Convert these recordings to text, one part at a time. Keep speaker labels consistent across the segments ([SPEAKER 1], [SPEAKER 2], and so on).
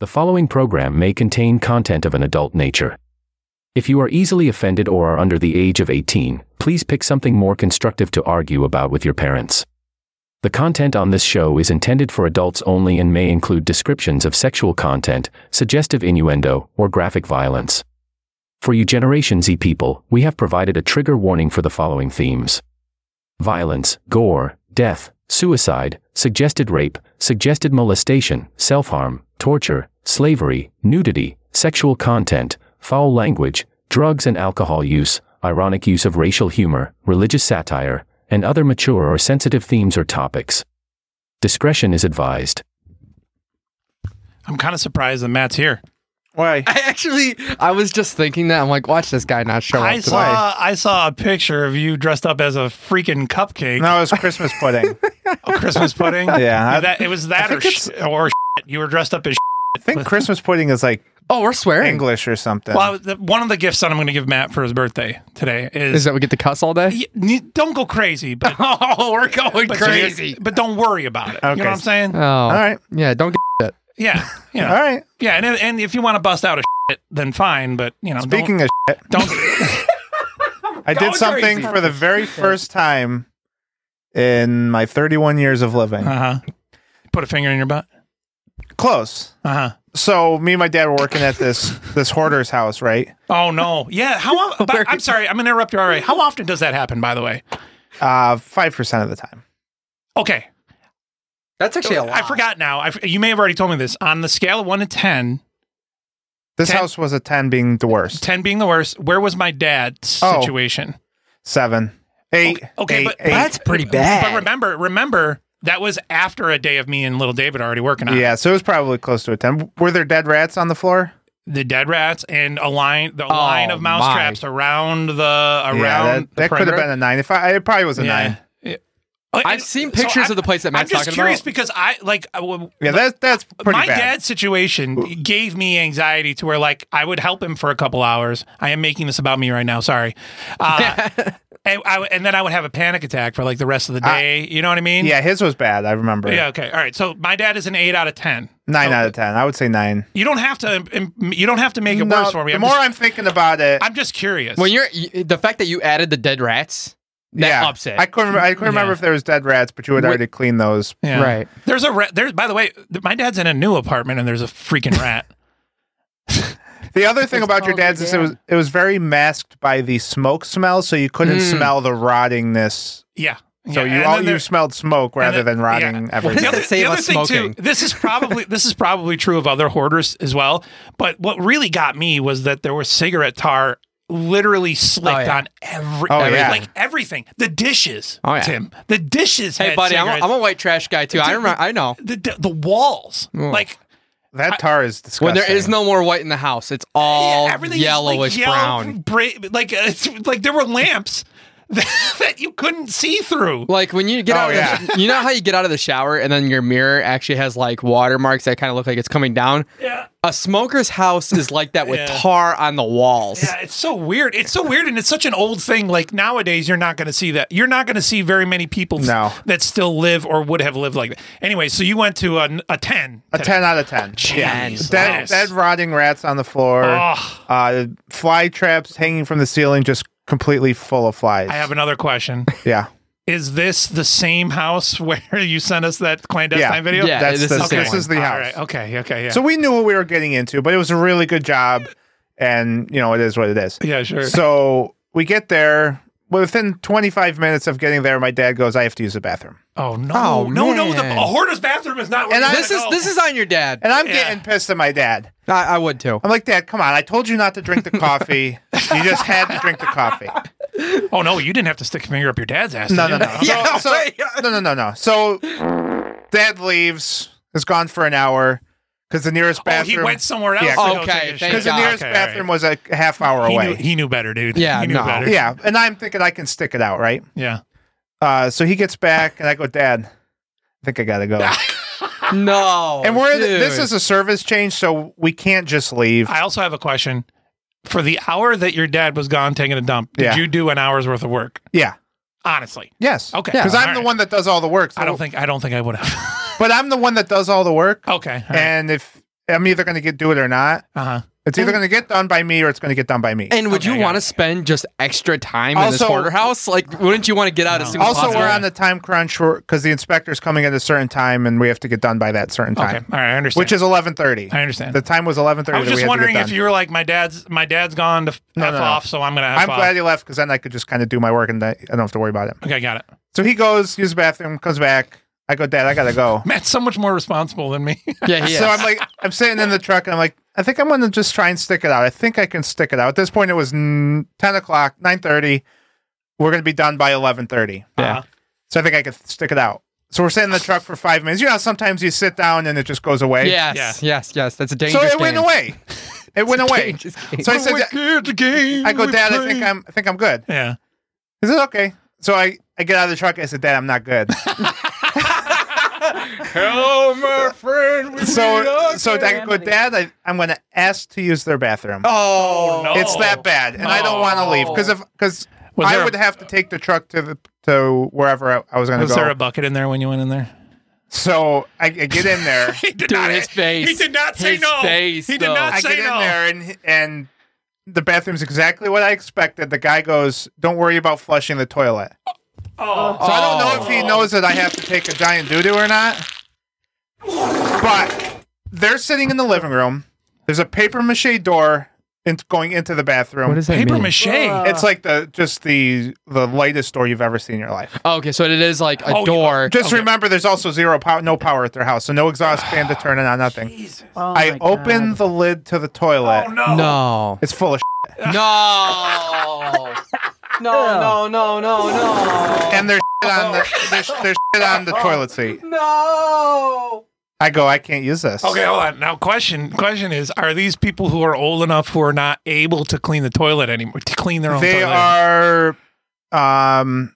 [SPEAKER 1] The following program may contain content of an adult nature. If you are easily offended or are under the age of 18, please pick something more constructive to argue about with your parents. The content on this show is intended for adults only and may include descriptions of sexual content, suggestive innuendo, or graphic violence. For you Generation Z people, we have provided a trigger warning for the following themes violence, gore, death, suicide, suggested rape, suggested molestation, self harm, torture, slavery, nudity, sexual content, foul language, drugs and alcohol use, ironic use of racial humor, religious satire, and other mature or sensitive themes or topics. Discretion is advised.
[SPEAKER 2] I'm kind of surprised that Matt's here.
[SPEAKER 3] Why?
[SPEAKER 4] I actually, I was just thinking that. I'm like, watch this guy not
[SPEAKER 3] Oh,
[SPEAKER 4] show
[SPEAKER 2] I
[SPEAKER 4] up today.
[SPEAKER 2] saw I saw a picture of you dressed up as a freaking cupcake,
[SPEAKER 3] No, it's Christmas pudding.
[SPEAKER 2] a Christmas pudding.
[SPEAKER 3] Yeah, I-
[SPEAKER 2] that, it was that or, sh- or shit. you were dressed up as. Shit.
[SPEAKER 3] I think Christmas pudding is like
[SPEAKER 4] Oh, we're swearing.
[SPEAKER 3] English or something.
[SPEAKER 2] Well, the, one of the gifts that I'm going to give Matt for his birthday today is,
[SPEAKER 4] Is that we get to cuss all day?
[SPEAKER 2] Y- ne- don't go crazy, but
[SPEAKER 4] Oh, we're going
[SPEAKER 2] but, but don't worry about it. You
[SPEAKER 3] Okay.
[SPEAKER 2] know what I'm saying?
[SPEAKER 4] Oh,
[SPEAKER 3] all right,
[SPEAKER 4] yeah. Don't get
[SPEAKER 2] yeah, yeah,
[SPEAKER 3] all right.
[SPEAKER 2] yeah. And, and if you want to bust out a shit, then fine. But you know,
[SPEAKER 3] Speaking of, shit,
[SPEAKER 2] don't, don't
[SPEAKER 3] I
[SPEAKER 2] Going
[SPEAKER 3] did something
[SPEAKER 2] crazy.
[SPEAKER 3] for the very first time in my 31 years of living.
[SPEAKER 2] uh huh. Put a finger in your butt.
[SPEAKER 3] Close.
[SPEAKER 2] Uh huh.
[SPEAKER 3] So me and my dad were working at this this hoarder's house, right?
[SPEAKER 2] Oh no! Yeah, how? o- But, I'm sorry, I'm gonna interrupt you already. How often does that happen? By the way,
[SPEAKER 3] Uh, five percent of the time.
[SPEAKER 2] okay,
[SPEAKER 4] That's actually
[SPEAKER 2] I forgot now. I f you may have already told me this. On the scale of one to 10,
[SPEAKER 3] This
[SPEAKER 2] Ten-
[SPEAKER 3] house was a 10 being the worst.
[SPEAKER 2] 10 being the worst. Where was my dad's
[SPEAKER 3] Oh.
[SPEAKER 2] situation?
[SPEAKER 3] Seven, eight,
[SPEAKER 2] Okay,
[SPEAKER 3] eight,
[SPEAKER 2] but-
[SPEAKER 3] eight.
[SPEAKER 5] That's pretty
[SPEAKER 2] But
[SPEAKER 5] bad.
[SPEAKER 2] remember, remember that was after a day of me and little David already working on it.
[SPEAKER 3] Yeah, so it was probably close to a 10. Were there dead rats on the floor?
[SPEAKER 2] the dead rats and a line, the line of
[SPEAKER 4] Oh my.
[SPEAKER 2] mousetraps around the around.
[SPEAKER 3] yeah,
[SPEAKER 2] the
[SPEAKER 3] that, that could have
[SPEAKER 2] perimeter.
[SPEAKER 3] been a nine. If I, it probably was a nine.
[SPEAKER 2] Yeah. Oh,
[SPEAKER 4] I've seen pictures of the place that Matt's
[SPEAKER 2] I'm just
[SPEAKER 4] talking
[SPEAKER 2] curious
[SPEAKER 4] about.
[SPEAKER 2] because I like I w- uh,
[SPEAKER 3] Yeah, that's that's pretty
[SPEAKER 2] my
[SPEAKER 3] bad.
[SPEAKER 2] dad's situation gave me anxiety to where like I would help him for a couple hours. I am making this about me right now. Sorry. Uh, and, I, and then I would have a panic attack for like the rest of the day. you know what I mean?
[SPEAKER 3] Yeah, his was bad. I remember.
[SPEAKER 2] Yeah. Oh, Okay. All right. So my dad is an eight out of ten.
[SPEAKER 3] Nine out of ten. I would say nine.
[SPEAKER 2] You don't have to. um, You don't have to make it
[SPEAKER 3] No,
[SPEAKER 2] worse for me.
[SPEAKER 3] The
[SPEAKER 2] I'm
[SPEAKER 3] more
[SPEAKER 2] just,
[SPEAKER 3] I'm thinking about it,
[SPEAKER 2] I'm just curious.
[SPEAKER 4] when you're y- the fact that you added the dead rats. That
[SPEAKER 3] yeah,
[SPEAKER 4] upset.
[SPEAKER 3] I couldn't. I couldn't remember if
[SPEAKER 2] Yeah.
[SPEAKER 3] there was dead rats, but you had
[SPEAKER 4] Wait-
[SPEAKER 3] already cleaned those.
[SPEAKER 2] Yeah.
[SPEAKER 4] Right.
[SPEAKER 2] There's a rat. There's by the way, th- my dad's in a new apartment and there's a freaking rat.
[SPEAKER 3] The other thing about your dad's is it was it was very masked by the smoke smell, so you couldn't
[SPEAKER 4] Mm.
[SPEAKER 3] smell the rottingness.
[SPEAKER 2] yeah.
[SPEAKER 3] So
[SPEAKER 2] Yeah,
[SPEAKER 3] you
[SPEAKER 2] and
[SPEAKER 3] all
[SPEAKER 2] then
[SPEAKER 3] you
[SPEAKER 2] there-
[SPEAKER 3] smelled smoke rather
[SPEAKER 2] then-
[SPEAKER 3] than rotting
[SPEAKER 2] yeah.
[SPEAKER 3] everything.
[SPEAKER 4] What does that say about smoking?
[SPEAKER 2] too. This is probably this is probably true of other hoarders as well. But what really got me was that there was cigarette tar literally slicked
[SPEAKER 4] Oh, yeah.
[SPEAKER 2] on every,
[SPEAKER 3] Oh,
[SPEAKER 2] every-
[SPEAKER 3] yeah.
[SPEAKER 2] like everything. The dishes,
[SPEAKER 4] Oh, yeah.
[SPEAKER 2] Tim. The dishes.
[SPEAKER 4] Hey,
[SPEAKER 2] had
[SPEAKER 4] buddy, I'm a,
[SPEAKER 2] cigarette-
[SPEAKER 4] I'm a white trash guy too. I
[SPEAKER 2] Dude,
[SPEAKER 4] remember. I know.
[SPEAKER 2] the, the the walls
[SPEAKER 4] Mm.
[SPEAKER 2] like
[SPEAKER 3] that tar is disgusting.
[SPEAKER 4] When there is no more white in the house, it's all
[SPEAKER 2] yeah, everything is,
[SPEAKER 4] yellowish
[SPEAKER 2] like, yellow,
[SPEAKER 4] brown.
[SPEAKER 2] bra- like uh, it's- like there were lamps that, that you couldn't see through.
[SPEAKER 4] Like when you get
[SPEAKER 3] Oh,
[SPEAKER 4] out, of the, you know how you get out of the shower and then your mirror actually has like watermarks that kind of look like it's coming down.
[SPEAKER 2] Yeah.
[SPEAKER 4] A smoker's house is like that with
[SPEAKER 2] Yeah.
[SPEAKER 4] tar on the walls.
[SPEAKER 2] Yeah, it's so weird. It's so weird, and it's such an old thing. Like nowadays, you're not going to see that. You're not going to see very many people
[SPEAKER 3] No.
[SPEAKER 2] that still live or would have lived like that. Anyway, so you went to a, a ten.
[SPEAKER 3] a ten out of ten. Yeah,
[SPEAKER 4] Jeez.
[SPEAKER 3] dead, dead rotting rats on the floor.
[SPEAKER 2] Ugh.
[SPEAKER 3] Uh, fly traps hanging from the ceiling, just completely full of flies.
[SPEAKER 2] I have another question.
[SPEAKER 3] yeah.
[SPEAKER 2] Is this the same house where you sent us that clandestine
[SPEAKER 3] Yeah.
[SPEAKER 2] video?
[SPEAKER 4] Yeah,
[SPEAKER 3] That's
[SPEAKER 4] this
[SPEAKER 3] the,
[SPEAKER 4] is the
[SPEAKER 3] this
[SPEAKER 4] one.
[SPEAKER 3] is the
[SPEAKER 2] All
[SPEAKER 3] house.
[SPEAKER 2] right. Okay. Okay. Yeah.
[SPEAKER 3] So we knew what we were getting into, but it was a really good job, and you know it is what it is.
[SPEAKER 2] yeah. Sure.
[SPEAKER 3] So we get there within 25 minutes of getting there. My dad goes, "I have to use the bathroom,"
[SPEAKER 2] oh no.
[SPEAKER 4] Oh,
[SPEAKER 2] no. No. The
[SPEAKER 4] man.
[SPEAKER 2] a hoarder's bathroom is not. Where
[SPEAKER 3] And
[SPEAKER 2] you
[SPEAKER 3] I-
[SPEAKER 2] wanna
[SPEAKER 4] This is
[SPEAKER 2] go.
[SPEAKER 4] this is on your dad.
[SPEAKER 3] and I'm
[SPEAKER 2] Yeah.
[SPEAKER 3] getting pissed at my dad.
[SPEAKER 4] I, I would too.
[SPEAKER 3] I'm like, "Dad, come on! I told you not to drink the coffee. you just had to drink the coffee."
[SPEAKER 2] Oh no! You didn't have to stick a finger up your dad's ass.
[SPEAKER 3] No,
[SPEAKER 2] did
[SPEAKER 3] no, no. So,
[SPEAKER 2] you?
[SPEAKER 4] Yeah,
[SPEAKER 3] so-
[SPEAKER 4] right.
[SPEAKER 3] no, no, no, no. So dad leaves. Is gone for an hour because the nearest
[SPEAKER 2] Oh,
[SPEAKER 3] bathroom.
[SPEAKER 2] he went somewhere else.
[SPEAKER 3] Yeah,
[SPEAKER 2] to go
[SPEAKER 4] okay,
[SPEAKER 2] take a
[SPEAKER 4] thank
[SPEAKER 2] shit.
[SPEAKER 3] because the
[SPEAKER 4] God.
[SPEAKER 3] nearest
[SPEAKER 2] Okay, all right.
[SPEAKER 3] bathroom was a half hour
[SPEAKER 2] He
[SPEAKER 3] away.
[SPEAKER 2] knew, he knew better, dude.
[SPEAKER 4] Yeah,
[SPEAKER 2] he knew
[SPEAKER 4] no.
[SPEAKER 2] better.
[SPEAKER 3] Yeah, and I'm thinking I can stick it out, right?
[SPEAKER 2] yeah.
[SPEAKER 3] Uh, so he gets back, and I go, Dad, I think I gotta go.
[SPEAKER 4] No.
[SPEAKER 3] and we're
[SPEAKER 4] dude.
[SPEAKER 3] this is a service change, so we can't just leave.
[SPEAKER 2] I also have a question. For the hour that your dad was gone taking a dump, did
[SPEAKER 3] Yeah.
[SPEAKER 2] you do an hour's worth of work?
[SPEAKER 3] yeah,
[SPEAKER 2] Honestly,
[SPEAKER 3] yes,
[SPEAKER 2] okay.
[SPEAKER 3] because I'm
[SPEAKER 2] All
[SPEAKER 3] the
[SPEAKER 2] right.
[SPEAKER 3] one that does all the work. so-
[SPEAKER 2] I don't think I don't think I would have.
[SPEAKER 3] but I'm the one that does all the work,
[SPEAKER 2] okay, all right.
[SPEAKER 3] and if I'm either going to get do it or not.
[SPEAKER 2] Uh huh.
[SPEAKER 3] It's either going to get done by me or it's going to get done by me.
[SPEAKER 4] And would
[SPEAKER 2] Okay,
[SPEAKER 4] you
[SPEAKER 2] yeah.
[SPEAKER 4] want to spend just extra time in
[SPEAKER 3] Also-
[SPEAKER 4] this porterhouse? Like, wouldn't you want to get out as soon as
[SPEAKER 3] Also,
[SPEAKER 4] possible?
[SPEAKER 3] we're on the time crunch because the inspector's coming at a certain time, and we have to get done by that certain
[SPEAKER 2] Okay.
[SPEAKER 3] time,
[SPEAKER 2] All right. I understand.
[SPEAKER 3] which is eleven thirty.
[SPEAKER 2] I understand.
[SPEAKER 3] The time was eleven thirty.
[SPEAKER 2] I was just wondering if you were like my dad's. My dad's gone to f,
[SPEAKER 3] No,
[SPEAKER 2] F
[SPEAKER 3] no, no.
[SPEAKER 2] off, so I'm gonna. F
[SPEAKER 3] I'm
[SPEAKER 2] off.
[SPEAKER 3] glad you left because then I could just kind of do my work and I I don't have to worry about it.
[SPEAKER 2] Okay, got it.
[SPEAKER 3] So he goes, uses the bathroom, comes back. I go, Dad, I gotta go.
[SPEAKER 2] Matt's so much more responsible than me.
[SPEAKER 4] yeah, yeah.
[SPEAKER 3] So I'm like, I'm sitting in the truck, and I'm like, I think I'm gonna just try and stick it out. I think I can stick it out. At this point, it was mm, ten o'clock, nine thirty. We're gonna be done by eleven thirty,
[SPEAKER 4] Yeah.
[SPEAKER 2] Uh,
[SPEAKER 3] so I think I could stick it out. So we're sitting in the truck for five minutes. You know, how sometimes you sit down and it just goes away.
[SPEAKER 4] yes,
[SPEAKER 2] Yeah.
[SPEAKER 4] yes, yes. That's a
[SPEAKER 3] So
[SPEAKER 4] dangerous
[SPEAKER 3] it went
[SPEAKER 4] game.
[SPEAKER 3] away. It went away.
[SPEAKER 4] Dangerous game.
[SPEAKER 3] So I said,
[SPEAKER 2] Wicked game
[SPEAKER 3] I go,
[SPEAKER 2] we
[SPEAKER 3] Dad, I
[SPEAKER 2] play."
[SPEAKER 3] think I'm, I think I'm good.
[SPEAKER 2] Yeah.
[SPEAKER 3] He says, okay. So I, I get out of the truck. I said, Dad, I'm not good.
[SPEAKER 4] "Hello, my friend." we meet
[SPEAKER 3] So,
[SPEAKER 4] up
[SPEAKER 3] so I
[SPEAKER 4] again."
[SPEAKER 3] go, Dad, I, I'm going to ask to use their bathroom.
[SPEAKER 4] Oh,
[SPEAKER 2] no.
[SPEAKER 3] It's that bad, and I don't want to leave because if because
[SPEAKER 2] Was there
[SPEAKER 3] I
[SPEAKER 2] a-
[SPEAKER 3] would have to take the truck to the to wherever I, I was going to
[SPEAKER 2] Was
[SPEAKER 3] go.
[SPEAKER 2] there a bucket in there when you went in there?
[SPEAKER 3] so I, I get in there.
[SPEAKER 2] He did
[SPEAKER 4] Dude, his face.
[SPEAKER 2] He did not say
[SPEAKER 4] His
[SPEAKER 2] no.
[SPEAKER 4] face,
[SPEAKER 2] he did
[SPEAKER 4] though.
[SPEAKER 2] not
[SPEAKER 3] I
[SPEAKER 2] say
[SPEAKER 3] get in
[SPEAKER 2] no.
[SPEAKER 3] there, and and the bathroom's exactly what I expected. The guy goes, "Don't worry about flushing the toilet."
[SPEAKER 2] Oh.
[SPEAKER 3] So I don't know if he knows that I have to take a giant doo doo or not. But they're sitting in the living room. There's a paper mache door in, going into the bathroom.
[SPEAKER 4] What does that
[SPEAKER 2] Paper
[SPEAKER 4] mean?
[SPEAKER 2] mache.
[SPEAKER 3] It's like the just the the lightest door you've ever seen in your life.
[SPEAKER 4] Oh, okay, so it is like a
[SPEAKER 2] Oh, you-
[SPEAKER 4] door.
[SPEAKER 3] Just remember, there's also zero power, no power at their house, so no exhaust fan to turn it on, nothing.
[SPEAKER 2] Jesus.
[SPEAKER 4] Oh
[SPEAKER 3] I open the lid to the toilet.
[SPEAKER 2] Oh no.
[SPEAKER 4] no,
[SPEAKER 3] It's full of. Shit.
[SPEAKER 4] no, no, no, no, no, no,
[SPEAKER 3] And there's shit on the there's, there's shit on the
[SPEAKER 2] Oh,
[SPEAKER 3] toilet seat.
[SPEAKER 4] no.
[SPEAKER 3] I go, I can't use this.
[SPEAKER 2] Okay, hold on. Now, question question is: Are these people who are old enough who are not able to clean the toilet anymore to clean their own?
[SPEAKER 3] they
[SPEAKER 2] toilet?
[SPEAKER 3] are um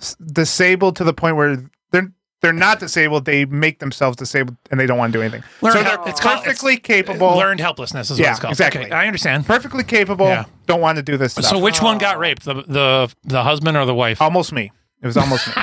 [SPEAKER 3] s- disabled to the point where they're they're not disabled. They make themselves disabled, and they don't want to do anything.
[SPEAKER 2] Learn
[SPEAKER 3] so
[SPEAKER 2] how-
[SPEAKER 3] they're
[SPEAKER 2] it's called- it's-
[SPEAKER 3] perfectly capable.
[SPEAKER 2] learned helplessness is what
[SPEAKER 3] Yeah,
[SPEAKER 2] it's called.
[SPEAKER 3] exactly.
[SPEAKER 2] Okay, I understand.
[SPEAKER 3] perfectly capable.
[SPEAKER 2] Yeah.
[SPEAKER 3] Don't want to do this. Stuff.
[SPEAKER 2] So, which one got raped? The the the husband or the wife?
[SPEAKER 3] almost me. It was almost me.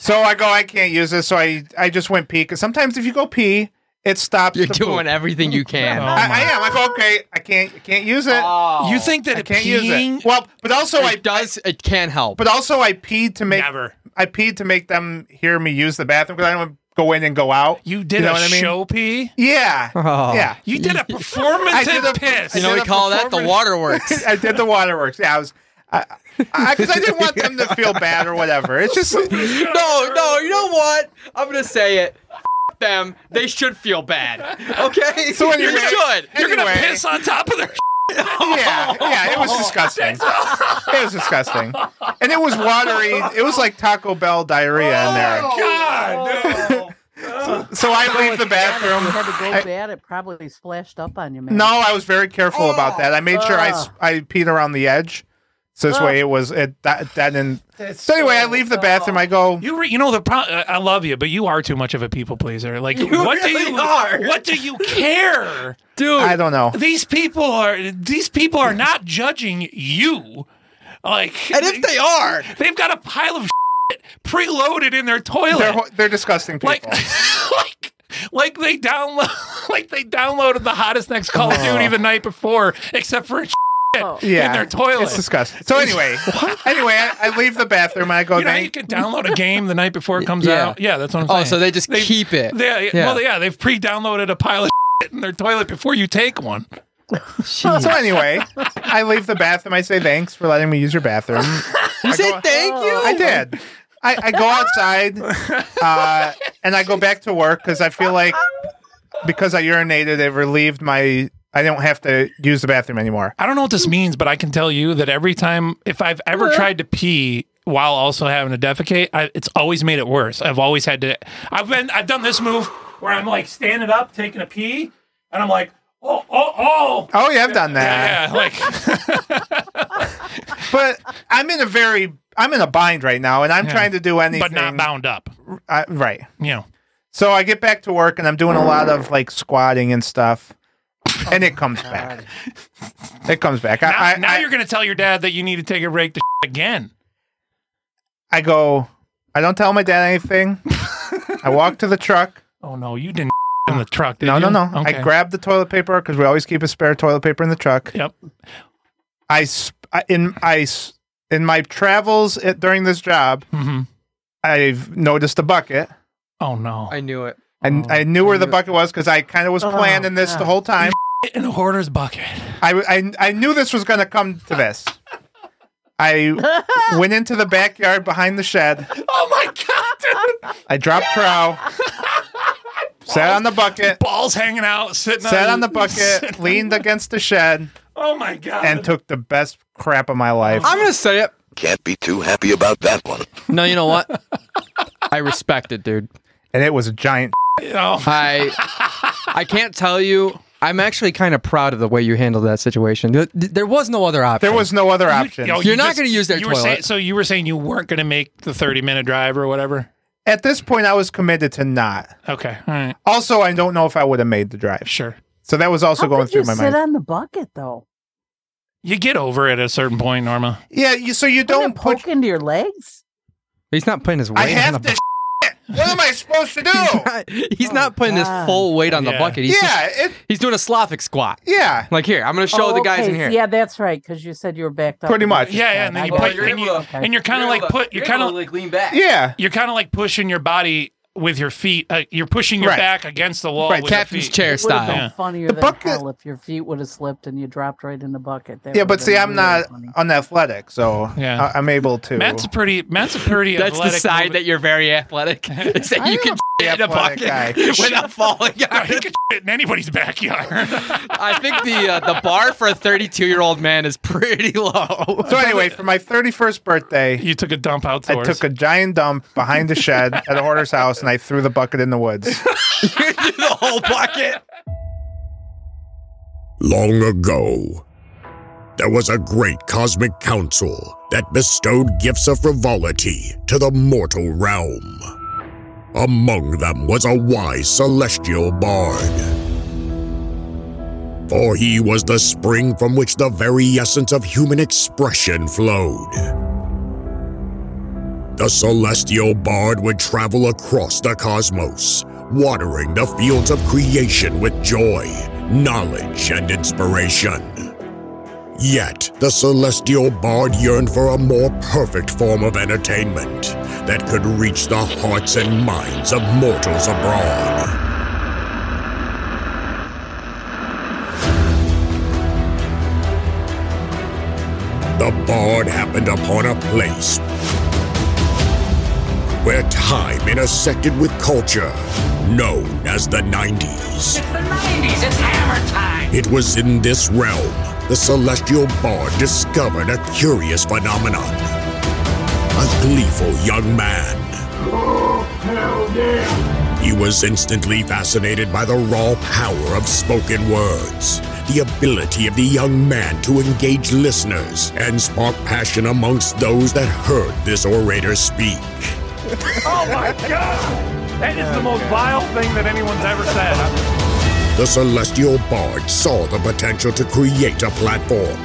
[SPEAKER 3] So I go, I can't use this. So I, I just went pee. Because sometimes if you go pee, it stops.
[SPEAKER 4] You're
[SPEAKER 3] the
[SPEAKER 4] doing
[SPEAKER 3] poop.
[SPEAKER 4] everything you can.
[SPEAKER 2] Oh.
[SPEAKER 3] I, I am. I go, okay, I can't, I can't use it.
[SPEAKER 4] Oh.
[SPEAKER 2] you think that
[SPEAKER 3] I
[SPEAKER 2] it
[SPEAKER 3] can't
[SPEAKER 2] peeing?
[SPEAKER 3] use it. Well, but also I,
[SPEAKER 4] it does? It can help.
[SPEAKER 3] but also I peed to make,
[SPEAKER 2] Never.
[SPEAKER 3] I peed to make them hear me use the bathroom because I don't want to go in and go out.
[SPEAKER 2] You did
[SPEAKER 3] You know
[SPEAKER 2] a
[SPEAKER 3] what I mean?
[SPEAKER 2] show pee.
[SPEAKER 3] Yeah,
[SPEAKER 4] Oh.
[SPEAKER 3] yeah.
[SPEAKER 2] You did a
[SPEAKER 3] I did
[SPEAKER 2] performative
[SPEAKER 3] a-
[SPEAKER 2] piss.
[SPEAKER 4] you know,
[SPEAKER 3] I
[SPEAKER 4] we
[SPEAKER 3] did a
[SPEAKER 4] call that the
[SPEAKER 3] performance-
[SPEAKER 4] waterworks.
[SPEAKER 3] I did the waterworks. Yeah, I was. I, I, 'cause I didn't want them to feel bad or whatever. It's just
[SPEAKER 4] no, no, you know what? I'm gonna say it. F- them. They should feel bad. Okay.
[SPEAKER 3] So anyway-
[SPEAKER 4] you should.
[SPEAKER 2] You're gonna
[SPEAKER 3] anyway.
[SPEAKER 2] piss on top of their.
[SPEAKER 3] yeah, yeah, it was
[SPEAKER 2] Oh.
[SPEAKER 3] disgusting. It was disgusting, and it was watery. It was like Taco Bell diarrhea in there.
[SPEAKER 2] Oh, God. no.
[SPEAKER 3] So I leave the
[SPEAKER 5] You
[SPEAKER 3] bathroom.
[SPEAKER 5] had to go
[SPEAKER 3] I-
[SPEAKER 5] bad. It probably splashed up on you, man.
[SPEAKER 3] No, I was very careful about that. I made sure I s- I peed around the edge, so this way it was it that that didn't. So anyway, I leave the bathroom. I go.
[SPEAKER 2] You re- you know the pro- uh, I love you, but you are too much of a people pleaser. Like what do
[SPEAKER 4] really
[SPEAKER 2] you
[SPEAKER 4] are.
[SPEAKER 2] what do you care?
[SPEAKER 4] Dude,
[SPEAKER 3] I don't know.
[SPEAKER 2] These people are these people are not judging you. Like
[SPEAKER 4] and if they are,
[SPEAKER 2] they've got a pile of shit preloaded in their toilet.
[SPEAKER 3] They're ho- they're disgusting
[SPEAKER 2] like
[SPEAKER 3] people.
[SPEAKER 2] like like they download like they downloaded the hottest next Call of
[SPEAKER 3] Oh.
[SPEAKER 2] Duty the night before, except for shit
[SPEAKER 5] Oh.
[SPEAKER 3] Yeah,
[SPEAKER 2] in their toilet.
[SPEAKER 3] It's disgusting. So anyway, anyway, I, I leave the bathroom and I go.
[SPEAKER 2] you know, how
[SPEAKER 3] "Thank-
[SPEAKER 2] you can download a game the night before it comes
[SPEAKER 4] Yeah.
[SPEAKER 2] out. Yeah, that's what I'm saying.
[SPEAKER 4] oh, so they just
[SPEAKER 2] They-
[SPEAKER 4] keep it.
[SPEAKER 2] Yeah, yeah.
[SPEAKER 4] Yeah.
[SPEAKER 2] Well, yeah, they've pre-downloaded a pile of shit in their toilet before you take one.
[SPEAKER 3] So anyway, I leave the bathroom. I say thanks for letting me use your bathroom.
[SPEAKER 4] You said thank you.
[SPEAKER 3] I did. I, I go outside uh, and I go back to work because I feel like because I urinated, it relieved my. I don't have to use the bathroom anymore.
[SPEAKER 2] I don't know what this means, but I can tell you that every time, if I've
[SPEAKER 3] Uh-huh.
[SPEAKER 2] ever tried to pee while also having to defecate, I, it's always made it worse. I've always had to. I've been. I've done this move where I'm like standing up, taking a pee, and I'm like, oh, oh, oh.
[SPEAKER 3] Oh, yeah, I've done that.
[SPEAKER 2] Yeah, like
[SPEAKER 3] But I'm in a very, I'm in a bind right now, and I'm trying to do anything.
[SPEAKER 2] but not bound up.
[SPEAKER 3] I- right.
[SPEAKER 2] You know.
[SPEAKER 3] So I get back to work, and I'm doing a lot of like squatting and stuff,
[SPEAKER 2] Oh
[SPEAKER 3] and it comes back. It comes back.
[SPEAKER 2] Now,
[SPEAKER 3] I, I,
[SPEAKER 2] now
[SPEAKER 3] I,
[SPEAKER 2] you're gonna tell your dad that you need to take a break to again.
[SPEAKER 3] I go, I don't tell my dad anything. I walk to the truck.
[SPEAKER 2] Oh no, you didn't in the truck. did
[SPEAKER 3] No, no,
[SPEAKER 2] you?
[SPEAKER 3] no.
[SPEAKER 2] Okay.
[SPEAKER 3] I grabbed the toilet paper because we always keep a spare toilet paper in the truck.
[SPEAKER 2] Yep.
[SPEAKER 3] I sp- I- in I s- in my travels at, during this job,
[SPEAKER 2] Mhm.
[SPEAKER 3] I've noticed a bucket,
[SPEAKER 2] Oh no.
[SPEAKER 4] I knew it.
[SPEAKER 3] and
[SPEAKER 2] Oh,
[SPEAKER 3] I knew where the
[SPEAKER 4] yeah.
[SPEAKER 3] bucket was because I kind of was
[SPEAKER 5] Oh,
[SPEAKER 3] planning this the
[SPEAKER 5] God.
[SPEAKER 3] whole time.
[SPEAKER 2] in a hoarder's bucket.
[SPEAKER 3] I w- I, I knew this was going to come to this. I went into the backyard behind the shed.
[SPEAKER 2] Oh my god, dude.
[SPEAKER 3] I dropped prow, sat on the bucket,
[SPEAKER 2] Balls hanging out, sitting
[SPEAKER 3] sat on the bucket, leaned against the shed,
[SPEAKER 2] Oh my god.
[SPEAKER 3] and took the best crap of my life.
[SPEAKER 4] I'm gonna say it.
[SPEAKER 6] Can't be too happy about that one.
[SPEAKER 4] No, you know what? I respect it, dude.
[SPEAKER 3] And it was a giant.
[SPEAKER 2] oh,
[SPEAKER 4] I I can't tell you. I'm actually kind of proud of the way you handled that situation. There, there was no other option.
[SPEAKER 3] There was no other
[SPEAKER 2] you
[SPEAKER 3] option.
[SPEAKER 2] know,
[SPEAKER 4] You're
[SPEAKER 2] you
[SPEAKER 4] not
[SPEAKER 2] just-
[SPEAKER 4] gonna use their
[SPEAKER 2] you were saying-
[SPEAKER 4] toilet.
[SPEAKER 2] so you were saying you weren't going to make the 30 minute drive or whatever.
[SPEAKER 3] At this point, I was committed to not.
[SPEAKER 2] Okay, all right,
[SPEAKER 3] Also, I don't know if I would have made the drive.
[SPEAKER 2] sure.
[SPEAKER 3] So that was also
[SPEAKER 5] How
[SPEAKER 3] going
[SPEAKER 5] could you
[SPEAKER 3] through my
[SPEAKER 5] sit
[SPEAKER 3] mind.
[SPEAKER 5] on the bucket though?
[SPEAKER 2] You get over it at a certain point, Norma.
[SPEAKER 3] yeah, you, so you
[SPEAKER 5] Don't
[SPEAKER 3] don't
[SPEAKER 5] poke
[SPEAKER 3] put.
[SPEAKER 5] into your legs.
[SPEAKER 4] He's not putting his weight.
[SPEAKER 3] I
[SPEAKER 4] on
[SPEAKER 3] have
[SPEAKER 4] the
[SPEAKER 3] to. What am I supposed to do?
[SPEAKER 4] He's not, he's not putting his
[SPEAKER 5] God.
[SPEAKER 4] full weight on
[SPEAKER 2] Yeah.
[SPEAKER 4] the bucket. He's just,
[SPEAKER 3] yeah, it,
[SPEAKER 4] he's doing a Slavic squat.
[SPEAKER 3] yeah.
[SPEAKER 4] Like here, I'm gonna show
[SPEAKER 5] Oh,
[SPEAKER 4] the guys
[SPEAKER 5] okay.
[SPEAKER 4] in here.
[SPEAKER 5] Yeah, that's right. Because you said you were backed up.
[SPEAKER 3] Pretty
[SPEAKER 5] against
[SPEAKER 3] much.
[SPEAKER 5] the
[SPEAKER 2] Yeah, yeah,
[SPEAKER 5] side.
[SPEAKER 2] and then
[SPEAKER 5] I
[SPEAKER 2] you
[SPEAKER 5] got
[SPEAKER 2] put,
[SPEAKER 5] it.
[SPEAKER 2] and, you,
[SPEAKER 5] Okay.
[SPEAKER 2] and you're kind of like put, you're kind of,
[SPEAKER 4] like lean back.
[SPEAKER 3] Yeah.
[SPEAKER 2] you're kind of like pushing your body with your feet. Uh, you're pushing your
[SPEAKER 3] Right.
[SPEAKER 2] back against the wall.
[SPEAKER 3] Right,
[SPEAKER 2] with your
[SPEAKER 4] Captain's
[SPEAKER 2] feet.
[SPEAKER 4] chair
[SPEAKER 5] It would have been
[SPEAKER 4] style.
[SPEAKER 5] funnier
[SPEAKER 3] The
[SPEAKER 5] than
[SPEAKER 3] bucket-
[SPEAKER 5] hell if your feet would have slipped and you dropped right in the bucket. That
[SPEAKER 3] Yeah,
[SPEAKER 5] would
[SPEAKER 3] but
[SPEAKER 5] have
[SPEAKER 3] see,
[SPEAKER 5] been
[SPEAKER 3] I'm
[SPEAKER 5] really
[SPEAKER 3] not
[SPEAKER 5] funny.
[SPEAKER 3] unathletic, so
[SPEAKER 2] Yeah.
[SPEAKER 3] I, I'm able to.
[SPEAKER 2] Matt's a pretty, Matt's a pretty.
[SPEAKER 4] That's the
[SPEAKER 2] athletic
[SPEAKER 4] side
[SPEAKER 2] movie-
[SPEAKER 4] that you're very athletic. Is that
[SPEAKER 3] I
[SPEAKER 4] you
[SPEAKER 3] am
[SPEAKER 4] can
[SPEAKER 3] a
[SPEAKER 4] in a
[SPEAKER 3] athletic
[SPEAKER 4] bucket without falling
[SPEAKER 2] God,
[SPEAKER 4] out.
[SPEAKER 2] he could shit in anybody's backyard.
[SPEAKER 4] I think the uh, the bar for a 32 year old man is pretty low.
[SPEAKER 3] so anyway, for my 31st birthday,
[SPEAKER 2] you took a dump
[SPEAKER 3] I
[SPEAKER 2] outdoors.
[SPEAKER 3] took a giant dump behind the shed at a hoarder's house, and I threw the bucket in the woods.
[SPEAKER 4] the whole bucket.
[SPEAKER 7] Long ago, there was a great cosmic council that bestowed gifts of frivolity to the mortal realm. Among them was a wise celestial bard. For he was the spring from which the very essence of human expression flowed. The celestial bard would travel across the cosmos, watering the fields of creation with joy, knowledge, and inspiration. Yet, the celestial bard yearned for a more perfect form of entertainment that could reach the hearts and minds of mortals abroad. The bard happened upon a place where time intersected with culture, known as the 90s.
[SPEAKER 8] the 90s. It's hammer time.
[SPEAKER 7] It was in this realm the celestial bard discovered a curious phenomenon. A gleeful young man. He was instantly fascinated by the raw power of spoken words, the ability of the young man to engage listeners and spark passion amongst those that heard this orator speak.
[SPEAKER 2] Oh my god! That is the most vile thing that anyone's ever said.
[SPEAKER 7] The Celestial Bard saw the potential to create a platform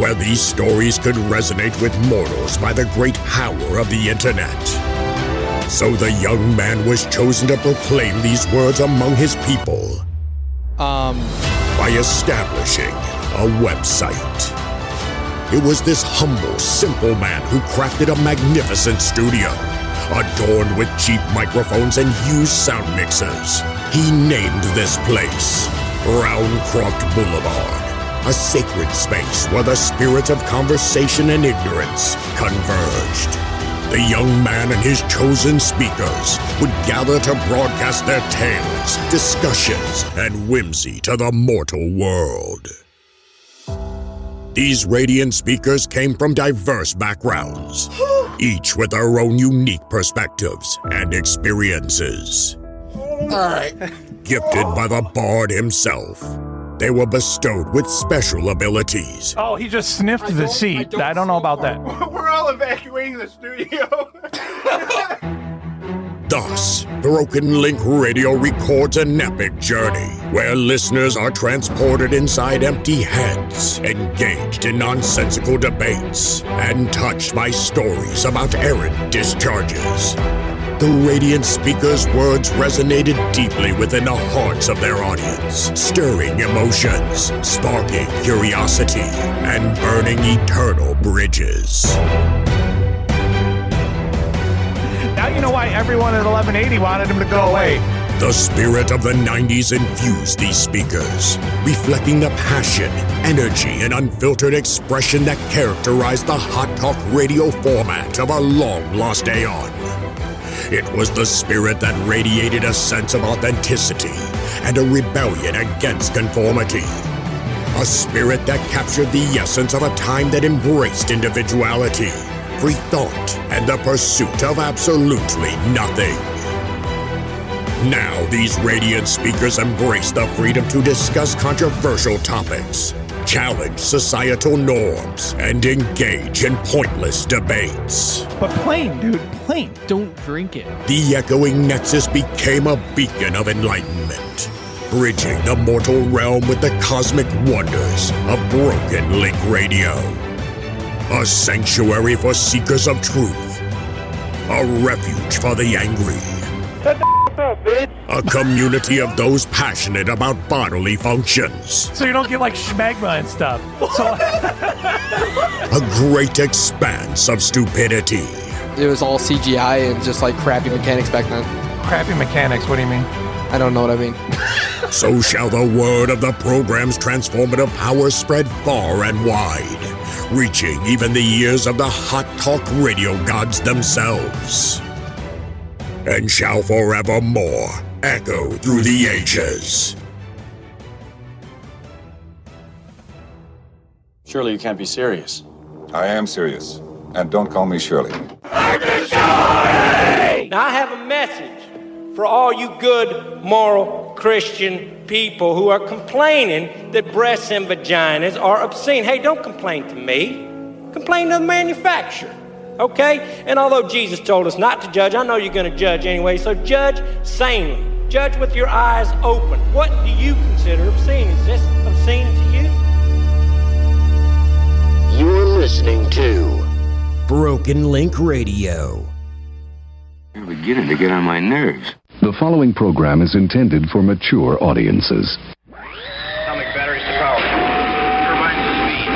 [SPEAKER 7] where these stories could resonate with mortals by the great power of the internet. So the young man was chosen to proclaim these words among his people
[SPEAKER 4] Um,
[SPEAKER 7] by establishing a website. It was this humble, simple man who crafted a magnificent studio. Adorned with cheap microphones and used sound mixers, he named this place Browncroft Boulevard, a sacred space where the spirits of conversation and ignorance converged. The young man and his chosen speakers would gather to broadcast their tales, discussions, and whimsy to the mortal world. These radiant speakers came from diverse backgrounds, each with their own unique perspectives and experiences. Gifted by the bard himself, they were bestowed with special abilities
[SPEAKER 2] Oh, he just sniffed the seat. I don't, know about that.
[SPEAKER 3] We're all evacuating the studio.
[SPEAKER 7] Thus, Broken Link Radio records an epic journey where listeners are transported inside empty heads, engaged in nonsensical debates, and touched by stories about errant discharges. The radiant speaker's words resonated deeply within the hearts of their audience, stirring emotions, sparking curiosity, and burning eternal bridges.
[SPEAKER 3] Now you know why everyone at 1180 wanted him to go away.
[SPEAKER 7] The spirit of the 90s infused these speakers, reflecting the passion, energy, and unfiltered expression that characterized the hot talk radio format of a long lost aeon. It was the spirit that radiated a sense of authenticity and a rebellion against conformity. A spirit that captured the essence of a time that embraced individuality, free thought, and the pursuit of absolutely nothing. Now, these radiant speakers embrace the freedom to discuss controversial topics, challenge societal norms, and engage in pointless debates.
[SPEAKER 2] But plain, dude, plain.
[SPEAKER 4] Don't drink it.
[SPEAKER 7] The echoing nexus became a beacon of enlightenment, bridging the mortal realm with the cosmic wonders of Broken Link Radio. A sanctuary for seekers of truth, a refuge for the angry. A community of those passionate about bodily functions.
[SPEAKER 2] So you don't get like schmegma and stuff. So
[SPEAKER 7] A great expanse of stupidity.
[SPEAKER 4] It was all CGI and just like crappy mechanics back then.
[SPEAKER 2] crappy mechanics. What do you mean?
[SPEAKER 4] I don't know what I mean.
[SPEAKER 7] So shall the word of the program's transformative power spread far and wide, reaching even the ears of the hot talk radio gods themselves. And shall forevermore echo through the ages.
[SPEAKER 9] Surely you can't be serious.
[SPEAKER 10] I am serious. And don't call me Shirley.
[SPEAKER 11] Now, I have a message for all you good, moral, Christian people who are complaining that breasts and vaginas are obscene. Hey, don't complain to me. Complain to the manufacturer, okay? And although Jesus told us not to judge, I know you're going to judge anyway, so judge sanely. Judge with your eyes open. What do you consider obscene? Is this obscene to you?
[SPEAKER 8] You're listening to
[SPEAKER 7] Broken Link Radio.
[SPEAKER 9] You're beginning to get on my nerves.
[SPEAKER 12] The following program is intended for mature audiences.
[SPEAKER 9] Atomic batteries to power. Turbines to speed.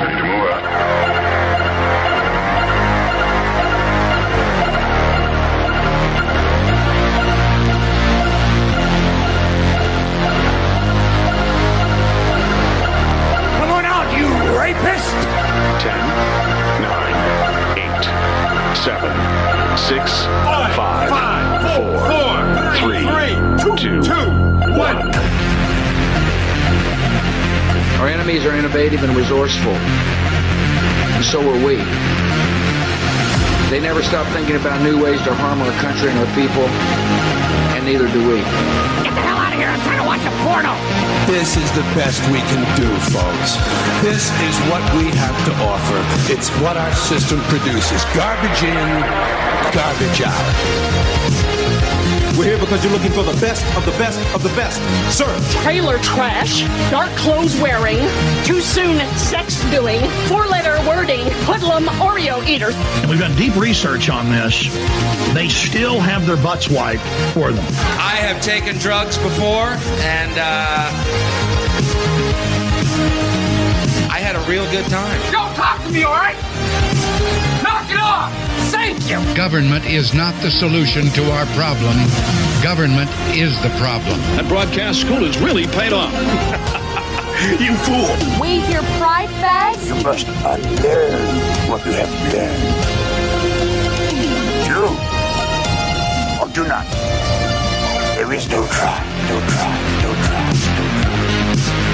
[SPEAKER 9] Ready to move out.
[SPEAKER 11] Come on out, you rapist!
[SPEAKER 9] Ten, nine, eight, seven, six, five, four, three, two, one.
[SPEAKER 13] Our enemies are innovative and resourceful. And so are we. They never stop thinking about new ways to harm our country and our people, and neither do we.
[SPEAKER 8] Get the hell out of here! I'm trying to watch a porno!
[SPEAKER 14] This is the best we can do, folks. This is what we have to offer. It's what our system produces garbage in, garbage out. We're here because you're looking for the best of the best of the best. Search.
[SPEAKER 15] Trailer trash, dark clothes wearing, too soon sex doing, four letter wording, hoodlum Oreo eater.
[SPEAKER 16] And we've done deep research on this. They still have their butts wiped for them.
[SPEAKER 17] I have taken drugs before, and uh, I had a real good time.
[SPEAKER 8] Don't talk to me, alright? Knock it off! Thank you!
[SPEAKER 18] Government is not the solution to our problem. Government is the problem.
[SPEAKER 16] That broadcast school has really paid off. you fool.
[SPEAKER 19] We hear pride fags.
[SPEAKER 6] You must unlearn what you have learned. Do or do not. There is no try, no try, no try, no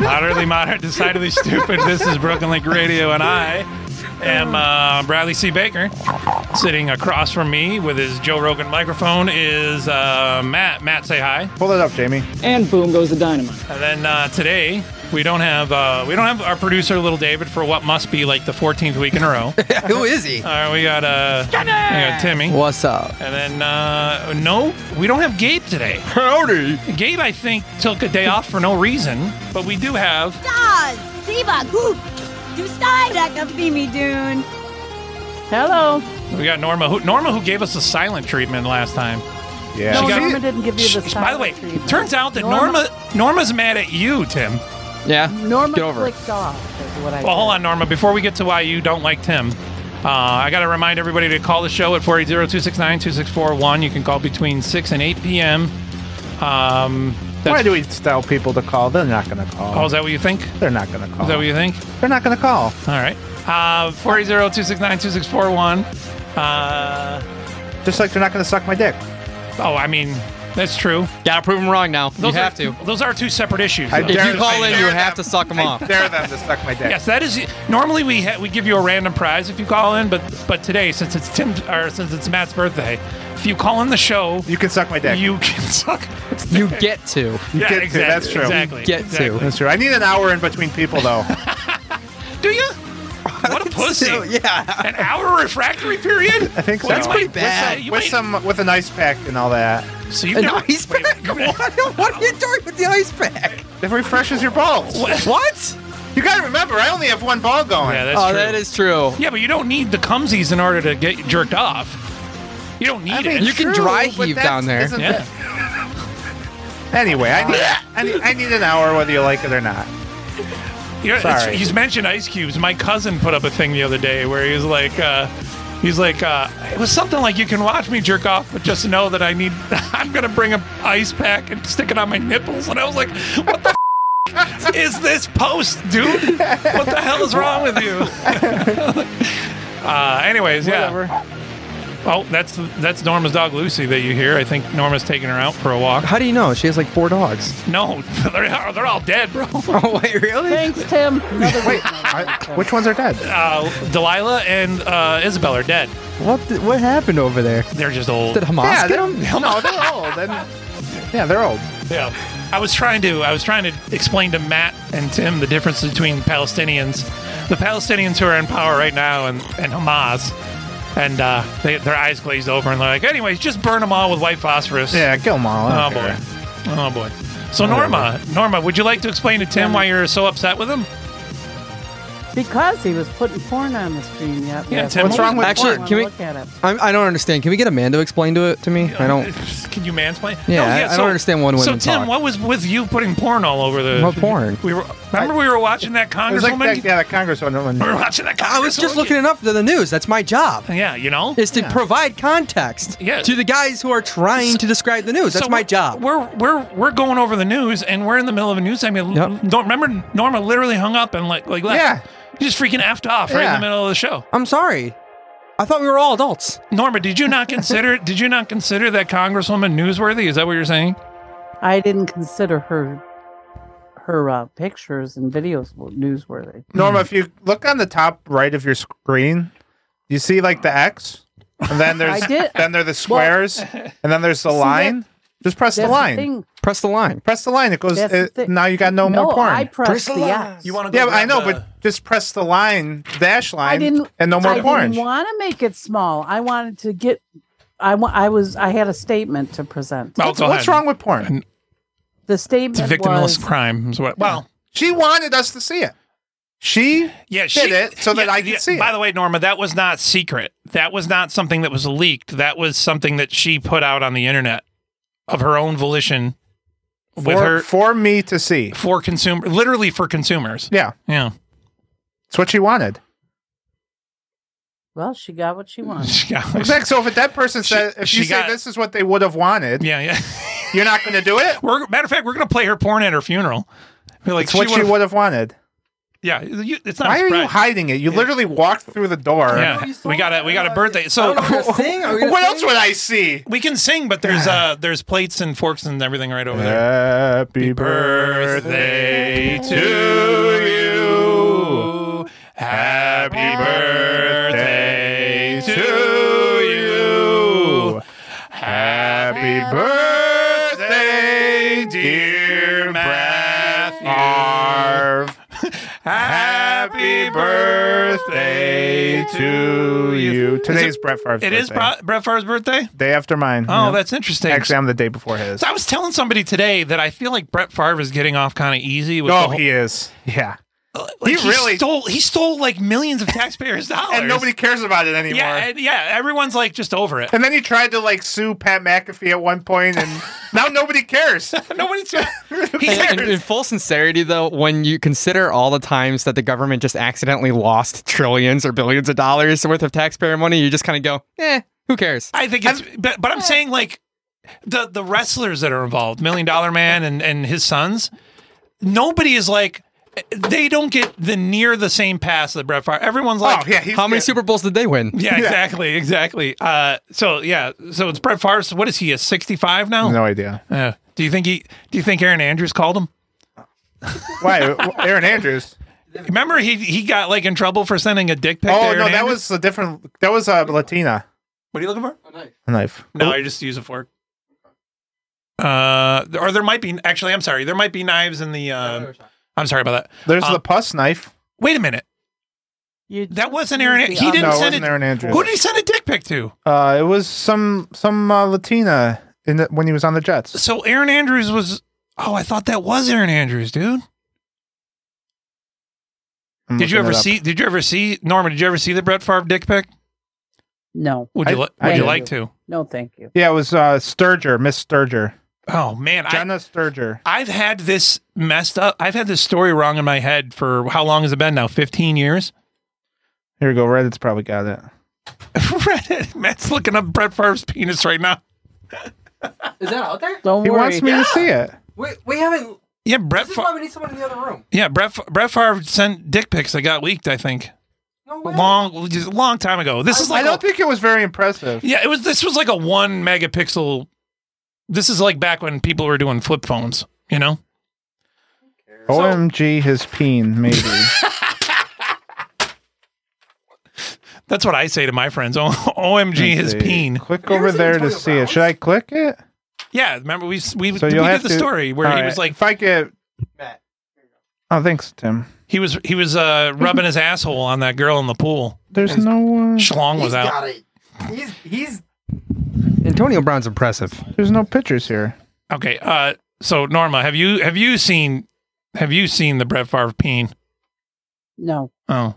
[SPEAKER 2] Moderately moderate, decidedly stupid. This is Broken Link Radio, and I am uh, Bradley C. Baker. Sitting across from me with his Joe Rogan microphone is uh, Matt. Matt, say hi.
[SPEAKER 3] Pull it up, Jamie.
[SPEAKER 20] And boom goes the dynamite.
[SPEAKER 2] And then uh, today We don't have uh, we don't have our producer, little David, for what must be like the 14th week in a row.
[SPEAKER 4] Who is he?
[SPEAKER 2] All right, we got uh, we got Timmy.
[SPEAKER 4] What's up?
[SPEAKER 2] And then uh, no, we don't have Gabe today.
[SPEAKER 4] Howdy.
[SPEAKER 2] Gabe, I think took a day off for no reason, but we do have
[SPEAKER 20] Stars, Siva, Goop, Du Stein, Jack of Beamy Dune.
[SPEAKER 5] Hello.
[SPEAKER 2] we got Norma. Who, Norma, who gave us the silent treatment last time.
[SPEAKER 3] Yeah.
[SPEAKER 5] No,
[SPEAKER 2] She got-
[SPEAKER 5] Norma didn't give you the
[SPEAKER 2] Shh, By the
[SPEAKER 5] silent
[SPEAKER 2] way,
[SPEAKER 5] treatment.
[SPEAKER 2] turns out that Norma.
[SPEAKER 5] Norma-
[SPEAKER 2] Norma's mad at you, Tim.
[SPEAKER 4] Yeah.
[SPEAKER 5] Norma
[SPEAKER 2] Get over it.
[SPEAKER 5] clicked off. Is what I.
[SPEAKER 2] Well, hold on, Norma. Before we get to why you don't like Tim, uh, I got to remind everybody to call the show at 480-269-2641. You can call between 6 and 8 p.m. Um,
[SPEAKER 3] Why
[SPEAKER 2] that's-
[SPEAKER 3] do we tell people to call? They're not going to call.
[SPEAKER 2] Oh, is that what you think?
[SPEAKER 3] They're not going to call.
[SPEAKER 2] Is that what you think?
[SPEAKER 3] They're not going to call.
[SPEAKER 2] All right. Uh, 480-269-2641. Uh,
[SPEAKER 3] Just like they're not going to suck my dick.
[SPEAKER 2] oh, I mean, that's true.
[SPEAKER 4] Gotta prove him wrong now.
[SPEAKER 2] Those
[SPEAKER 4] you
[SPEAKER 2] are,
[SPEAKER 4] have to.
[SPEAKER 2] Those are two separate issues.
[SPEAKER 3] I
[SPEAKER 2] though.
[SPEAKER 4] If
[SPEAKER 3] dare-
[SPEAKER 4] you call
[SPEAKER 3] I
[SPEAKER 4] in,
[SPEAKER 3] dare
[SPEAKER 4] you
[SPEAKER 3] them-
[SPEAKER 4] have to suck him
[SPEAKER 3] I
[SPEAKER 4] off.
[SPEAKER 3] Dare them to suck my dick.
[SPEAKER 2] Yes, that is. Normally we ha- we give you a random prize if you call in, but but today since it's Tim or since it's Matt's birthday, if you call in the show,
[SPEAKER 3] You can suck my dick.
[SPEAKER 2] you can suck.
[SPEAKER 4] You get to.
[SPEAKER 3] You
[SPEAKER 2] Yeah,
[SPEAKER 3] get
[SPEAKER 2] exactly,
[SPEAKER 3] to. That's true.
[SPEAKER 2] Exactly.
[SPEAKER 4] Get
[SPEAKER 2] exactly.
[SPEAKER 3] That's true. I need an hour in between people though.
[SPEAKER 2] Do you? What a pussy!
[SPEAKER 4] yeah.
[SPEAKER 2] An hour refractory period.
[SPEAKER 3] I think so.
[SPEAKER 2] Well, you might-
[SPEAKER 4] bad.
[SPEAKER 2] You
[SPEAKER 3] with
[SPEAKER 2] might-
[SPEAKER 3] some with an ice pack and all that.
[SPEAKER 2] So you
[SPEAKER 4] An
[SPEAKER 2] never,
[SPEAKER 4] ice
[SPEAKER 2] wait,
[SPEAKER 4] pack?
[SPEAKER 2] wait, wait.
[SPEAKER 4] What? what are you doing with the ice pack?
[SPEAKER 3] It refreshes your balls.
[SPEAKER 4] What?
[SPEAKER 3] You gotta remember, I only have one ball going.
[SPEAKER 2] Yeah, that's
[SPEAKER 4] oh,
[SPEAKER 2] true.
[SPEAKER 4] that is true.
[SPEAKER 2] Yeah, but you don't need the cumsies in order to get jerked off. You don't need
[SPEAKER 3] I mean,
[SPEAKER 2] it.
[SPEAKER 4] You can
[SPEAKER 3] true,
[SPEAKER 4] dry
[SPEAKER 3] but
[SPEAKER 4] heave
[SPEAKER 3] that's-
[SPEAKER 4] down there.
[SPEAKER 3] isn't
[SPEAKER 2] Yeah.
[SPEAKER 3] that- Anyway, I need, I need I need an hour whether you like it or not.
[SPEAKER 2] You know,
[SPEAKER 3] Sorry.
[SPEAKER 2] it's- He's mentioned ice cubes. My cousin put up a thing the other day where he was like, uh, he's like, uh, it was something like, you can watch me jerk off, but just know that I need, I'm gonna bring a ice pack and stick it on my nipples. And I was like, what the f- is this post, dude? What the hell is wrong with you? uh, anyways, yeah. Oh, that's that's Norma's dog Lucy that you hear. I think Norma's taking her out for a walk.
[SPEAKER 4] How do you know? She has like four dogs.
[SPEAKER 2] No, they're, they're all dead, bro.
[SPEAKER 4] Oh, wait, really?
[SPEAKER 5] Thanks, Tim. Another
[SPEAKER 3] Wait, I- which ones are dead?
[SPEAKER 2] Uh, Delilah and uh, Isabel are dead.
[SPEAKER 4] What th- what happened over there?
[SPEAKER 2] They're just old.
[SPEAKER 4] Did Hamas
[SPEAKER 3] yeah,
[SPEAKER 4] get
[SPEAKER 3] they're,
[SPEAKER 4] him?
[SPEAKER 3] no, they're old. And, yeah, they're old.
[SPEAKER 2] Yeah. I was trying to I was trying to explain to Matt and Tim the difference between Palestinians, the Palestinians who are in power right now, and, and Hamas, and uh, they, their eyes glazed over and they're like, anyways, just burn them all with white phosphorus.
[SPEAKER 3] Yeah, kill them all. I
[SPEAKER 2] Oh
[SPEAKER 3] don't
[SPEAKER 2] boy.
[SPEAKER 3] care.
[SPEAKER 2] Oh boy. So Norma, Norma, would you like to explain to Tim why you're so upset with him?
[SPEAKER 5] Because he was putting porn on the screen. Yep.
[SPEAKER 2] Yeah,
[SPEAKER 5] yes.
[SPEAKER 2] Tim, what's
[SPEAKER 5] Well,
[SPEAKER 2] wrong with
[SPEAKER 5] I
[SPEAKER 4] Actually,
[SPEAKER 5] wanna
[SPEAKER 4] can we-
[SPEAKER 5] look at it?
[SPEAKER 4] I'm, I don't understand. Can we get Amanda to explain to it to me? I don't.
[SPEAKER 2] Can you mansplain?
[SPEAKER 4] Yeah, I- I don't understand when
[SPEAKER 2] So
[SPEAKER 4] women
[SPEAKER 2] Tim,
[SPEAKER 4] talk.
[SPEAKER 2] what was with you putting porn all over the?
[SPEAKER 4] What porn?
[SPEAKER 2] We were remember we were watching that
[SPEAKER 3] It was like
[SPEAKER 2] congresswoman.
[SPEAKER 3] that, yeah, that congresswoman.
[SPEAKER 2] We were watching that.
[SPEAKER 4] I was just
[SPEAKER 2] congresswoman.
[SPEAKER 4] looking it up for the news. That's my job.
[SPEAKER 2] Yeah, you know.
[SPEAKER 4] Is to provide context
[SPEAKER 2] Yeah.
[SPEAKER 4] to the guys who are trying to describe the news. That's
[SPEAKER 2] So
[SPEAKER 4] my
[SPEAKER 2] we're-
[SPEAKER 4] job.
[SPEAKER 2] We're we're we're going over the news, and we're in the middle of a news segment.
[SPEAKER 4] Yep.
[SPEAKER 2] Nor- remember, Norma literally hung up and like like left.
[SPEAKER 3] Yeah.
[SPEAKER 2] You just freaking effed off right in
[SPEAKER 3] Yeah.
[SPEAKER 2] the middle of the show.
[SPEAKER 4] I'm sorry. I thought we were all adults.
[SPEAKER 2] Norma, did you not consider did you not consider that congresswoman newsworthy? Is that what you're saying? Oh,
[SPEAKER 5] I didn't consider her her uh, pictures and videos newsworthy.
[SPEAKER 3] Norma, if you look on the top right of your screen, you see like the X, and then there's
[SPEAKER 5] I did-
[SPEAKER 3] then there are the squares, and then there's the line. Just press the
[SPEAKER 5] That's
[SPEAKER 3] line.
[SPEAKER 5] thing.
[SPEAKER 4] Press the line.
[SPEAKER 3] Press the line. It goes.
[SPEAKER 5] That's the
[SPEAKER 3] It,
[SPEAKER 5] thing.
[SPEAKER 3] now you got no, more porn.
[SPEAKER 5] I pressed the X.
[SPEAKER 2] You want to?
[SPEAKER 3] yeah, but I know, but just press the line, dash line,
[SPEAKER 5] I didn't.
[SPEAKER 3] and no more
[SPEAKER 5] I
[SPEAKER 3] porn.
[SPEAKER 5] didn't want to make it small. I wanted to get. I wa- I was. I had a statement to present.
[SPEAKER 2] Oh,
[SPEAKER 3] what's
[SPEAKER 2] go
[SPEAKER 3] what's
[SPEAKER 2] ahead.
[SPEAKER 3] wrong with porn?
[SPEAKER 5] The
[SPEAKER 2] It's
[SPEAKER 5] statement
[SPEAKER 2] victimless
[SPEAKER 5] was.
[SPEAKER 2] crime. Is what, well,
[SPEAKER 3] She wanted us to see it. She
[SPEAKER 2] yeah,
[SPEAKER 3] did
[SPEAKER 2] she
[SPEAKER 3] it so that
[SPEAKER 2] yeah,
[SPEAKER 3] I could
[SPEAKER 2] yeah.
[SPEAKER 3] see
[SPEAKER 2] By
[SPEAKER 3] it.
[SPEAKER 2] the way, Norma, that was not secret. That was not something that was leaked. That was something that she put out on the internet of her own volition, with
[SPEAKER 3] for,
[SPEAKER 2] her
[SPEAKER 3] for me to see.
[SPEAKER 2] for consumer, literally for consumers.
[SPEAKER 3] Yeah,
[SPEAKER 2] Yeah,
[SPEAKER 3] it's what she wanted.
[SPEAKER 5] Well, she got what she wanted.
[SPEAKER 2] yeah,
[SPEAKER 3] Exactly. So if that person said, if
[SPEAKER 2] she
[SPEAKER 3] you say
[SPEAKER 2] got-
[SPEAKER 3] this is what they would have wanted,
[SPEAKER 2] yeah, yeah.
[SPEAKER 3] you're not going to do it.
[SPEAKER 2] We're, matter of fact, we're gonna play her porn at her funeral. Be like,
[SPEAKER 3] It's what she
[SPEAKER 2] would've-
[SPEAKER 3] would have wanted.
[SPEAKER 2] Yeah, you, it's not. a
[SPEAKER 3] Why are you
[SPEAKER 2] surprise.
[SPEAKER 3] hiding it? You literally walked through the door.
[SPEAKER 2] Yeah, we got a we got a birthday. So
[SPEAKER 3] What else would I see?
[SPEAKER 2] We can sing, but there's uh there's plates and forks and everything right over there.
[SPEAKER 3] Happy
[SPEAKER 2] Birthday to you. Happy birthday to you. Happy birthday, dear Matthew.
[SPEAKER 3] Happy birthday to you. Today's Brett Favre's
[SPEAKER 2] It
[SPEAKER 3] birthday.
[SPEAKER 2] is Bra- Brett Favre's birthday?
[SPEAKER 3] Day after mine.
[SPEAKER 2] Oh, that's interesting.
[SPEAKER 3] Actually, I'm the day before his.
[SPEAKER 2] So I was telling somebody today that I feel like Brett Favre is getting off kind of easy. With
[SPEAKER 3] Oh,
[SPEAKER 2] the whole,
[SPEAKER 3] he is. Yeah.
[SPEAKER 2] like,
[SPEAKER 3] he really-
[SPEAKER 2] stole. He stole like millions of taxpayers' dollars,
[SPEAKER 3] And nobody cares about it anymore.
[SPEAKER 2] Yeah, and- yeah. Everyone's like just over it.
[SPEAKER 3] And then he tried to like sue Pat McAfee at one point, and now nobody cares.
[SPEAKER 2] Nobody's.
[SPEAKER 4] In, in full sincerity, though, when you consider all the times that the government just accidentally lost trillions or billions of dollars worth of taxpayer money, you just kind of go, eh, who cares? Eh.
[SPEAKER 2] I think it's, but, but I'm saying like the the wrestlers that are involved, Million Dollar Man and and his sons, nobody is like they don't get the near the same pass that Brett Favre. Everyone's
[SPEAKER 3] Oh,
[SPEAKER 2] like,
[SPEAKER 4] how many Super Bowls did they win?
[SPEAKER 2] Yeah, exactly, exactly. Uh, so yeah, so it's Brett Favre. What is he? A 65 now?
[SPEAKER 3] No idea.
[SPEAKER 2] Uh, do you think he? Do you think Aaron Andrews called him?
[SPEAKER 3] Why, Aaron Andrews?
[SPEAKER 2] Remember he he got like in trouble for sending a dick pic. to
[SPEAKER 3] Oh
[SPEAKER 2] Aaron
[SPEAKER 3] no, that was
[SPEAKER 2] Andrews?
[SPEAKER 3] a different. That was a Latina
[SPEAKER 2] What are you looking for?
[SPEAKER 3] knife.
[SPEAKER 2] No, I just use a fork. Uh, or there might be actually. I'm sorry. There might be knives in the. Um, I'm sorry about that.
[SPEAKER 3] There's
[SPEAKER 2] Um,
[SPEAKER 3] the pus knife.
[SPEAKER 2] Wait a minute. that wasn't Aaron.
[SPEAKER 5] used the
[SPEAKER 2] He didn't
[SPEAKER 3] no, it
[SPEAKER 2] send
[SPEAKER 3] wasn't
[SPEAKER 2] it.
[SPEAKER 3] Aaron Andrews.
[SPEAKER 2] Who did he send a dick pic to?
[SPEAKER 3] Uh, it was some some uh, Latina in the, when he was on the Jets.
[SPEAKER 2] So Aaron Andrews was. Oh, I thought that was Aaron Andrews, dude.
[SPEAKER 3] I'm
[SPEAKER 2] did you
[SPEAKER 3] looking
[SPEAKER 2] ever
[SPEAKER 3] it up.
[SPEAKER 2] see? Did you ever see Norman? Did you ever see the Brett Favre dick pic?
[SPEAKER 5] No.
[SPEAKER 2] Would you li-
[SPEAKER 5] I-
[SPEAKER 2] Would you
[SPEAKER 5] I-
[SPEAKER 2] like to?
[SPEAKER 5] No, thank you.
[SPEAKER 3] Yeah, it was uh, Sturger, Miss Sturger,
[SPEAKER 2] Oh man,
[SPEAKER 3] Jenna Sturger.
[SPEAKER 2] I've had this messed up. I've had this story wrong in my head for how long has it been now? Fifteen years.
[SPEAKER 3] Here we go. Reddit's probably got it.
[SPEAKER 2] Reddit. Matt's looking up Brett Favre's penis right now.
[SPEAKER 5] Is that out there? Don't
[SPEAKER 3] he
[SPEAKER 5] worry.
[SPEAKER 3] wants me to see it.
[SPEAKER 4] We, we haven't.
[SPEAKER 2] Yeah, Brett. Fa-
[SPEAKER 4] we need someone in the other room.
[SPEAKER 2] yeah, Brett. Fa- Brett Favre sent dick pics that got leaked. I think. Long, just a long time ago. This is
[SPEAKER 3] I
[SPEAKER 2] like
[SPEAKER 3] don't think it was very impressive.
[SPEAKER 2] yeah, it was. This was like a one megapixel. This is like back when people were doing flip phones. You know.
[SPEAKER 3] OMG, his peen, maybe.
[SPEAKER 2] That's what I say to my friends. O- OMG,
[SPEAKER 3] Let's
[SPEAKER 2] his
[SPEAKER 3] see.
[SPEAKER 2] peen.
[SPEAKER 3] Click over there to see it. Should I click it?
[SPEAKER 2] Yeah, remember we we,
[SPEAKER 3] So
[SPEAKER 2] we
[SPEAKER 3] you'll
[SPEAKER 2] did
[SPEAKER 3] have
[SPEAKER 2] the
[SPEAKER 3] to-
[SPEAKER 2] story where he
[SPEAKER 3] All
[SPEAKER 2] was
[SPEAKER 3] right.
[SPEAKER 2] like
[SPEAKER 3] if I get. Oh, thanks, Tim.
[SPEAKER 2] he was he was uh, rubbing his asshole on that girl in the pool.
[SPEAKER 3] There's no one.
[SPEAKER 2] Schlong was out.
[SPEAKER 4] He's he's
[SPEAKER 3] Antonio Brown's impressive. There's no pictures here.
[SPEAKER 2] Okay, uh, so Norma, have you have you seen have you seen the Brett Favre peen?
[SPEAKER 5] No.
[SPEAKER 2] Oh,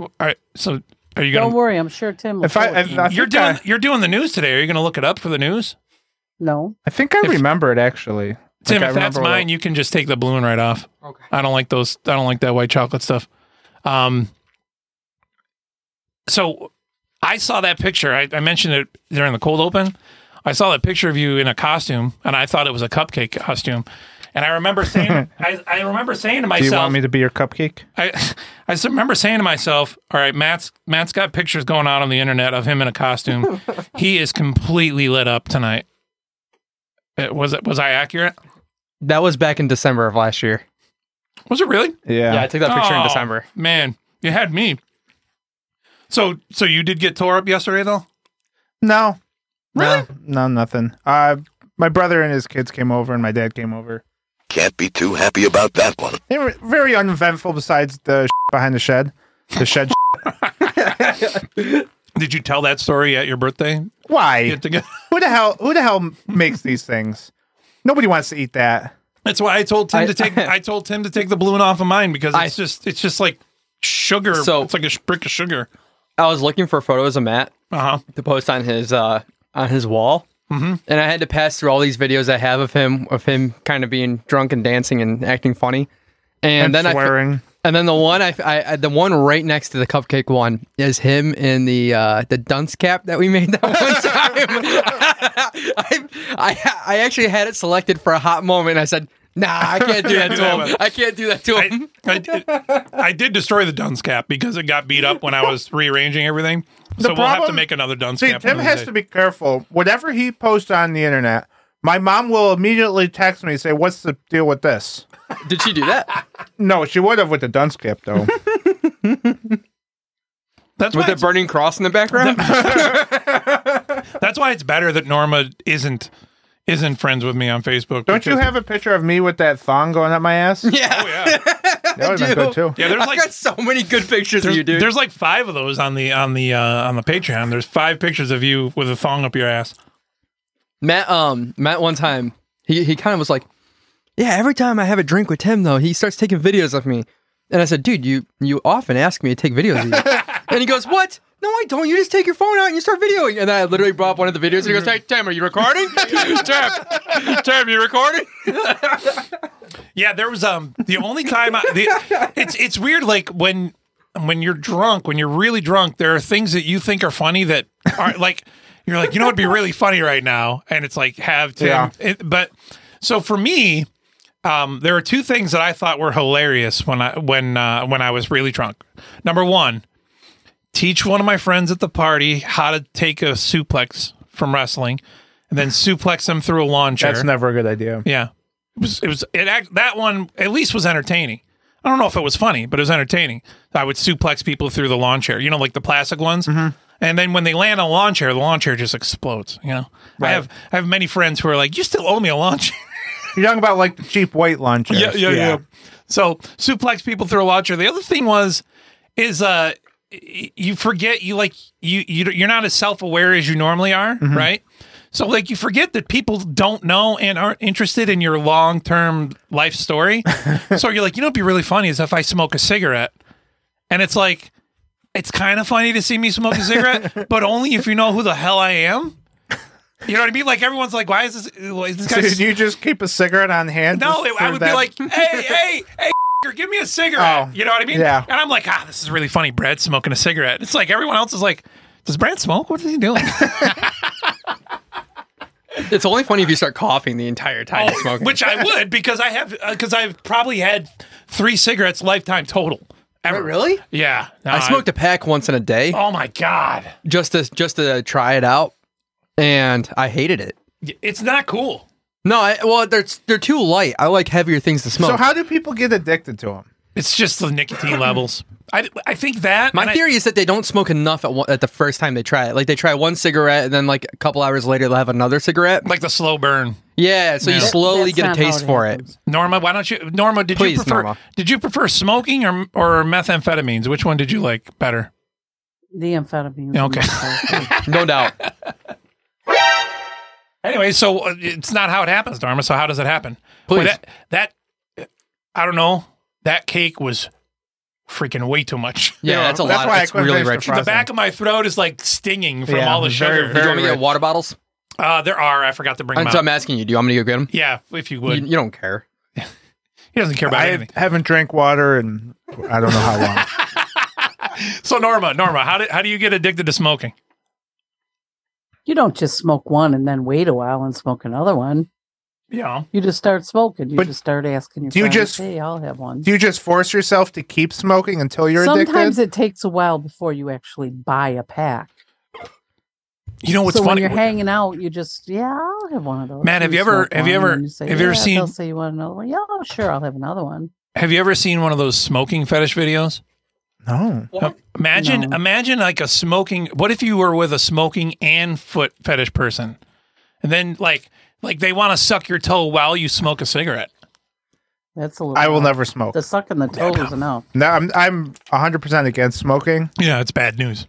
[SPEAKER 2] Well, all right. So are you
[SPEAKER 5] Don't
[SPEAKER 2] gonna?
[SPEAKER 5] worry. I'm sure Tim will.
[SPEAKER 3] If I-
[SPEAKER 5] tell
[SPEAKER 3] if
[SPEAKER 5] you.
[SPEAKER 3] I-
[SPEAKER 2] You're
[SPEAKER 3] think
[SPEAKER 2] doing you're doing the news today. Are you gonna look it up for the news?
[SPEAKER 5] no.
[SPEAKER 3] I think I remember it actually.
[SPEAKER 2] Tim,
[SPEAKER 3] Like, I
[SPEAKER 2] if that's
[SPEAKER 3] remember what-
[SPEAKER 2] mine, you can just take the blue one right off. Okay. I don't like those. I don't like that white chocolate stuff. Um. So, I saw that picture. I, I mentioned it during the cold open. I saw that picture of you in a costume, and I thought it was a cupcake costume. And I remember saying, I, I remember saying to
[SPEAKER 3] Do you want
[SPEAKER 2] myself,
[SPEAKER 3] me to be your cupcake?
[SPEAKER 2] I, I just remember saying to myself, all right, Matt's Matt's got pictures going out on the internet of him in a costume. he is completely lit up tonight. Uh, was it was I accurate?
[SPEAKER 4] That was back in December of last year.
[SPEAKER 2] Was it really?
[SPEAKER 4] Yeah, I took that picture in
[SPEAKER 2] Oh,
[SPEAKER 4] December.
[SPEAKER 2] Man, you had me. So so you did get tore up yesterday though?
[SPEAKER 3] No. Really? No, no, nothing. Uh, my brother and his kids came over, and my dad came over.
[SPEAKER 21] Can't be too happy about that one.
[SPEAKER 3] They were very uneventful, besides the behind the shed. The shed.
[SPEAKER 2] Did you tell that story at your birthday?
[SPEAKER 3] Why?
[SPEAKER 2] Get together.
[SPEAKER 3] Who the hell? Who the hell makes these things? Nobody wants to eat that.
[SPEAKER 2] That's why I told Tim
[SPEAKER 3] I-
[SPEAKER 2] to take I told Tim to take the balloon off of mine because it's just it's just like sugar.
[SPEAKER 4] So-
[SPEAKER 2] it's like a sh- brick of sugar.
[SPEAKER 4] I was looking for photos of Matt
[SPEAKER 2] uh-huh.
[SPEAKER 4] to post on his uh, on his wall,
[SPEAKER 2] Mhm.
[SPEAKER 4] and I had to pass through all these videos I have of him of him kind of being drunk and dancing and acting funny, and,
[SPEAKER 3] And
[SPEAKER 4] then I
[SPEAKER 3] swearing.
[SPEAKER 4] and then the one I, I, I- the one right next to the cupcake one is him in the uh, the dunce cap that we made that one time. I, I I actually had it selected for a hot moment. I said, Nah, I can't do that to him. I can't do that to
[SPEAKER 2] him. I, did- I did destroy the dunce cap because it got beat up when I was rearranging everything.
[SPEAKER 3] The
[SPEAKER 2] so we'll have to
[SPEAKER 3] problem-
[SPEAKER 2] make another dunce
[SPEAKER 3] See,
[SPEAKER 2] cap.
[SPEAKER 3] Tim
[SPEAKER 2] another
[SPEAKER 3] has
[SPEAKER 2] day.
[SPEAKER 3] to be careful. Whatever he posts on the internet, my mom will immediately text me and say, "What's the deal with this?"
[SPEAKER 4] Did she do that?
[SPEAKER 3] No, she would have with the dunce cap though.
[SPEAKER 2] That's
[SPEAKER 4] with the burning cross in the background.
[SPEAKER 2] That's why it's better that Norma isn't isn't friends with me on Facebook.
[SPEAKER 3] Don't you have a picture of me with that thong going up my ass?
[SPEAKER 4] Yeah.
[SPEAKER 2] Oh, yeah.
[SPEAKER 3] That would've been good, too.
[SPEAKER 2] Yeah, there's
[SPEAKER 4] I've
[SPEAKER 2] like
[SPEAKER 4] got so many good pictures of
[SPEAKER 2] there's,
[SPEAKER 4] you, dude.
[SPEAKER 2] there's like five of those on the on the uh, on the Patreon. There's five pictures of you with a thong up your ass.
[SPEAKER 4] Matt, um, Matt, one time he he kind of was like, "Yeah, every time I have a drink with Tim, though, he starts taking videos of me." And I said, "Dude, you you often ask me to take videos of you." and he goes, "What? No, I don't. You just take your phone out and you start videoing." And then I literally brought up one of the videos, and he goes, "Hey, Tim, are you recording? Tim, Tim, you recording?"
[SPEAKER 2] Yeah, there was um the only time I, the, it's it's weird like when when you're drunk, when you're really drunk, there are things that you think are funny that aren't like you're like you know what'd be really funny right now, and it's like have Tim,
[SPEAKER 3] Yeah.
[SPEAKER 2] it, but so for me. Um, there are two things that I thought were hilarious when I when uh, when I was really drunk. Number one, teach one of my friends at the party how to take a suplex from wrestling, and then suplex them through a lawn chair.
[SPEAKER 3] That's never a good idea.
[SPEAKER 2] Yeah. It was it was it act, that one at least was entertaining. I don't know if it was funny, but it was entertaining. I would suplex people through the lawn chair, you know, like the plastic ones.
[SPEAKER 3] Mm-hmm.
[SPEAKER 2] And then when they land on a lawn chair, the lawn chair just explodes. You know, I have I have many friends who are like, "You still owe me a lawn chair."
[SPEAKER 3] You're talking about like the cheap white lawn chairs.
[SPEAKER 2] Yeah, yeah, yeah, So suplex people through a launcher. The other thing was, is uh, y- you forget you like you you you're not as self aware as you normally are,
[SPEAKER 3] Mm-hmm.
[SPEAKER 2] right? So like you forget that people don't know and aren't interested in your long term life story. so you're like, you know, it'd be really funny is if I smoke a cigarette, and it's like. It's kind of funny to see me smoke a cigarette, but only if you know who the hell I am. You know what I mean? Like everyone's like, "Why is this? Why is this
[SPEAKER 3] So
[SPEAKER 2] guy
[SPEAKER 3] did you just keep a cigarette on hand?
[SPEAKER 2] no,
[SPEAKER 3] just
[SPEAKER 2] it, I
[SPEAKER 3] for
[SPEAKER 2] would be
[SPEAKER 3] that-
[SPEAKER 2] like, hey, hey, hey, f***er, give me a cigarette.
[SPEAKER 3] Oh,
[SPEAKER 2] you know what I mean?
[SPEAKER 3] yeah.
[SPEAKER 2] And I'm like, ah, this is really funny. Brad smoking a cigarette. It's like everyone else is like, does Brad smoke? What is he doing?
[SPEAKER 4] It's only funny if you start coughing the entire time you're smoking.
[SPEAKER 2] Oh, Which I would because I have because I've probably had three cigarettes lifetime total. Ever.
[SPEAKER 4] really?
[SPEAKER 2] Yeah. Uh, No,
[SPEAKER 4] I smoked a pack once in a day.
[SPEAKER 2] Oh my god,
[SPEAKER 4] just to just to try it out, and I hated it.
[SPEAKER 2] it's not cool.
[SPEAKER 4] No, I, well, they're they're too light. I like heavier things to smoke.
[SPEAKER 3] So how do people get addicted to them?
[SPEAKER 2] It's just the nicotine levels. I, I think that
[SPEAKER 4] My
[SPEAKER 2] and I-
[SPEAKER 4] theory is that they don't smoke enough at, one, at the first time they try it. Like they try one cigarette, and then like a couple hours later they'll have another cigarette.
[SPEAKER 2] like the slow burn.
[SPEAKER 4] yeah, so you
[SPEAKER 2] Yeah.
[SPEAKER 4] slowly
[SPEAKER 5] That's
[SPEAKER 4] get a
[SPEAKER 5] not how
[SPEAKER 4] taste
[SPEAKER 5] it
[SPEAKER 4] for it.
[SPEAKER 2] Norma, why don't you? Norma, did
[SPEAKER 4] Please,
[SPEAKER 2] you prefer?
[SPEAKER 4] Norma.
[SPEAKER 2] Did you prefer smoking or or methamphetamines? Which one did you like better?
[SPEAKER 5] The amphetamines.
[SPEAKER 2] Okay.
[SPEAKER 4] No doubt.
[SPEAKER 2] Anyway, so uh, it's not how it happens, Dharma. So how does it happen?
[SPEAKER 4] Please.
[SPEAKER 2] that, that I don't know. That cake was freaking way too much.
[SPEAKER 4] Yeah, that's a
[SPEAKER 3] that's
[SPEAKER 4] lot.
[SPEAKER 3] why I
[SPEAKER 4] That's
[SPEAKER 3] couldn't
[SPEAKER 4] really
[SPEAKER 3] finish the
[SPEAKER 4] rich.
[SPEAKER 3] fries.
[SPEAKER 2] the back of my throat is like stinging from all the
[SPEAKER 3] very,
[SPEAKER 2] sugar.
[SPEAKER 4] Do you want me to
[SPEAKER 3] Very
[SPEAKER 4] get water bottles?
[SPEAKER 2] uh, there are. I forgot to bring them
[SPEAKER 4] And so I'm
[SPEAKER 2] out.
[SPEAKER 4] asking you. Do you want me to go get them?
[SPEAKER 2] Yeah, if you
[SPEAKER 4] You,
[SPEAKER 2] would.
[SPEAKER 4] you don't care.
[SPEAKER 2] He doesn't care about
[SPEAKER 3] I
[SPEAKER 2] anything.
[SPEAKER 3] haven't drank water in I don't know how long.
[SPEAKER 2] So Norma, Norma, how do how do you get addicted to smoking?
[SPEAKER 5] You don't just smoke one and then wait a while and smoke another one.
[SPEAKER 2] You know,
[SPEAKER 5] You just start smoking. You
[SPEAKER 3] But
[SPEAKER 5] just start asking your
[SPEAKER 3] do you
[SPEAKER 5] friends,
[SPEAKER 3] just-
[SPEAKER 5] hey, I'll have one.
[SPEAKER 3] do you just force yourself to keep smoking until you're
[SPEAKER 5] Sometimes
[SPEAKER 3] addicted?
[SPEAKER 5] it takes a while before you actually buy a pack.
[SPEAKER 2] you know what's
[SPEAKER 5] so when
[SPEAKER 2] funny?
[SPEAKER 5] you're hanging out, you just yeah, I'll have one of those.
[SPEAKER 2] Matt, have you ever-
[SPEAKER 5] smoke
[SPEAKER 2] have you
[SPEAKER 5] one,
[SPEAKER 2] ever-
[SPEAKER 5] and say,
[SPEAKER 2] have you ever
[SPEAKER 5] "Yeah,"
[SPEAKER 2] seen-
[SPEAKER 5] They'll say you want another one. Yeah, oh, sure, I'll have another one.
[SPEAKER 2] Have you ever seen one of those smoking fetish videos?
[SPEAKER 3] no.
[SPEAKER 2] Imagine,
[SPEAKER 5] No.
[SPEAKER 2] imagine like a smoking. What if you were with a smoking and foot fetish person, and then like, like they want to suck your toe while you smoke a cigarette?
[SPEAKER 5] That's a little.
[SPEAKER 3] I will
[SPEAKER 5] much.
[SPEAKER 3] never smoke.
[SPEAKER 5] The sucking the toe is enough.
[SPEAKER 3] No, I'm I'm 100% against smoking.
[SPEAKER 2] Yeah, it's bad news.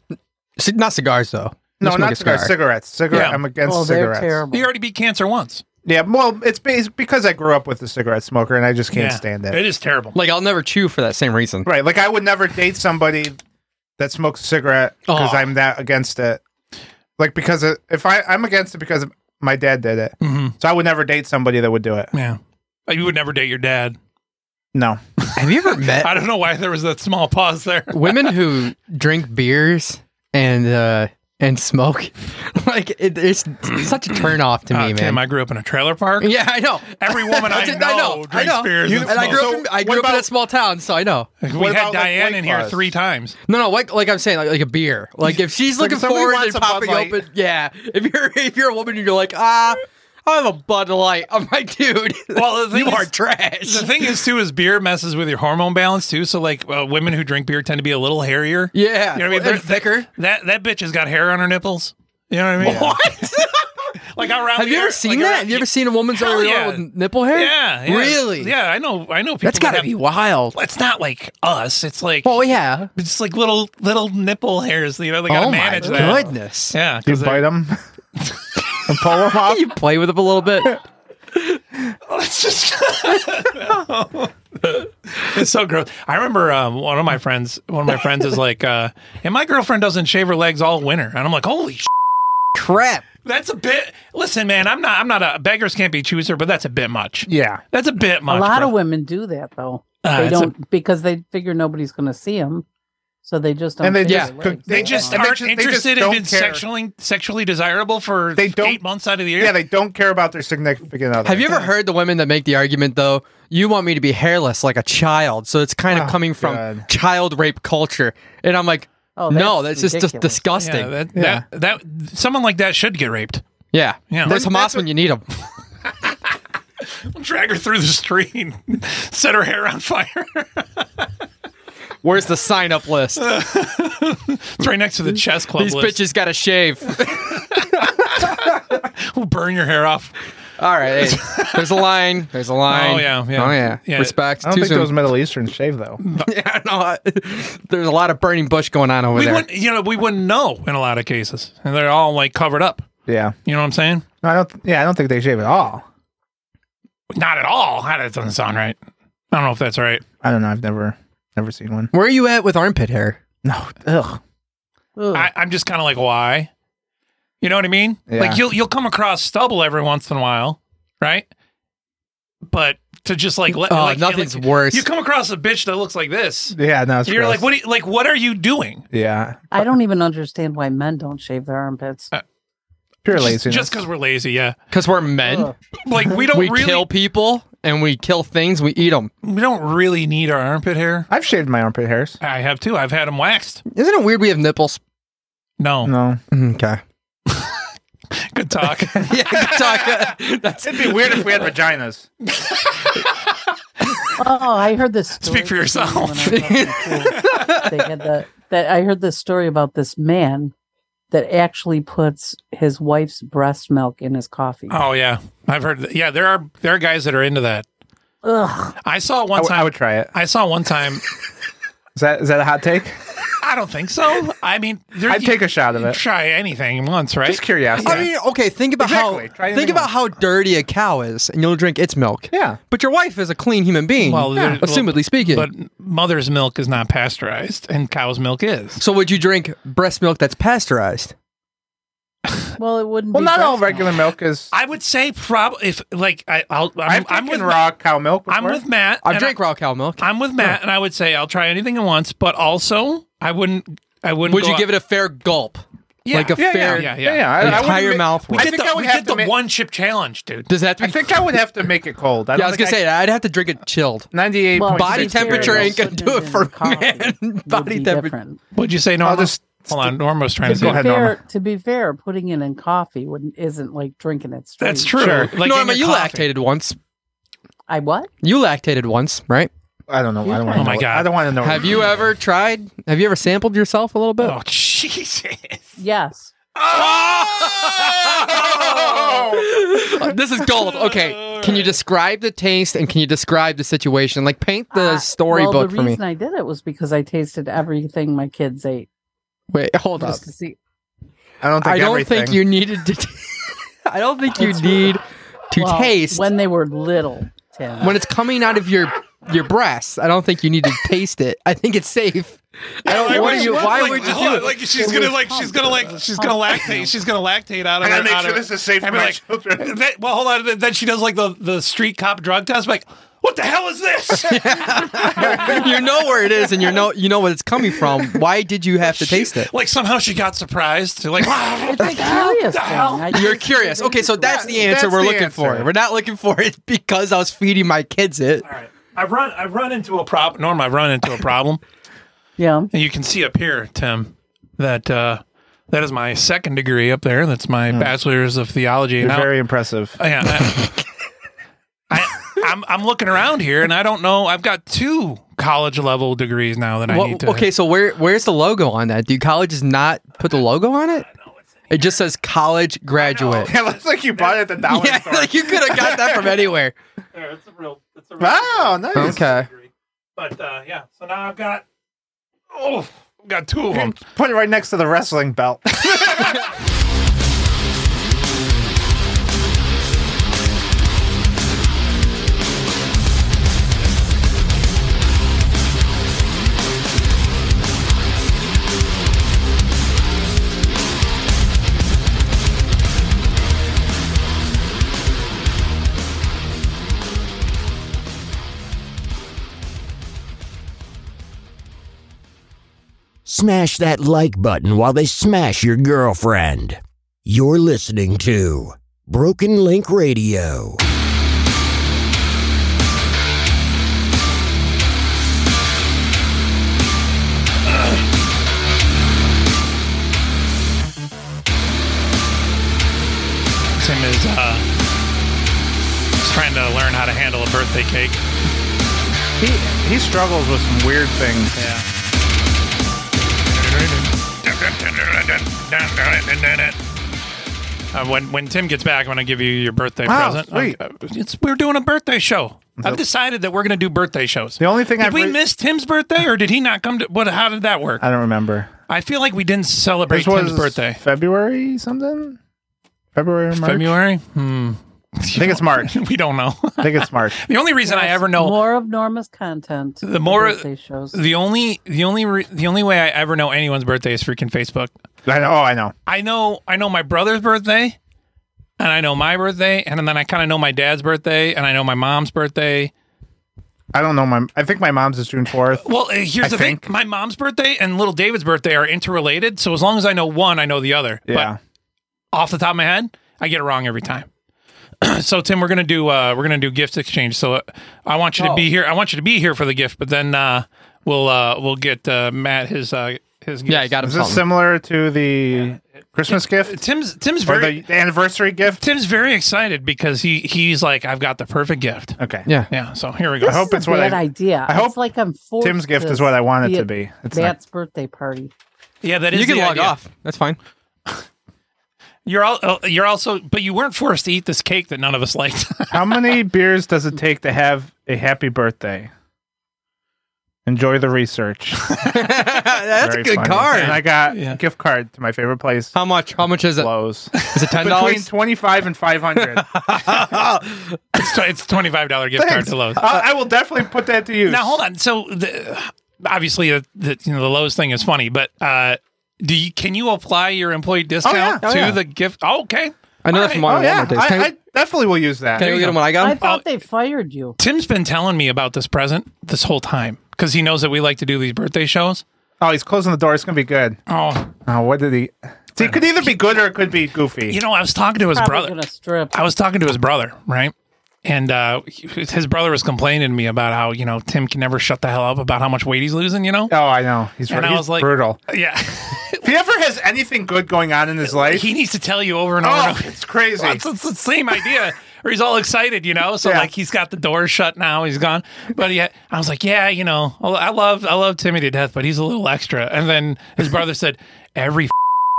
[SPEAKER 4] C- not cigars though.
[SPEAKER 3] No,
[SPEAKER 4] Let's
[SPEAKER 3] not
[SPEAKER 4] make a
[SPEAKER 3] cigars,
[SPEAKER 4] cigar. Oh,
[SPEAKER 3] cigarettes. Cigarette.
[SPEAKER 2] Yeah.
[SPEAKER 3] I'm against
[SPEAKER 5] well,
[SPEAKER 3] cigarettes.
[SPEAKER 5] Oh, they're terrible.
[SPEAKER 2] You already beat cancer once.
[SPEAKER 3] Yeah, well, it's bas- because I grew up with a cigarette smoker and I just can't
[SPEAKER 2] Yeah.
[SPEAKER 3] stand
[SPEAKER 2] It
[SPEAKER 3] it.
[SPEAKER 2] is terrible.
[SPEAKER 4] Like I'll never chew for that same reason.
[SPEAKER 3] Right, like I would never date somebody that smokes a cigarette because
[SPEAKER 4] Aw.
[SPEAKER 3] I'm that against it. Like because it, if I I'm against it because my dad did it,
[SPEAKER 4] Mm-hmm.
[SPEAKER 2] Mhm.
[SPEAKER 3] so I would never date somebody that would do it.
[SPEAKER 2] yeah, Like, you would never date your dad.
[SPEAKER 3] No,
[SPEAKER 4] Have you ever met
[SPEAKER 2] I don't know why there was that small pause there.
[SPEAKER 4] women who drink beers and uh and smoke like it, it's such a turn off to
[SPEAKER 2] Uh,
[SPEAKER 4] me
[SPEAKER 2] Tim,
[SPEAKER 4] man
[SPEAKER 2] I grew up in a trailer park.
[SPEAKER 4] yeah i know
[SPEAKER 2] Every woman I,
[SPEAKER 4] That's it,
[SPEAKER 2] know, drinks beers.
[SPEAKER 4] You-
[SPEAKER 2] and,
[SPEAKER 4] and I grew up,
[SPEAKER 2] smokes.
[SPEAKER 4] in, I grew
[SPEAKER 3] what
[SPEAKER 4] up in a
[SPEAKER 3] about-
[SPEAKER 4] small town, so I know.
[SPEAKER 2] we
[SPEAKER 3] What
[SPEAKER 2] had
[SPEAKER 3] about, like,
[SPEAKER 2] Diane
[SPEAKER 3] White
[SPEAKER 2] in here
[SPEAKER 3] Claws?
[SPEAKER 2] three times.
[SPEAKER 4] No, no, like, like I'm saying, like, like a beer. Like if she's
[SPEAKER 3] Like,
[SPEAKER 4] looking
[SPEAKER 3] if somebody
[SPEAKER 4] forward
[SPEAKER 3] wants
[SPEAKER 4] and
[SPEAKER 3] a Bud
[SPEAKER 4] popping
[SPEAKER 3] Light.
[SPEAKER 4] open, yeah. If you're if you're a woman and you're like, ah, I have a Bud Light, I'm like, dude,
[SPEAKER 2] Well, the thing
[SPEAKER 4] you are
[SPEAKER 2] is-
[SPEAKER 4] trash.
[SPEAKER 2] The thing is, too, is beer messes with your hormone balance too. So, like, uh, women who drink beer tend to be a little hairier.
[SPEAKER 4] Yeah,
[SPEAKER 2] you know what I mean.
[SPEAKER 4] and
[SPEAKER 2] They're-
[SPEAKER 4] thicker.
[SPEAKER 2] That that bitch has got hair on her nipples. You know what I mean? What? Like around.
[SPEAKER 4] Have you ever seen that? Have you ever seen a woman's
[SPEAKER 2] Hell
[SPEAKER 4] areola
[SPEAKER 2] yeah.
[SPEAKER 4] with nipple hair?
[SPEAKER 2] Yeah, yeah.
[SPEAKER 4] Really?
[SPEAKER 2] Yeah, I know. I know. People
[SPEAKER 4] That's gotta
[SPEAKER 2] that have-
[SPEAKER 4] be wild.
[SPEAKER 2] It's not like us. It's like
[SPEAKER 4] Oh yeah.
[SPEAKER 2] it's like little little nipple hairs. You know, they gotta
[SPEAKER 4] oh
[SPEAKER 2] manage
[SPEAKER 4] my
[SPEAKER 2] that.
[SPEAKER 4] goodness.
[SPEAKER 2] Yeah,
[SPEAKER 3] You bite them and pull them off.
[SPEAKER 4] You play with them a little bit.
[SPEAKER 2] It's it's so gross. I remember um, one of my friends. One of my friends is like, uh, and my girlfriend doesn't shave her legs all winter, and I'm like, holy
[SPEAKER 4] crap.
[SPEAKER 2] That's a bit. Listen, man, I'm not. I'm not a beggars can't be chooser, but that's a bit much.
[SPEAKER 3] Yeah,
[SPEAKER 2] that's a bit much.
[SPEAKER 5] a lot
[SPEAKER 2] bro.
[SPEAKER 5] of women do that though.
[SPEAKER 2] Uh,
[SPEAKER 5] they
[SPEAKER 2] it's a-
[SPEAKER 5] don't because they figure nobody's going to see them, so they just don't.
[SPEAKER 3] And they
[SPEAKER 5] shave
[SPEAKER 3] just
[SPEAKER 5] their
[SPEAKER 3] could-
[SPEAKER 5] legs.
[SPEAKER 3] they
[SPEAKER 2] They just
[SPEAKER 3] And they
[SPEAKER 2] aren't
[SPEAKER 3] ju- they just
[SPEAKER 2] interested in
[SPEAKER 3] don't
[SPEAKER 2] being
[SPEAKER 3] care.
[SPEAKER 2] sexually sexually desirable for
[SPEAKER 3] They don't-
[SPEAKER 2] eight months out of the year.
[SPEAKER 3] yeah, they don't care about their significant other.
[SPEAKER 4] Have you ever heard the women that make the argument though? You want me to be hairless like a child, so it's kind of
[SPEAKER 2] Ah,
[SPEAKER 3] Oh,
[SPEAKER 4] coming from
[SPEAKER 3] God.
[SPEAKER 4] child rape culture, and I'm like,
[SPEAKER 5] Oh,
[SPEAKER 4] no,
[SPEAKER 5] that's
[SPEAKER 4] that's just just
[SPEAKER 5] ridiculous.
[SPEAKER 4] disgusting.
[SPEAKER 2] Yeah, that, That, that someone like that should get raped.
[SPEAKER 4] Yeah.
[SPEAKER 2] Yeah.
[SPEAKER 4] Where's
[SPEAKER 2] That's-
[SPEAKER 4] Hamas when you need him?
[SPEAKER 2] Drag her through the street, set her hair on fire.
[SPEAKER 4] Where's the sign up list?
[SPEAKER 2] It's right next to the chess club.
[SPEAKER 4] These
[SPEAKER 2] list.
[SPEAKER 4] bitches got to shave.
[SPEAKER 2] will burn your hair off.
[SPEAKER 4] All right. hey, there's a line. There's a line.
[SPEAKER 2] Oh, yeah, yeah.
[SPEAKER 4] Oh, yeah.
[SPEAKER 2] Yeah.
[SPEAKER 4] Respect.
[SPEAKER 3] I don't
[SPEAKER 4] Too
[SPEAKER 3] think
[SPEAKER 4] soon.
[SPEAKER 3] those Middle Easterns shave though.
[SPEAKER 4] yeah, no, I- there's a lot of burning bush going on over
[SPEAKER 2] We
[SPEAKER 4] there.
[SPEAKER 2] wouldn't, you know, we wouldn't know in a lot of cases, and they're all like covered up.
[SPEAKER 3] Yeah,
[SPEAKER 2] You know what I'm saying?
[SPEAKER 3] no, I don't. Yeah, I don't think they shave at all.
[SPEAKER 2] Not at all. How that doesn't sound right. I don't know if that's right.
[SPEAKER 3] I don't know. I've never, never seen one.
[SPEAKER 4] Where are you at with armpit hair?
[SPEAKER 3] No, ugh.
[SPEAKER 5] Ugh.
[SPEAKER 2] I, I'm just kind of like, why? You know what I mean?
[SPEAKER 3] Yeah.
[SPEAKER 2] Like you'll you'll come across stubble every once in a while, right? But to just like let
[SPEAKER 4] Oh,
[SPEAKER 2] like,
[SPEAKER 4] nothing's
[SPEAKER 2] like,
[SPEAKER 4] worse.
[SPEAKER 2] You come across a bitch that looks like this.
[SPEAKER 3] Yeah, no, it's
[SPEAKER 2] You're
[SPEAKER 3] gross.
[SPEAKER 2] like, what? do you- like, what are you doing?
[SPEAKER 3] Yeah,
[SPEAKER 5] I don't even understand why men don't shave their armpits.
[SPEAKER 3] pure
[SPEAKER 2] Uh, Just
[SPEAKER 3] laziness.
[SPEAKER 2] just because we're lazy, yeah.
[SPEAKER 4] Because we're men.
[SPEAKER 5] Ugh.
[SPEAKER 2] Like we don't
[SPEAKER 4] we
[SPEAKER 2] really
[SPEAKER 4] kill people and we kill things. We eat them.
[SPEAKER 2] we don't really need our armpit hair.
[SPEAKER 3] I've shaved my armpit hairs.
[SPEAKER 2] I have too. I've had them waxed.
[SPEAKER 4] Isn't it weird we have nipples?
[SPEAKER 2] No,
[SPEAKER 3] No,
[SPEAKER 4] Mm, Okay.
[SPEAKER 2] good talk.
[SPEAKER 4] Yeah. good talk. That's-
[SPEAKER 3] it'd be weird if we had vaginas.
[SPEAKER 5] Oh, I heard this. Story
[SPEAKER 2] Speak for yourself.
[SPEAKER 5] when I was up in school. they had the, that I heard this story about this man that actually puts his wife's breast milk in his coffee.
[SPEAKER 2] oh yeah, I've heard. That. Yeah, there are there are guys that are into that.
[SPEAKER 5] Ugh.
[SPEAKER 2] I
[SPEAKER 3] I,
[SPEAKER 2] saw one
[SPEAKER 3] w-
[SPEAKER 2] time.
[SPEAKER 3] I would try it.
[SPEAKER 2] I saw one time.
[SPEAKER 3] Is that is that a hot take?
[SPEAKER 2] I don't think so. I mean, there,
[SPEAKER 3] I'd
[SPEAKER 2] you-
[SPEAKER 3] take a shot of
[SPEAKER 2] you
[SPEAKER 3] it.
[SPEAKER 2] Try anything once, right?
[SPEAKER 3] Just curiosity.
[SPEAKER 4] I mean, okay. Think about
[SPEAKER 3] Exactly. Try
[SPEAKER 4] how
[SPEAKER 3] anything
[SPEAKER 4] think about
[SPEAKER 3] else.
[SPEAKER 4] how dirty a cow is, and you'll drink its milk.
[SPEAKER 3] Yeah.
[SPEAKER 4] But your wife is a clean human being,
[SPEAKER 2] Well, there-
[SPEAKER 4] assumedly
[SPEAKER 2] well,
[SPEAKER 4] speaking.
[SPEAKER 2] But mother's milk is not pasteurized, and cow's milk is.
[SPEAKER 4] so would you drink breast milk that's pasteurized?
[SPEAKER 5] Well, it wouldn't.
[SPEAKER 3] well,
[SPEAKER 5] be
[SPEAKER 3] not all
[SPEAKER 5] breast milk.
[SPEAKER 3] regular milk is.
[SPEAKER 2] I would say probably if like I, I'll, I'm,
[SPEAKER 3] I've
[SPEAKER 2] I'm
[SPEAKER 3] I'm
[SPEAKER 2] with
[SPEAKER 3] raw cow milk.
[SPEAKER 2] I'm
[SPEAKER 3] before.
[SPEAKER 2] with Matt.
[SPEAKER 4] I've
[SPEAKER 2] and
[SPEAKER 4] drank raw cow milk.
[SPEAKER 2] I, am with Matt, and I would say I'll try anything at once, but also I wouldn't. I wouldn't.
[SPEAKER 4] Would you give it a fair gulp?
[SPEAKER 2] Yeah.
[SPEAKER 4] like a
[SPEAKER 3] yeah,
[SPEAKER 4] fair
[SPEAKER 3] yeah, yeah,
[SPEAKER 2] yeah.
[SPEAKER 3] yeah. I- I wouldn't
[SPEAKER 4] entire
[SPEAKER 3] ma-
[SPEAKER 4] mouth
[SPEAKER 2] We
[SPEAKER 4] worth?
[SPEAKER 3] I
[SPEAKER 2] did
[SPEAKER 3] think
[SPEAKER 2] the,
[SPEAKER 3] I would
[SPEAKER 2] we
[SPEAKER 3] have
[SPEAKER 2] did
[SPEAKER 3] to
[SPEAKER 2] the
[SPEAKER 3] make-
[SPEAKER 2] one chip challenge, dude.
[SPEAKER 4] Does that? Be,
[SPEAKER 3] I think I would have to make it cold. I,
[SPEAKER 4] yeah, I was gonna say I'd have to drink it chilled.
[SPEAKER 3] ninety-eight
[SPEAKER 5] Well,
[SPEAKER 4] Body
[SPEAKER 5] Material
[SPEAKER 4] temperature ain't gonna
[SPEAKER 5] putting
[SPEAKER 4] do it
[SPEAKER 5] in
[SPEAKER 4] for
[SPEAKER 5] coffee
[SPEAKER 4] man.
[SPEAKER 5] would
[SPEAKER 4] Body
[SPEAKER 5] be
[SPEAKER 4] temperature.
[SPEAKER 5] different.
[SPEAKER 2] Would you say no?
[SPEAKER 3] I'll just
[SPEAKER 2] hold on. Norma's trying to
[SPEAKER 3] Just
[SPEAKER 2] say
[SPEAKER 3] go ahead,
[SPEAKER 5] fair,
[SPEAKER 3] Norma.
[SPEAKER 5] To be fair, putting it in coffee wouldn't, isn't like drinking it straight.
[SPEAKER 2] That's true.
[SPEAKER 3] Sure.
[SPEAKER 2] Like
[SPEAKER 4] Norma,
[SPEAKER 2] in
[SPEAKER 4] you
[SPEAKER 2] your coffee.
[SPEAKER 4] lactated once.
[SPEAKER 5] I what?
[SPEAKER 4] You lactated once, right?
[SPEAKER 3] I don't know. I don't want to.
[SPEAKER 2] Oh my God.
[SPEAKER 3] I don't want to know.
[SPEAKER 4] Have you ever tried? Have you ever sampled yourself a little bit?
[SPEAKER 2] Oh Jesus!
[SPEAKER 5] Yes.
[SPEAKER 3] Oh.
[SPEAKER 4] Uh, this is gold. Okay, can you describe the taste and can you describe the situation? Like paint the
[SPEAKER 5] I-
[SPEAKER 4] storybook
[SPEAKER 5] Uh, well, the
[SPEAKER 4] for me.
[SPEAKER 5] reason I did it was because I tasted everything my kids ate.
[SPEAKER 4] Wait, hold up.
[SPEAKER 5] Just to see.
[SPEAKER 3] I don't think.
[SPEAKER 4] I don't
[SPEAKER 3] everything.
[SPEAKER 4] think you needed to. I I don't think you need to
[SPEAKER 5] Well,
[SPEAKER 4] taste when,
[SPEAKER 5] when they were little, Tim.
[SPEAKER 4] it's coming out of your your breasts. I don't think you need to taste it. I think it's safe. I don't. what are you? Why
[SPEAKER 2] like,
[SPEAKER 4] would you
[SPEAKER 2] hold
[SPEAKER 4] do
[SPEAKER 2] on,
[SPEAKER 4] it?
[SPEAKER 2] Like she's gonna like she's gonna like she's gonna lactate. She's gonna lactate out of.
[SPEAKER 3] I gotta
[SPEAKER 2] her-
[SPEAKER 3] make
[SPEAKER 2] out
[SPEAKER 3] sure
[SPEAKER 2] of-
[SPEAKER 3] this is safe for
[SPEAKER 2] and be
[SPEAKER 3] my
[SPEAKER 2] like,
[SPEAKER 3] children.
[SPEAKER 2] Then, well, hold on. Then she does like the the street cop drug test. Like, what the hell is this?
[SPEAKER 4] you know where it is, and you know you know what it's coming from. Why did you have to taste it?
[SPEAKER 2] like somehow she got surprised. Like, wow,
[SPEAKER 5] It's a curious
[SPEAKER 2] the
[SPEAKER 5] thing.
[SPEAKER 2] hell?
[SPEAKER 5] I
[SPEAKER 4] You're
[SPEAKER 5] tasted
[SPEAKER 4] curious.
[SPEAKER 5] everything.
[SPEAKER 4] Okay, so that's the answer
[SPEAKER 3] That's
[SPEAKER 4] we're
[SPEAKER 3] the
[SPEAKER 4] looking for.
[SPEAKER 3] answer.
[SPEAKER 4] We're not looking for it because I was feeding my kids it.
[SPEAKER 2] All right. I run I run into a problem. Norm, I run into a problem.
[SPEAKER 5] Yeah.
[SPEAKER 2] and you can see up here, Tim, that uh, that is my second degree up there. That's my bachelor's of theology.
[SPEAKER 3] You're
[SPEAKER 2] and I-
[SPEAKER 3] very impressive.
[SPEAKER 2] Oh, yeah, I, I, am I'm looking around here, and I don't know. I've got two college level degrees now that I
[SPEAKER 4] What-
[SPEAKER 2] need to.
[SPEAKER 4] okay, so where where's the logo on that? Do colleges not put the logo on it? It just says college graduate.
[SPEAKER 3] It looks like you bought it at the dollar
[SPEAKER 4] yeah,
[SPEAKER 3] store.
[SPEAKER 4] like you could have got that from anywhere.
[SPEAKER 2] There, it's a real. It's a real
[SPEAKER 3] Wow, nice.
[SPEAKER 4] Okay.
[SPEAKER 2] But uh, yeah, so now I've got. Oh, I've got two of them.
[SPEAKER 3] Put it right next to the wrestling belt.
[SPEAKER 1] Smash that like button while they smash your girlfriend. You're listening to Broken Link Radio.
[SPEAKER 2] Tim is uh, he's trying to learn how to handle a birthday cake.
[SPEAKER 3] He he struggles with some weird things.
[SPEAKER 2] Yeah. Uh, when when Tim gets back, I'm gonna give you your birthday
[SPEAKER 3] Wow,
[SPEAKER 2] present.
[SPEAKER 3] sweet.
[SPEAKER 2] Uh, It's we're doing a birthday show. I've
[SPEAKER 3] Yep.
[SPEAKER 2] decided that we're gonna do birthday shows. The
[SPEAKER 3] only thing
[SPEAKER 2] did
[SPEAKER 3] I've
[SPEAKER 2] we
[SPEAKER 3] re-
[SPEAKER 2] miss Tim's birthday or did he not come to? What? How did that work?
[SPEAKER 3] I don't remember.
[SPEAKER 2] I feel like we didn't celebrate
[SPEAKER 3] This was
[SPEAKER 2] Tim's birthday.
[SPEAKER 3] February something? February or March?
[SPEAKER 2] February? Hmm.
[SPEAKER 3] I think it's March.
[SPEAKER 2] we don't know.
[SPEAKER 3] I think it's March.
[SPEAKER 2] The only reason I ever know
[SPEAKER 5] more of Norma's content.
[SPEAKER 2] the more
[SPEAKER 5] birthday shows.
[SPEAKER 2] the only the only re- the only way I ever know anyone's birthday is freaking Facebook.
[SPEAKER 3] I know. Oh, I know.
[SPEAKER 2] I know I know my brother's birthday, and I know my birthday, and then I kind of know my dad's birthday, and I know my mom's birthday.
[SPEAKER 3] I don't know. My I think my mom's is June fourth.
[SPEAKER 2] Well, uh, here's
[SPEAKER 3] I
[SPEAKER 2] the
[SPEAKER 3] think.
[SPEAKER 2] thing: my mom's birthday and little David's birthday are interrelated. So as long as I know one, I know the other.
[SPEAKER 3] Yeah.
[SPEAKER 2] But off the top of my head, I get it wrong every time. so Tim, we're gonna do uh, we're gonna do gift exchange. So uh, I want you to be
[SPEAKER 4] Oh.
[SPEAKER 2] here. I want you to be here for the gift, but then uh, we'll uh, we'll get uh, Matt his uh, his gifts.
[SPEAKER 4] Yeah, I got him
[SPEAKER 3] Is this
[SPEAKER 4] something.
[SPEAKER 3] similar to the Christmas gift?
[SPEAKER 2] Tim's Tim's
[SPEAKER 3] Or
[SPEAKER 2] very
[SPEAKER 3] the anniversary gift?
[SPEAKER 2] Tim's very excited because he he's like I've got the perfect gift.
[SPEAKER 3] Okay.
[SPEAKER 4] Yeah.
[SPEAKER 2] Yeah. So here we go.
[SPEAKER 5] This is a bad idea.
[SPEAKER 3] I hope
[SPEAKER 5] it's like I'm forced
[SPEAKER 3] Tim's gift
[SPEAKER 5] to
[SPEAKER 3] is what I want it
[SPEAKER 5] be
[SPEAKER 3] to
[SPEAKER 5] at
[SPEAKER 3] be. It's not-
[SPEAKER 5] Matt's birthday party.
[SPEAKER 2] Yeah, that is.
[SPEAKER 4] you can
[SPEAKER 2] the
[SPEAKER 4] log
[SPEAKER 2] idea.
[SPEAKER 4] off. That's fine.
[SPEAKER 2] You're all. Uh, you're also. But you weren't forced to eat this cake that none of us liked.
[SPEAKER 3] How many beers does it take to have a happy birthday? Enjoy the research.
[SPEAKER 4] That's
[SPEAKER 3] Very
[SPEAKER 4] a good
[SPEAKER 3] funny.
[SPEAKER 4] card.
[SPEAKER 3] And I got
[SPEAKER 2] Yeah.
[SPEAKER 3] a gift card to my favorite place.
[SPEAKER 4] How much? How much is it?
[SPEAKER 3] Lowe's.
[SPEAKER 4] Is it ten
[SPEAKER 3] Between
[SPEAKER 4] dollars?
[SPEAKER 3] twenty five and five hundred.
[SPEAKER 2] it's tw- it's twenty five dollar gift card to Lowe's.
[SPEAKER 4] Uh,
[SPEAKER 2] Uh,
[SPEAKER 3] I I will definitely put that to use.
[SPEAKER 2] Now hold on. So the, obviously the, the you know the Lowe's thing is funny, but uh, do you can you apply your employee discount
[SPEAKER 4] Oh,
[SPEAKER 2] to
[SPEAKER 4] yeah.
[SPEAKER 2] the gift? Oh, okay.
[SPEAKER 4] I know
[SPEAKER 2] All
[SPEAKER 4] that from
[SPEAKER 2] right.
[SPEAKER 4] my
[SPEAKER 3] Oh yeah,
[SPEAKER 4] Walmart days. Can,
[SPEAKER 3] I, I definitely will use that.
[SPEAKER 4] can I go get him when I got
[SPEAKER 5] I
[SPEAKER 4] him?
[SPEAKER 5] thought they fired you.
[SPEAKER 2] Uh, Tim's been telling me about this present this whole time because he knows that we like to do these birthday shows.
[SPEAKER 3] Oh, he's closing the door. It's gonna be good.
[SPEAKER 2] Oh,
[SPEAKER 3] Oh, what did he? See, it could either be good or it could be goofy.
[SPEAKER 2] you know, I was talking to his
[SPEAKER 5] Probably
[SPEAKER 2] brother.
[SPEAKER 5] gonna strip.
[SPEAKER 2] I was talking to his brother, right? And uh, he- his brother was complaining to me about how you know Tim can never shut the hell up about how much weight he's losing. You know,
[SPEAKER 3] Oh, I know. He's,
[SPEAKER 2] And I
[SPEAKER 3] he's
[SPEAKER 2] was like-
[SPEAKER 3] brutal.
[SPEAKER 2] yeah,
[SPEAKER 3] If he ever has anything good going on in his life,
[SPEAKER 2] he needs to tell you over and over.
[SPEAKER 3] oh,
[SPEAKER 2] and over.
[SPEAKER 3] it's crazy.
[SPEAKER 2] Well, it's, it's the same idea. Or he's all excited, you know. So
[SPEAKER 3] Yeah.
[SPEAKER 2] like he's got the door shut now. He's gone. But yeah, I was like, yeah, you know, I lo- I love I love Timmy to death, but he's a little extra. And then his brother said, every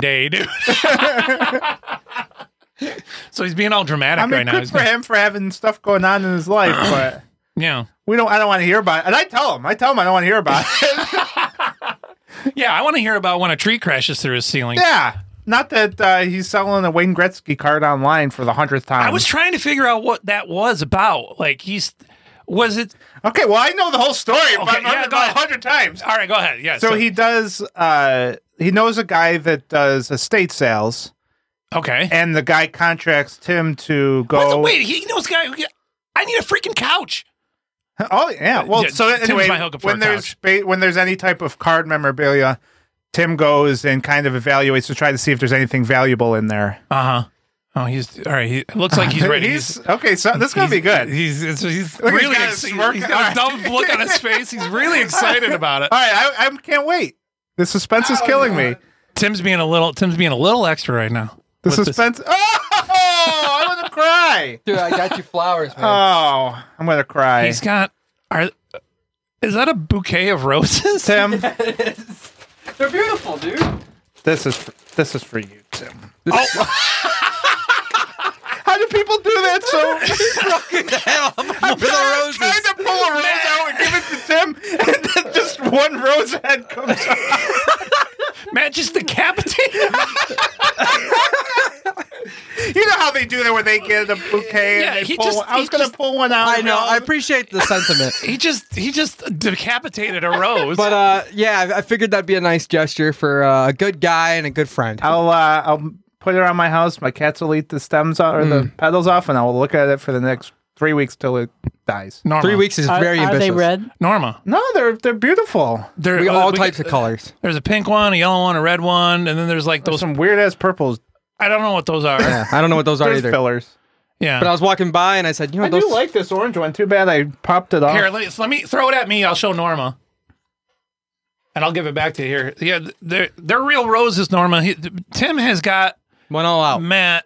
[SPEAKER 2] day, dude. so he's being all dramatic
[SPEAKER 3] I mean,
[SPEAKER 2] right
[SPEAKER 3] good
[SPEAKER 2] now. He's
[SPEAKER 3] for
[SPEAKER 2] like,
[SPEAKER 3] him for having stuff going on in his life, but
[SPEAKER 2] Yeah,
[SPEAKER 3] we don't. I don't want to hear about it. And I tell him. I tell him I don't want to hear about it.
[SPEAKER 2] yeah. I want to hear about when a tree crashes through his ceiling.
[SPEAKER 3] yeah. Not that uh, he's selling a Wayne Gretzky card online for the hundredth time.
[SPEAKER 2] I was trying to figure out what that was about. Like he's was it
[SPEAKER 3] okay, well, I know the whole story, but
[SPEAKER 2] Okay,
[SPEAKER 3] I've heard
[SPEAKER 2] yeah,
[SPEAKER 3] it
[SPEAKER 2] go
[SPEAKER 3] about
[SPEAKER 2] ahead.
[SPEAKER 3] a hundred times.
[SPEAKER 2] all right? Go ahead. Yeah.
[SPEAKER 3] So he does. Uh, he knows a guy that does estate sales,
[SPEAKER 2] okay.
[SPEAKER 3] and the guy contracts Tim to
[SPEAKER 2] What the-
[SPEAKER 3] go.
[SPEAKER 2] wait, he knows guy. who- I need a freaking couch.
[SPEAKER 3] Oh yeah. Well,
[SPEAKER 2] Yeah,
[SPEAKER 3] so
[SPEAKER 2] Tim's
[SPEAKER 3] anyway,
[SPEAKER 2] my hookup for
[SPEAKER 3] when
[SPEAKER 2] a
[SPEAKER 3] there's ba- when there's any type of card memorabilia, Tim goes and kind of evaluates to try to see if there's anything valuable in there.
[SPEAKER 2] Uh huh. Oh, he's all right. He it looks like he's ready.
[SPEAKER 3] he's, okay. So Uh, this is gonna be good.
[SPEAKER 2] He's he's, he's
[SPEAKER 3] Look, he's
[SPEAKER 2] really
[SPEAKER 3] got a
[SPEAKER 2] ex- he's
[SPEAKER 3] smirk.
[SPEAKER 2] got a
[SPEAKER 3] All
[SPEAKER 2] dumb look on his face. He's really excited about it.
[SPEAKER 3] All right, I, I can't wait. The suspense is killing me.
[SPEAKER 2] Tim's being a little Tim's being a little extra right now.
[SPEAKER 3] The
[SPEAKER 2] With this-
[SPEAKER 3] suspense. Oh, I'm gonna cry.
[SPEAKER 4] Dude, I got you flowers, man.
[SPEAKER 3] Oh, I'm gonna cry.
[SPEAKER 2] He's got are is that a bouquet of roses?
[SPEAKER 3] Tim,
[SPEAKER 4] They're beautiful, dude.
[SPEAKER 3] This is this is for you, Tim.
[SPEAKER 4] Oh.
[SPEAKER 3] How do people do that so fucking hell? I'm trying, trying to pull a rose out and give it to Tim, and then just one rose head comes out.
[SPEAKER 2] Matt just decapitated.
[SPEAKER 3] you know how they do that where they get a bouquet
[SPEAKER 2] Yeah,
[SPEAKER 3] and they
[SPEAKER 2] he
[SPEAKER 3] pull
[SPEAKER 2] just-
[SPEAKER 3] one- I
[SPEAKER 2] he
[SPEAKER 3] was going to
[SPEAKER 2] just-
[SPEAKER 3] pull one out.
[SPEAKER 4] I know.
[SPEAKER 3] and-
[SPEAKER 4] I appreciate the sentiment.
[SPEAKER 2] he just he just decapitated a rose.
[SPEAKER 4] But uh, yeah, I- I figured that'd be a nice gesture for uh, a good guy and a good friend.
[SPEAKER 3] I'll uh, I'll put it on my house. My cats will eat the stems off, or the
[SPEAKER 4] Mm.
[SPEAKER 3] petals off, and I will look at it for the next three weeks till it dies.
[SPEAKER 2] Norma. Three weeks is Are- very are they ambitious. red? Norma.
[SPEAKER 3] No, they're they're beautiful.
[SPEAKER 2] There- uh,
[SPEAKER 4] We got all
[SPEAKER 2] we- uh,
[SPEAKER 4] types of colors.
[SPEAKER 2] There's a pink one, a yellow one, a red one, and then there's like those
[SPEAKER 3] some weird ass purples.
[SPEAKER 2] I don't know what those are.
[SPEAKER 4] Yeah, I don't know what those are
[SPEAKER 3] They're
[SPEAKER 4] either.
[SPEAKER 3] fillers.
[SPEAKER 2] Yeah.
[SPEAKER 4] But I was walking by and I said, you know,
[SPEAKER 3] I
[SPEAKER 4] those.
[SPEAKER 3] do like this orange one. Too bad I popped it off.
[SPEAKER 2] Here, let, let me throw it at me. I'll show Norma, and I'll give it back to you here. Yeah, th- they're they're real roses, Norma. He, Tim has got
[SPEAKER 4] one all out.
[SPEAKER 2] Matt,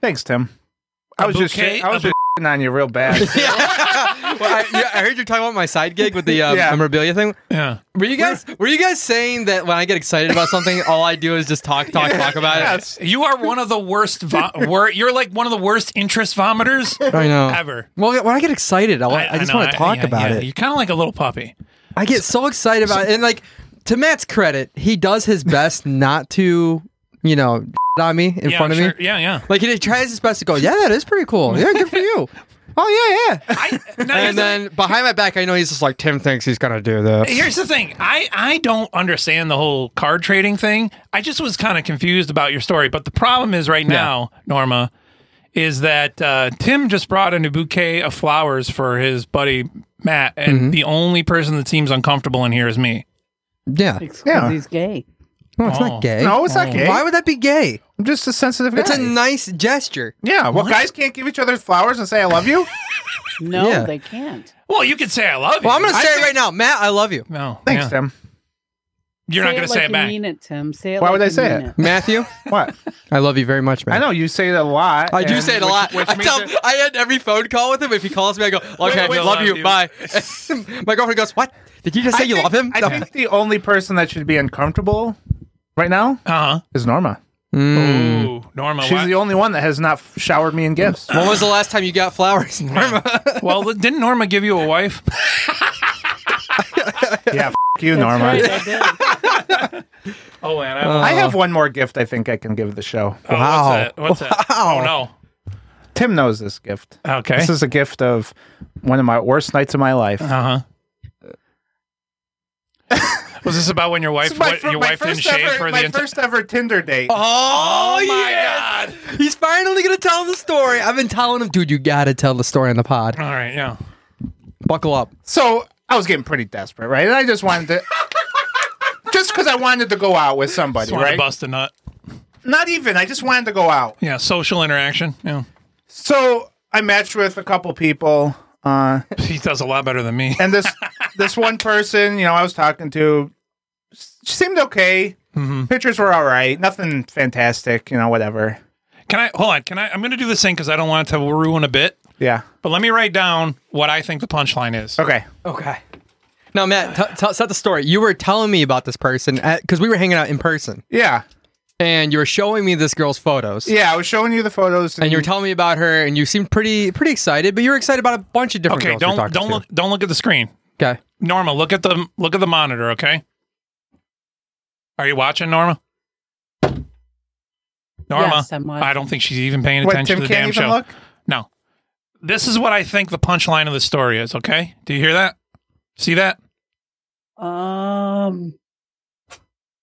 [SPEAKER 3] Thanks, Tim.
[SPEAKER 2] A
[SPEAKER 3] I was just
[SPEAKER 2] bouquet?
[SPEAKER 3] shit- I was
[SPEAKER 2] A
[SPEAKER 3] just shitting on you real bad.
[SPEAKER 4] Well, I, yeah, I heard you're talking about my side gig with the uh,
[SPEAKER 3] Yeah.
[SPEAKER 4] memorabilia thing.
[SPEAKER 2] Yeah.
[SPEAKER 4] Were you guys Were you guys saying that when I get excited about something, all I do is just talk, talk, talk about it?
[SPEAKER 2] You are one of the worst. Vo- wor- you're like one of the worst interest vomiters.
[SPEAKER 4] I know.
[SPEAKER 2] Ever.
[SPEAKER 4] Well, when I get excited, I, wa- I just
[SPEAKER 2] know,
[SPEAKER 4] want to talk
[SPEAKER 2] yeah,
[SPEAKER 4] about
[SPEAKER 2] yeah,
[SPEAKER 4] it.
[SPEAKER 2] You're kind of like a little puppy.
[SPEAKER 4] I get so excited about it. And like to Matt's credit, he does his best not to, you know, on me in
[SPEAKER 2] Yeah,
[SPEAKER 4] front of
[SPEAKER 2] I'm
[SPEAKER 4] me.
[SPEAKER 2] sure- Mm-hmm. yeah, yeah.
[SPEAKER 4] Like he tries his best to go, yeah, that is pretty cool. Yeah, good for you. Oh yeah, yeah. and then behind my back, I know he's just like Tim thinks he's gonna do this.
[SPEAKER 2] Here's the thing. I, I don't understand the whole card trading thing. I just was kind of confused about your story. But the problem is right now, Norma, is that uh, Tim just brought in a bouquet of flowers for his buddy Matt, and
[SPEAKER 4] Mm-hmm.
[SPEAKER 2] the only person that seems uncomfortable in here is me.
[SPEAKER 4] Yeah.
[SPEAKER 5] yeah. he's gay.
[SPEAKER 4] No, it's
[SPEAKER 2] Oh.
[SPEAKER 4] not gay.
[SPEAKER 3] No, it's not Oh. gay.
[SPEAKER 4] Why would that be gay?
[SPEAKER 3] I'm just a sensitive guy.
[SPEAKER 4] It's a nice gesture.
[SPEAKER 3] yeah. Well, guys can't give each other flowers and say I love you.
[SPEAKER 5] No,
[SPEAKER 4] Yeah.
[SPEAKER 5] they can't.
[SPEAKER 2] Well, you could say I love you.
[SPEAKER 4] Well, I'm gonna
[SPEAKER 2] I
[SPEAKER 4] say
[SPEAKER 2] think-
[SPEAKER 4] it right now, Matt. I love you,
[SPEAKER 2] No.
[SPEAKER 3] Thanks,
[SPEAKER 2] yeah.
[SPEAKER 3] Tim.
[SPEAKER 2] You're not
[SPEAKER 5] Say
[SPEAKER 2] going
[SPEAKER 5] it
[SPEAKER 2] to say
[SPEAKER 5] like
[SPEAKER 2] it
[SPEAKER 5] you
[SPEAKER 2] back.
[SPEAKER 5] mean it, Tim. Say it
[SPEAKER 3] Why
[SPEAKER 5] like
[SPEAKER 3] would I
[SPEAKER 5] you
[SPEAKER 3] say
[SPEAKER 5] mean
[SPEAKER 3] it?
[SPEAKER 4] Matthew.
[SPEAKER 3] What?
[SPEAKER 4] I love you very much,
[SPEAKER 3] I
[SPEAKER 4] Matt.
[SPEAKER 3] know you say it a lot.
[SPEAKER 4] I do
[SPEAKER 3] and
[SPEAKER 4] say it a
[SPEAKER 3] which-
[SPEAKER 4] lot.
[SPEAKER 3] which
[SPEAKER 4] I,
[SPEAKER 3] means
[SPEAKER 4] tell,
[SPEAKER 3] that-
[SPEAKER 4] I end every phone call with him. If he calls me, I go, "Okay,
[SPEAKER 2] wait,
[SPEAKER 4] love,
[SPEAKER 2] love
[SPEAKER 4] you.
[SPEAKER 2] you."
[SPEAKER 4] Bye." My girlfriend goes, "What? Did you just say you
[SPEAKER 3] think-
[SPEAKER 4] love him?"
[SPEAKER 3] I think the only person that should be uncomfortable right now
[SPEAKER 2] Uh huh.
[SPEAKER 3] is Norma.
[SPEAKER 4] Hmm.
[SPEAKER 2] Ooh, Norma.
[SPEAKER 3] She's
[SPEAKER 2] why-
[SPEAKER 3] the only one that has not f- showered me in gifts.
[SPEAKER 4] when was the last time you got flowers, Norma?
[SPEAKER 2] well, didn't Norma give you a wife?
[SPEAKER 3] yeah, f- you, Norma.
[SPEAKER 2] Oh, and I,
[SPEAKER 3] I have one more gift I think I can give the show.
[SPEAKER 2] oh,
[SPEAKER 4] Wow.
[SPEAKER 2] What's that? What's that? Oh no.
[SPEAKER 3] Tim knows this gift.
[SPEAKER 2] Okay.
[SPEAKER 3] This is a gift of one of my worst nights of my life.
[SPEAKER 2] Uh huh. Was this about when your wife
[SPEAKER 3] This is my
[SPEAKER 2] what,
[SPEAKER 3] fir-
[SPEAKER 2] your
[SPEAKER 3] my
[SPEAKER 2] wife didn't
[SPEAKER 3] first
[SPEAKER 2] shave
[SPEAKER 3] ever-
[SPEAKER 2] for the
[SPEAKER 3] my
[SPEAKER 2] entire?
[SPEAKER 3] first ever Tinder date.
[SPEAKER 4] Oh,
[SPEAKER 2] my
[SPEAKER 4] yes!
[SPEAKER 2] god!
[SPEAKER 4] He's finally gonna tell the story. I've been telling him, dude, you gotta tell the story on the pod.
[SPEAKER 2] All right, yeah.
[SPEAKER 4] Buckle up.
[SPEAKER 3] So I was getting pretty desperate, right? And I just wanted to, just because I wanted to go out with somebody,
[SPEAKER 2] Just wanted to
[SPEAKER 3] right?
[SPEAKER 2] bust a nut.
[SPEAKER 3] Not even. I just wanted to go out.
[SPEAKER 2] Yeah, social interaction. Yeah,
[SPEAKER 3] So I matched with a couple people, uh,
[SPEAKER 2] he does a lot better than me.
[SPEAKER 3] and this this one person, you know, I was talking to, she seemed okay.
[SPEAKER 2] Mm-hmm.
[SPEAKER 3] Pictures were all right. Nothing fantastic, you know, whatever.
[SPEAKER 2] Can I hold on? Can I? I'm going to do this thing because I don't want it to ruin a bit.
[SPEAKER 3] Yeah.
[SPEAKER 2] But let me write down what I think the punchline is.
[SPEAKER 3] Okay.
[SPEAKER 4] Okay. Now, Matt, t- t- set the story. You were telling me about this person because we were hanging out in person,
[SPEAKER 3] Yeah.
[SPEAKER 4] and you were showing me this girl's photos.
[SPEAKER 3] Yeah. I was showing you the photos,
[SPEAKER 4] And you were telling me about her, and you seemed pretty pretty excited, but you were excited about a bunch of different
[SPEAKER 2] Okay,
[SPEAKER 4] girls. you were
[SPEAKER 2] don't
[SPEAKER 4] talking
[SPEAKER 2] don't
[SPEAKER 4] to.
[SPEAKER 2] look don't look at the screen.
[SPEAKER 4] Okay.
[SPEAKER 2] Norma, look at the look at the monitor, okay? Are you watching, Norma? Norma,
[SPEAKER 5] Yes, I'm watching.
[SPEAKER 2] I don't think she's even paying
[SPEAKER 3] What,
[SPEAKER 2] attention
[SPEAKER 3] Tim
[SPEAKER 2] to the damn
[SPEAKER 3] can't even
[SPEAKER 2] show.
[SPEAKER 3] look?
[SPEAKER 2] No. This is what I think the punchline of the story is, okay? Do you hear that? See that?
[SPEAKER 5] Um,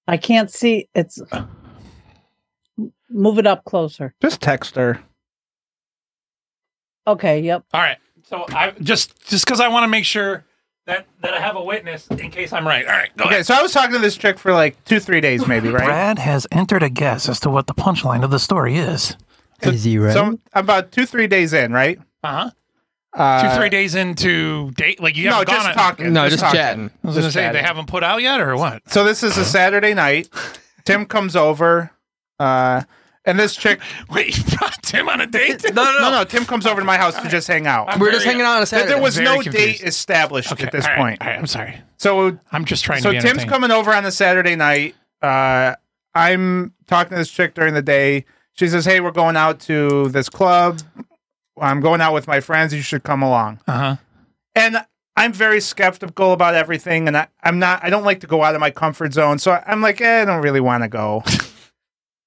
[SPEAKER 5] I can't see. It's move it up closer.
[SPEAKER 3] just text her.
[SPEAKER 5] Okay. Yep.
[SPEAKER 2] All right. So I just just cuz I want to make sure that that I have a witness in case I'm right. All right. Go
[SPEAKER 3] Okay,
[SPEAKER 2] ahead.
[SPEAKER 3] so I was talking to this chick for like two, three days, maybe, right?
[SPEAKER 2] has entered a guess as to what the punchline of the story is.
[SPEAKER 4] Is he right?
[SPEAKER 3] So I'm about two, three days in, right?
[SPEAKER 2] Uh-huh.
[SPEAKER 3] Uh,
[SPEAKER 2] Two, three days into date, like you
[SPEAKER 3] no,
[SPEAKER 2] haven't gone
[SPEAKER 3] just
[SPEAKER 2] on-
[SPEAKER 3] talking.
[SPEAKER 4] no, just
[SPEAKER 3] talking.
[SPEAKER 4] chatting.
[SPEAKER 2] I was going to
[SPEAKER 3] Just
[SPEAKER 2] say, they
[SPEAKER 3] chatting.
[SPEAKER 2] haven't put out yet or what?
[SPEAKER 3] So this is a Saturday night. Tim comes over, uh, and this chick.
[SPEAKER 2] Wait, you brought Tim on a date?
[SPEAKER 3] no, no, Tim comes over to my house to just hang out.
[SPEAKER 2] I'm
[SPEAKER 4] We were just
[SPEAKER 2] very-
[SPEAKER 4] hanging out on a
[SPEAKER 3] There-
[SPEAKER 4] Saturday.
[SPEAKER 3] there was
[SPEAKER 2] Very
[SPEAKER 3] no
[SPEAKER 2] confused.
[SPEAKER 3] date established
[SPEAKER 2] Okay,
[SPEAKER 3] at this
[SPEAKER 2] all right,
[SPEAKER 3] point.
[SPEAKER 2] all right, I'm sorry.
[SPEAKER 3] So,
[SPEAKER 2] I'm just trying
[SPEAKER 3] so
[SPEAKER 2] to be
[SPEAKER 3] Tim's
[SPEAKER 2] entertaining.
[SPEAKER 3] coming over on the Saturday night. Uh, I'm talking to this chick during the day. She says, "Hey, we're going out to this club. I'm going out with my friends. You should come along."
[SPEAKER 2] Uh huh.
[SPEAKER 3] and I'm very skeptical about everything, and I, I'm not. I don't like to go out of my comfort zone, so I'm like, eh, I don't really want to go.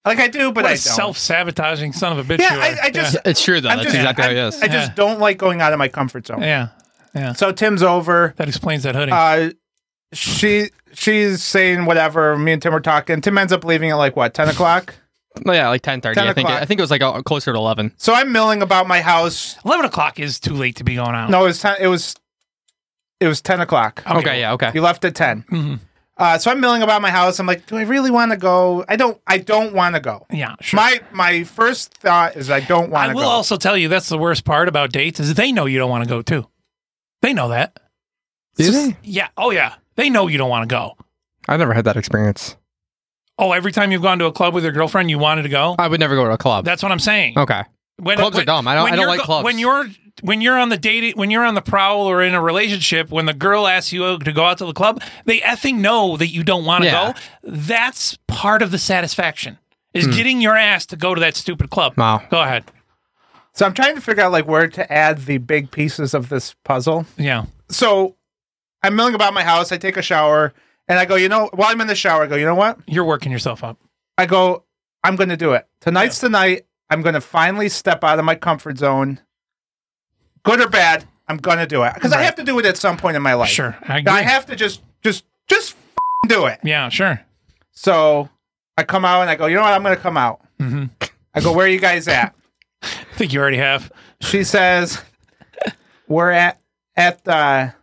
[SPEAKER 3] like I do, but
[SPEAKER 2] what
[SPEAKER 3] I
[SPEAKER 2] a
[SPEAKER 3] don't.
[SPEAKER 2] self-sabotaging son of a bitch.
[SPEAKER 3] Yeah,
[SPEAKER 2] you
[SPEAKER 3] I-
[SPEAKER 2] are.
[SPEAKER 3] I just-
[SPEAKER 4] It's true though.
[SPEAKER 3] I'm
[SPEAKER 4] That's
[SPEAKER 3] just-
[SPEAKER 4] exactly how
[SPEAKER 3] I'm-
[SPEAKER 4] it is.
[SPEAKER 3] I just don't like going out of my comfort zone.
[SPEAKER 2] Yeah, yeah.
[SPEAKER 3] So Tim's over.
[SPEAKER 2] That explains that hoodie.
[SPEAKER 3] Uh, she she's saying whatever. Me and Tim are talking. Tim ends up leaving at like what ten o'clock.
[SPEAKER 4] No, yeah, like ten thirty.
[SPEAKER 3] 10
[SPEAKER 4] I think.
[SPEAKER 3] o'clock.
[SPEAKER 4] I think it was like uh, closer to eleven.
[SPEAKER 3] So I'm milling about my house.
[SPEAKER 2] Eleven o'clock is too late to be going out.
[SPEAKER 3] No, it was ten, it was it was ten o'clock.
[SPEAKER 4] Okay, yeah, okay.
[SPEAKER 3] You left at 10
[SPEAKER 2] Mm-hmm.
[SPEAKER 3] Uh, so I'm milling about my house. I'm like, do I really want to go? I don't. I don't want to go.
[SPEAKER 2] Yeah,
[SPEAKER 3] My my first thought is I don't want
[SPEAKER 2] I
[SPEAKER 3] to
[SPEAKER 2] will
[SPEAKER 3] go.
[SPEAKER 2] also tell you that's the worst part about dates is they know you don't want to go too. They know that.
[SPEAKER 4] Do they?
[SPEAKER 2] Yeah. Oh yeah. They know you don't want to go.
[SPEAKER 4] I've never had that experience.
[SPEAKER 2] Oh, every time you've gone to a club with your girlfriend, you wanted to go.
[SPEAKER 4] I would never go to a club.
[SPEAKER 2] That's what I'm saying.
[SPEAKER 4] okay. Clubs are dumb. I don't- I don't
[SPEAKER 2] you're
[SPEAKER 4] like clubs.
[SPEAKER 2] When you're when you're on the date, when you're on the prowl or in a relationship, when the girl asks you to go out to the club, they effing know that you don't want to
[SPEAKER 4] Yeah. Hmm.
[SPEAKER 2] go. That's part of the satisfaction is getting your ass to go to that stupid club.
[SPEAKER 4] Wow.
[SPEAKER 2] Go ahead.
[SPEAKER 3] so I'm trying to figure out like where to add the big pieces of this puzzle.
[SPEAKER 2] Yeah.
[SPEAKER 3] So I'm milling about my house. I take a shower and I go. You know, while I'm in the shower, I go. You know what?
[SPEAKER 2] You're working yourself up.
[SPEAKER 3] I go. I'm going to do it. Tonight's the night. I'm going to finally step out of my comfort zone. Good or bad, I'm going to do it because I have to do it at some point in my life.
[SPEAKER 2] Sure, I
[SPEAKER 3] I,
[SPEAKER 2] agree.
[SPEAKER 3] have to just just just f***ing do it.
[SPEAKER 2] Yeah. Sure.
[SPEAKER 3] So I come out and I go, you know what? I'm going to come out.
[SPEAKER 2] mm-hmm.
[SPEAKER 3] I go, where are you guys at?
[SPEAKER 2] I think you already have.
[SPEAKER 3] She says, we're at at the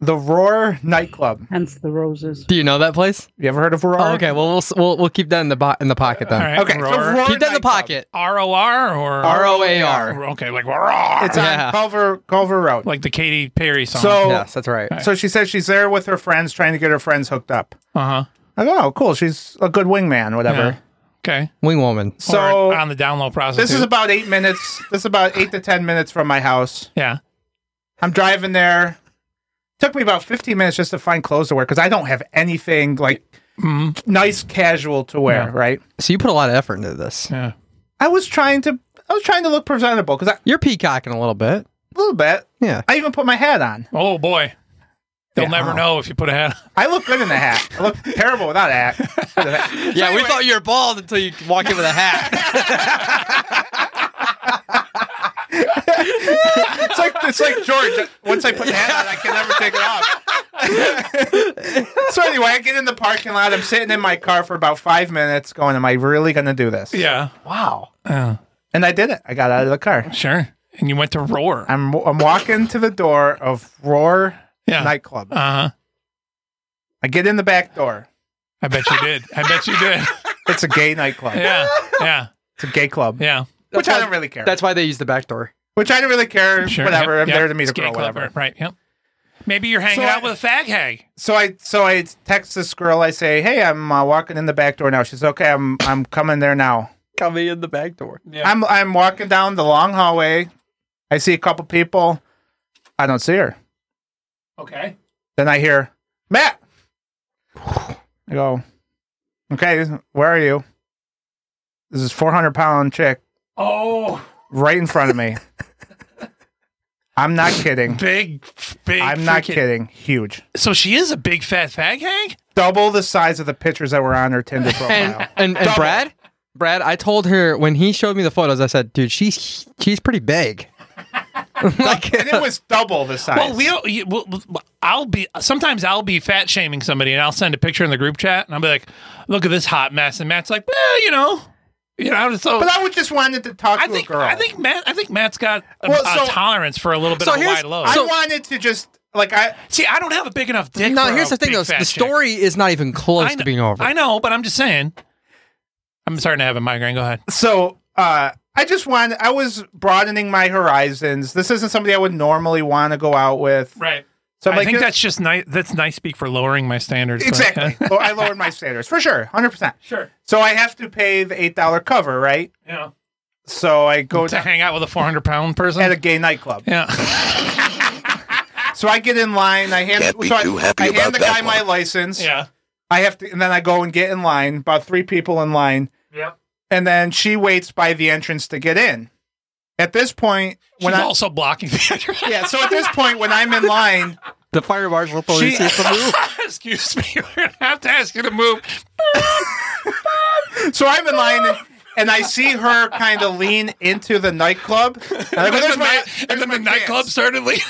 [SPEAKER 3] the Roar nightclub.
[SPEAKER 5] Hence the roses.
[SPEAKER 4] Do you know that place?
[SPEAKER 3] You ever heard of Roar?
[SPEAKER 4] Oh, okay. Well, we'll s- we'll, we'll keep that in the bo- in the pocket then.
[SPEAKER 2] All right.
[SPEAKER 3] Okay, so
[SPEAKER 2] Roar.
[SPEAKER 3] Roar
[SPEAKER 4] Keep that in the
[SPEAKER 3] nightclub.
[SPEAKER 4] pocket.
[SPEAKER 2] R O R or
[SPEAKER 4] R O A R.
[SPEAKER 2] Okay, like roar.
[SPEAKER 3] It's on
[SPEAKER 4] Yeah.
[SPEAKER 3] Culver Culver Road.
[SPEAKER 2] like the Katy Perry song.
[SPEAKER 3] So
[SPEAKER 4] Yes, that's right.
[SPEAKER 3] so she says she's there with her friends, trying to get her friends hooked up.
[SPEAKER 2] uh huh.
[SPEAKER 3] I go, oh, cool. She's a good wingman, whatever.
[SPEAKER 2] Yeah. Okay.
[SPEAKER 4] Wing woman.
[SPEAKER 3] So
[SPEAKER 2] Or on the download process.
[SPEAKER 3] this is about eight minutes. This is about eight to ten minutes from my house.
[SPEAKER 2] yeah.
[SPEAKER 3] I'm driving there. Took me about 15 minutes just to find clothes to wear because I don't have anything like
[SPEAKER 2] Mm-hmm.
[SPEAKER 3] nice casual to wear.
[SPEAKER 4] No.
[SPEAKER 3] Right?
[SPEAKER 4] So you put a lot of effort into this.
[SPEAKER 2] Yeah.
[SPEAKER 3] I was trying to. I was trying to look presentable because a
[SPEAKER 4] You're peacocking a little bit.
[SPEAKER 3] little bit.
[SPEAKER 4] Yeah.
[SPEAKER 3] I even put my hat on.
[SPEAKER 2] Oh boy, they'll
[SPEAKER 3] Yeah.
[SPEAKER 2] never know if you put a hat. on.
[SPEAKER 3] I look good in a hat. I look terrible without a hat.
[SPEAKER 4] yeah, we thought you were bald until you walk in with a hat.
[SPEAKER 3] It's like it's like George. Once I put the hat on, I can never take it off. so anyway, I get in the parking lot. I'm sitting in my car for about five minutes, going, "Am I really going to do this?"
[SPEAKER 2] Yeah.
[SPEAKER 3] Wow.
[SPEAKER 2] Yeah.
[SPEAKER 3] And I did it. I got out of the car.
[SPEAKER 2] Sure. And you went to roar.
[SPEAKER 3] I'm I'm walking to the door of Roar
[SPEAKER 2] Yeah.
[SPEAKER 3] nightclub.
[SPEAKER 2] Uh huh.
[SPEAKER 3] I get in the back door.
[SPEAKER 2] I bet you did. I bet you did.
[SPEAKER 3] It's a gay nightclub.
[SPEAKER 2] Yeah. Yeah.
[SPEAKER 3] It's a gay club,
[SPEAKER 2] Yeah.
[SPEAKER 3] which I don't really care.
[SPEAKER 4] That's why they use the back door.
[SPEAKER 3] which I don't really care.
[SPEAKER 2] Sure.
[SPEAKER 3] Whatever.
[SPEAKER 2] Yep,
[SPEAKER 3] I'm
[SPEAKER 2] yep.
[SPEAKER 3] there to meet
[SPEAKER 2] It's
[SPEAKER 3] a girl.
[SPEAKER 2] gay club,
[SPEAKER 3] Whatever.
[SPEAKER 2] Right. Yep. Maybe you're hanging
[SPEAKER 3] So
[SPEAKER 2] out
[SPEAKER 3] I-
[SPEAKER 2] with a fag hag.
[SPEAKER 3] So I so I text this girl. I say, "Hey, I'm uh, walking in the back door now." She's okay. I'm I'm coming there now.
[SPEAKER 4] Coming in the back door.
[SPEAKER 2] Yeah.
[SPEAKER 3] I'm I'm walking down the long hallway. I see a couple people. I don't see her.
[SPEAKER 2] Okay.
[SPEAKER 3] Then I hear Matt. I go, okay, where are you? This is 400 pound chick
[SPEAKER 2] Oh,
[SPEAKER 3] right in front of me. I'm not kidding.
[SPEAKER 2] big, big.
[SPEAKER 3] I'm not
[SPEAKER 2] freaking-
[SPEAKER 3] kidding. Huge.
[SPEAKER 2] So she is a big fat fag hag.
[SPEAKER 3] Double the size of the pictures that were on her Tinder profile.
[SPEAKER 4] And and, and
[SPEAKER 3] Double.
[SPEAKER 4] Brad, Brad, I told her when he showed me the photos, I said, "Dude, she's she's pretty big." like,
[SPEAKER 3] and it was double the size.
[SPEAKER 2] Well, we don't. you- Well, well, I'll be sometimes I'll be fat shaming somebody, and I'll send a picture in the group chat, and I'll be like, "Look at this hot mess," and Matt's like, "Well, you know, you know." So
[SPEAKER 3] but I would just wanted to talk
[SPEAKER 2] I
[SPEAKER 3] to
[SPEAKER 2] think
[SPEAKER 3] a girl.
[SPEAKER 2] I think Matt I think Matt's got a,
[SPEAKER 3] Well,
[SPEAKER 2] a
[SPEAKER 3] so-
[SPEAKER 2] tolerance for a little bit
[SPEAKER 4] So
[SPEAKER 2] of a
[SPEAKER 4] here's-
[SPEAKER 2] wide low.
[SPEAKER 3] I wanted to just like I
[SPEAKER 2] See, I don't have a big enough dick.
[SPEAKER 4] no,
[SPEAKER 2] for
[SPEAKER 4] here's
[SPEAKER 2] a
[SPEAKER 4] the thing
[SPEAKER 2] big
[SPEAKER 4] though:
[SPEAKER 2] fat
[SPEAKER 4] the
[SPEAKER 2] chick.
[SPEAKER 4] story is not even close
[SPEAKER 2] I
[SPEAKER 4] to
[SPEAKER 2] kn-
[SPEAKER 4] being over.
[SPEAKER 2] I know, but I'm just saying. I'm starting to have a migraine. Go ahead.
[SPEAKER 3] so uh I just wanted I was broadening my horizons. This isn't somebody I would normally want to go out with.
[SPEAKER 2] Right.
[SPEAKER 3] So
[SPEAKER 2] I
[SPEAKER 3] like,
[SPEAKER 2] think
[SPEAKER 3] uh,
[SPEAKER 2] that's just nice. That's nice speak for lowering my standards. but- uh,
[SPEAKER 3] exactly. Lo- Oh, I lowered my standards for sure, hundred percent.
[SPEAKER 2] sure.
[SPEAKER 3] So I have to pay the eight dollar cover, right?
[SPEAKER 2] Yeah.
[SPEAKER 3] So I go
[SPEAKER 2] To
[SPEAKER 3] to
[SPEAKER 2] hang out with a 400 pound person.
[SPEAKER 3] at a gay nightclub.
[SPEAKER 2] yeah.
[SPEAKER 3] So I get in line. I hand
[SPEAKER 21] Can't be
[SPEAKER 3] so I,
[SPEAKER 21] too happy
[SPEAKER 3] I hand
[SPEAKER 21] about
[SPEAKER 3] the
[SPEAKER 21] that
[SPEAKER 3] guy my
[SPEAKER 21] one.
[SPEAKER 3] license.
[SPEAKER 2] Yeah.
[SPEAKER 3] I have to, and then I go and get in line. About three people in line,
[SPEAKER 2] Yep.
[SPEAKER 3] and then she waits by the entrance to get in. At this point, when
[SPEAKER 2] She's
[SPEAKER 3] I
[SPEAKER 2] also blocking the entrance.
[SPEAKER 3] yeah, so at this point, when I'm in line,
[SPEAKER 4] the fire marshal police is the move.
[SPEAKER 2] Excuse me. You're gonna have to ask you to move.
[SPEAKER 3] so I'm in line. And, and I see her kind of lean into the nightclub. And I go,
[SPEAKER 2] And
[SPEAKER 3] "There's
[SPEAKER 2] then,
[SPEAKER 3] my,
[SPEAKER 2] the, and then the nightclub started leaving.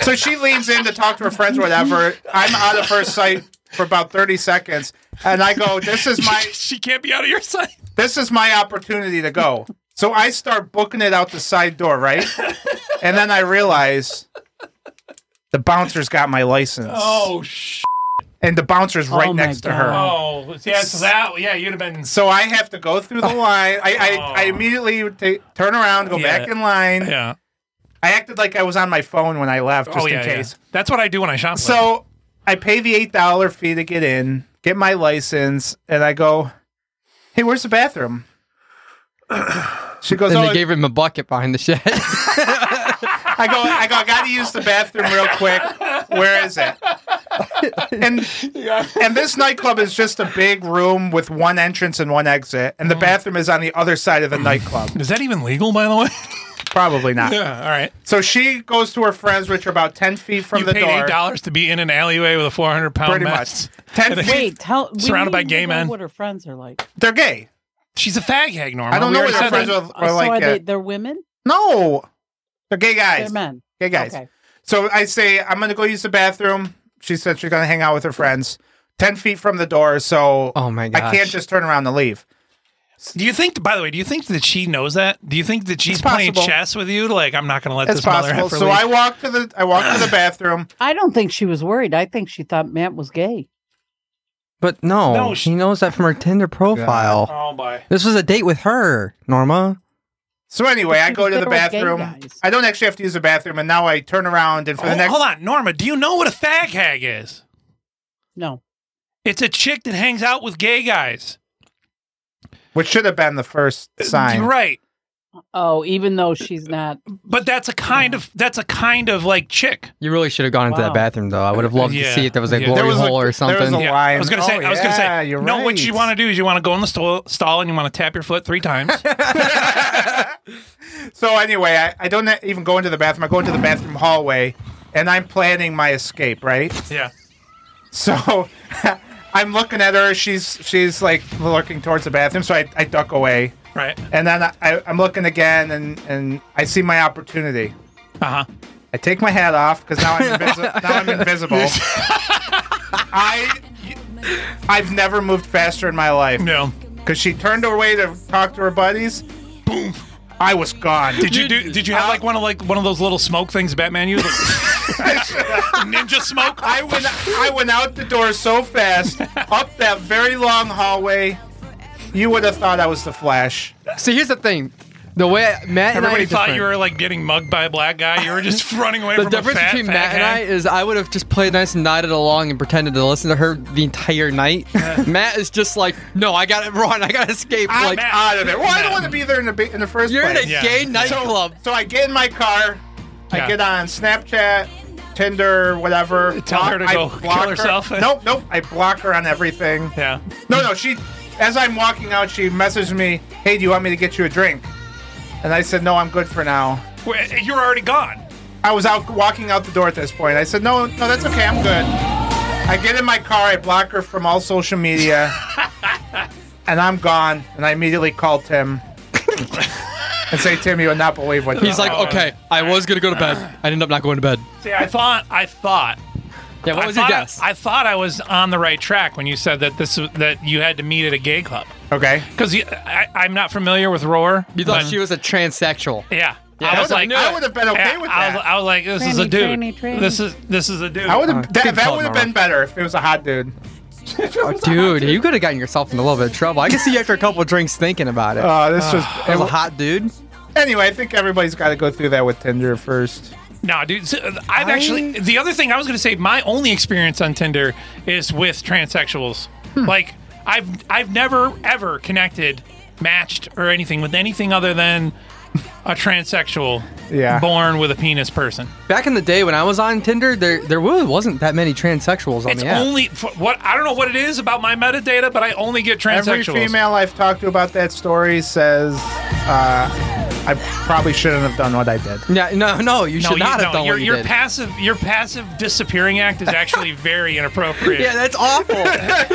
[SPEAKER 3] So she leans in to talk to her friends, or whatever. I'm out of her sight for about 30 seconds, and I go, "This is my.
[SPEAKER 2] she can't be out of your sight.
[SPEAKER 3] This is my opportunity to go." So I start booking it out the side door, right? And then I realize the bouncer's got my license,
[SPEAKER 2] Oh sh.
[SPEAKER 3] and the bouncer's right next to her.
[SPEAKER 2] Oh yeah. So that yeah, you'd have been. Oh.
[SPEAKER 3] So I have to go through the line. I I, I immediately would ta- turn around, go
[SPEAKER 2] Yeah.
[SPEAKER 3] back in line.
[SPEAKER 2] Yeah.
[SPEAKER 3] I acted like I was on my phone when I left, just
[SPEAKER 2] oh yeah,
[SPEAKER 3] in
[SPEAKER 2] yeah.
[SPEAKER 3] case.
[SPEAKER 2] That's what I do when I shop.
[SPEAKER 3] So I pay the eight dollar fee to get in, get my license, and I go, "Hey, where's the bathroom?" She goes,
[SPEAKER 4] and
[SPEAKER 3] "Oh,
[SPEAKER 4] they gave him a bucket behind the shed.
[SPEAKER 3] I go, I go, I got to use the bathroom real quick. Where is it? And and this nightclub is just a big room with one entrance and one exit, and the bathroom is on the other side of the nightclub.
[SPEAKER 2] Mm. Is that even legal, by the way?
[SPEAKER 3] Probably not.
[SPEAKER 2] Yeah, all right.
[SPEAKER 3] Ah. So she goes to her friends, which are about ten feet from
[SPEAKER 2] you
[SPEAKER 3] the
[SPEAKER 2] paid
[SPEAKER 3] door.
[SPEAKER 2] eight dollars to be in an alleyway with a four hundred pound
[SPEAKER 3] Pretty
[SPEAKER 2] mess.
[SPEAKER 3] much. Ten feet-
[SPEAKER 5] Wait, tell we
[SPEAKER 2] surrounded by
[SPEAKER 5] need
[SPEAKER 2] gay
[SPEAKER 5] to know
[SPEAKER 2] men.
[SPEAKER 5] What her friends are like?
[SPEAKER 3] They're gay.
[SPEAKER 2] She's a fag hag, Norma.
[SPEAKER 3] I don't
[SPEAKER 2] We
[SPEAKER 3] know
[SPEAKER 2] already
[SPEAKER 3] what her
[SPEAKER 2] said
[SPEAKER 3] friends
[SPEAKER 2] that.
[SPEAKER 3] are, are like.
[SPEAKER 5] so are they,
[SPEAKER 3] uh,
[SPEAKER 5] they're women.
[SPEAKER 3] No, they're gay guys.
[SPEAKER 5] They're men.
[SPEAKER 3] Gay guys.
[SPEAKER 5] Okay.
[SPEAKER 3] So I say I'm gonna go use the bathroom. She said she's gonna hang out with her friends, ten feet from the door. So
[SPEAKER 4] oh my
[SPEAKER 3] I can't
[SPEAKER 4] gosh.
[SPEAKER 3] just turn around and leave.
[SPEAKER 2] Do you think? By the way, do you think that she knows that? Do you think that she's
[SPEAKER 3] It's
[SPEAKER 2] playing
[SPEAKER 3] possible.
[SPEAKER 2] chess with you? Like, I'm not going to let
[SPEAKER 3] It's
[SPEAKER 2] this mother
[SPEAKER 3] possible.
[SPEAKER 2] heifer
[SPEAKER 3] So
[SPEAKER 2] leave.
[SPEAKER 3] I walk to the I walk to the bathroom.
[SPEAKER 5] I don't think she was worried. I think she thought Matt was gay.
[SPEAKER 4] But no,
[SPEAKER 5] No,
[SPEAKER 4] she knows that from her Tinder profile.
[SPEAKER 2] Oh boy.
[SPEAKER 4] This was a date with her, Norma.
[SPEAKER 3] So anyway, I go to the
[SPEAKER 5] They're all gay
[SPEAKER 3] bathroom. I don't actually have to use the bathroom, and now I turn around and for the
[SPEAKER 2] Hold-
[SPEAKER 3] next
[SPEAKER 2] Hold on, Norma. Do you know what a fag hag is?
[SPEAKER 5] No.
[SPEAKER 2] It's a chick that hangs out with gay guys.
[SPEAKER 3] which should have been the
[SPEAKER 2] Uh,
[SPEAKER 3] first sign.
[SPEAKER 2] You're right,
[SPEAKER 5] Oh, even though she's not.
[SPEAKER 2] but that's a kind of that's a kind of like chick.
[SPEAKER 4] You really should have gone into
[SPEAKER 5] Wow.
[SPEAKER 4] that bathroom though. I would have loved
[SPEAKER 2] Yeah.
[SPEAKER 4] to see if there was a
[SPEAKER 2] Yeah.
[SPEAKER 4] glory
[SPEAKER 2] There was
[SPEAKER 4] hole or
[SPEAKER 3] there was
[SPEAKER 4] something.
[SPEAKER 3] a line.
[SPEAKER 2] I was gonna say.
[SPEAKER 3] Oh,
[SPEAKER 2] I was gonna
[SPEAKER 3] yeah,
[SPEAKER 2] say.
[SPEAKER 3] you're
[SPEAKER 2] No,
[SPEAKER 3] right.
[SPEAKER 2] what you want to do is you want to go in the stall, stall and you want to tap your foot three times.
[SPEAKER 3] So anyway, I, I don't even go into the bathroom. I go into the bathroom hallway, and I'm planning my escape. Right.
[SPEAKER 2] yeah.
[SPEAKER 3] So I'm looking at her. She's she's like looking towards the bathroom. So I, I duck away,
[SPEAKER 2] Right.
[SPEAKER 3] and then I, I, I'm looking again, and and I see my opportunity.
[SPEAKER 2] Uh huh.
[SPEAKER 3] I take my hat off because now I'm invisible. now I'm invisible. I I've never moved faster in my life.
[SPEAKER 2] No.
[SPEAKER 3] Because she turned away to talk to her buddies. Boom. I was gone.
[SPEAKER 2] Did you do? Did you have like one of like one of those little smoke things Batman uses? Ninja smoke.
[SPEAKER 3] I went I went out the door so fast up that very long hallway. You would have thought I was the Flash.
[SPEAKER 4] See, here's the thing. The way I- Matt and I
[SPEAKER 2] Everybody
[SPEAKER 4] are
[SPEAKER 2] thought
[SPEAKER 4] different.
[SPEAKER 2] you were like getting mugged by a black guy. You were just running away
[SPEAKER 4] the
[SPEAKER 2] from
[SPEAKER 4] difference
[SPEAKER 2] a fat,
[SPEAKER 4] between
[SPEAKER 2] fat
[SPEAKER 4] Matt and I
[SPEAKER 2] guy.
[SPEAKER 4] is I would have just played nice and nodded along and pretended to listen to her the entire night. Matt is just like, no, I got it wrong. I got to escape.
[SPEAKER 3] I'm
[SPEAKER 4] like,
[SPEAKER 3] out of there. Well, I don't want to be there in the ba- in the first
[SPEAKER 4] you're in a
[SPEAKER 3] place.
[SPEAKER 2] Yeah.
[SPEAKER 4] gay nightclub.
[SPEAKER 3] So I get in my car. I
[SPEAKER 2] Yeah.
[SPEAKER 3] get on Snapchat, Tinder, whatever.
[SPEAKER 2] Tell her to
[SPEAKER 3] I
[SPEAKER 2] go
[SPEAKER 3] block
[SPEAKER 2] kill herself.
[SPEAKER 3] Nope, nope. I block her on everything.
[SPEAKER 2] Yeah.
[SPEAKER 3] No, no. She, as I'm walking out, she messaged me, "Hey, do you want me to get you a drink?" And I said, "No, I'm good for now."
[SPEAKER 2] Well, You're already gone.
[SPEAKER 3] I was out walking out the door at this point. I said, "No, no, that's okay. I'm good." I get in my car. I block her from all social media, and I'm gone. And I immediately call Tim and say, "Tim, you would not believe what."
[SPEAKER 4] He's like,
[SPEAKER 3] happened."
[SPEAKER 4] okay, I was going to go to bed. I ended up not going to bed.
[SPEAKER 2] Oh. See, I thought. I thought.
[SPEAKER 4] Yeah, what
[SPEAKER 2] I
[SPEAKER 4] was your
[SPEAKER 2] thought
[SPEAKER 4] guess?
[SPEAKER 2] I, thought I was on the right track when you said that this that you had to meet at a gay club
[SPEAKER 3] okay."
[SPEAKER 2] because I'm not familiar with Roar.
[SPEAKER 4] you thought
[SPEAKER 2] but-
[SPEAKER 4] she was a transsexual.
[SPEAKER 2] Yeah.
[SPEAKER 4] Yeah,
[SPEAKER 2] I
[SPEAKER 4] I
[SPEAKER 2] was
[SPEAKER 4] would've
[SPEAKER 2] like,
[SPEAKER 4] knew it.
[SPEAKER 3] I would have been okay
[SPEAKER 2] yeah,
[SPEAKER 3] with
[SPEAKER 2] I
[SPEAKER 3] that.
[SPEAKER 2] was, I was like, this is a
[SPEAKER 5] Tranny,
[SPEAKER 2] dude.
[SPEAKER 5] tranny, tranny.
[SPEAKER 2] This is this is a dude.
[SPEAKER 3] I would have. that
[SPEAKER 4] good
[SPEAKER 3] that
[SPEAKER 4] call,
[SPEAKER 3] would have
[SPEAKER 4] Norma.
[SPEAKER 3] been better if it was a hot dude.
[SPEAKER 4] Oh, dude, you could have gotten yourself in a little bit of trouble. I can see you after a couple of drinks thinking about it.
[SPEAKER 3] Oh, this was.
[SPEAKER 4] That was a hot dude.
[SPEAKER 3] Anyway, I think everybody's got to go through that with Tinder first.
[SPEAKER 2] No, dude. so, uh, I've actually the other thing I was going to say. My only experience on Tinder is with transsexuals. Like I've I've never ever connected, matched, or anything with anything other than a transsexual
[SPEAKER 4] Yeah.
[SPEAKER 2] born with a penis person.
[SPEAKER 4] Back in the day when I was on Tinder, there there really wasn't that many transsexuals on
[SPEAKER 2] It's
[SPEAKER 4] the app.
[SPEAKER 2] only for what I don't know what it is about my metadata, but I only get
[SPEAKER 3] Every
[SPEAKER 2] transsexuals.
[SPEAKER 3] female I've talked to about that story says, uh, I probably shouldn't have done what I did.
[SPEAKER 4] Yeah, no, no, Oh, you should not have done
[SPEAKER 2] your,
[SPEAKER 4] what you
[SPEAKER 2] your
[SPEAKER 4] did.
[SPEAKER 2] passive your passive disappearing act is actually very inappropriate.
[SPEAKER 4] Yeah, that's awful.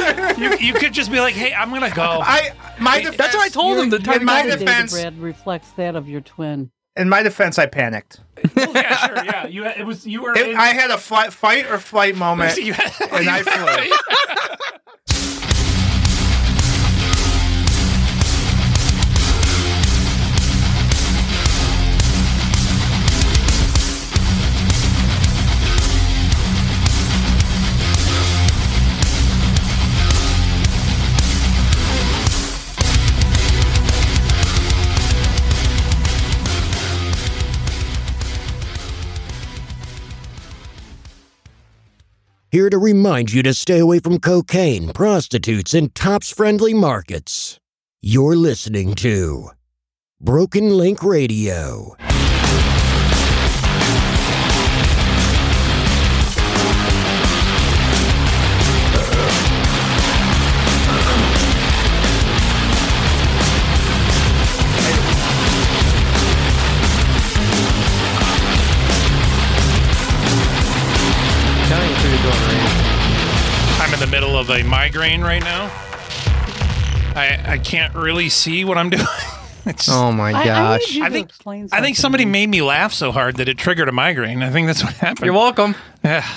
[SPEAKER 2] you, you could just be like, "Hey, I'm gonna go."
[SPEAKER 3] I my
[SPEAKER 4] That's what I told him. The time
[SPEAKER 3] my
[SPEAKER 5] Your data,
[SPEAKER 3] defense-
[SPEAKER 5] Brad, reflects that of your twin.
[SPEAKER 3] In my defense, I panicked.
[SPEAKER 2] Oh, yeah, you it was you were.
[SPEAKER 3] It, I had a flight, fight or flight moment,
[SPEAKER 2] You-
[SPEAKER 3] and I flew.
[SPEAKER 1] Here to remind you to stay away from cocaine, prostitutes, and tops friendly markets. You're listening to Broken Link Radio.
[SPEAKER 2] I'm in the middle of a migraine right now. I I can't really see what I'm doing. It's,
[SPEAKER 4] Oh my I- I need gosh. you
[SPEAKER 2] I,
[SPEAKER 4] to
[SPEAKER 2] think
[SPEAKER 4] explain
[SPEAKER 2] I think
[SPEAKER 4] something
[SPEAKER 2] somebody made me laugh so hard that it triggered a migraine. I think that's what happened.
[SPEAKER 4] You're welcome.
[SPEAKER 2] Yeah.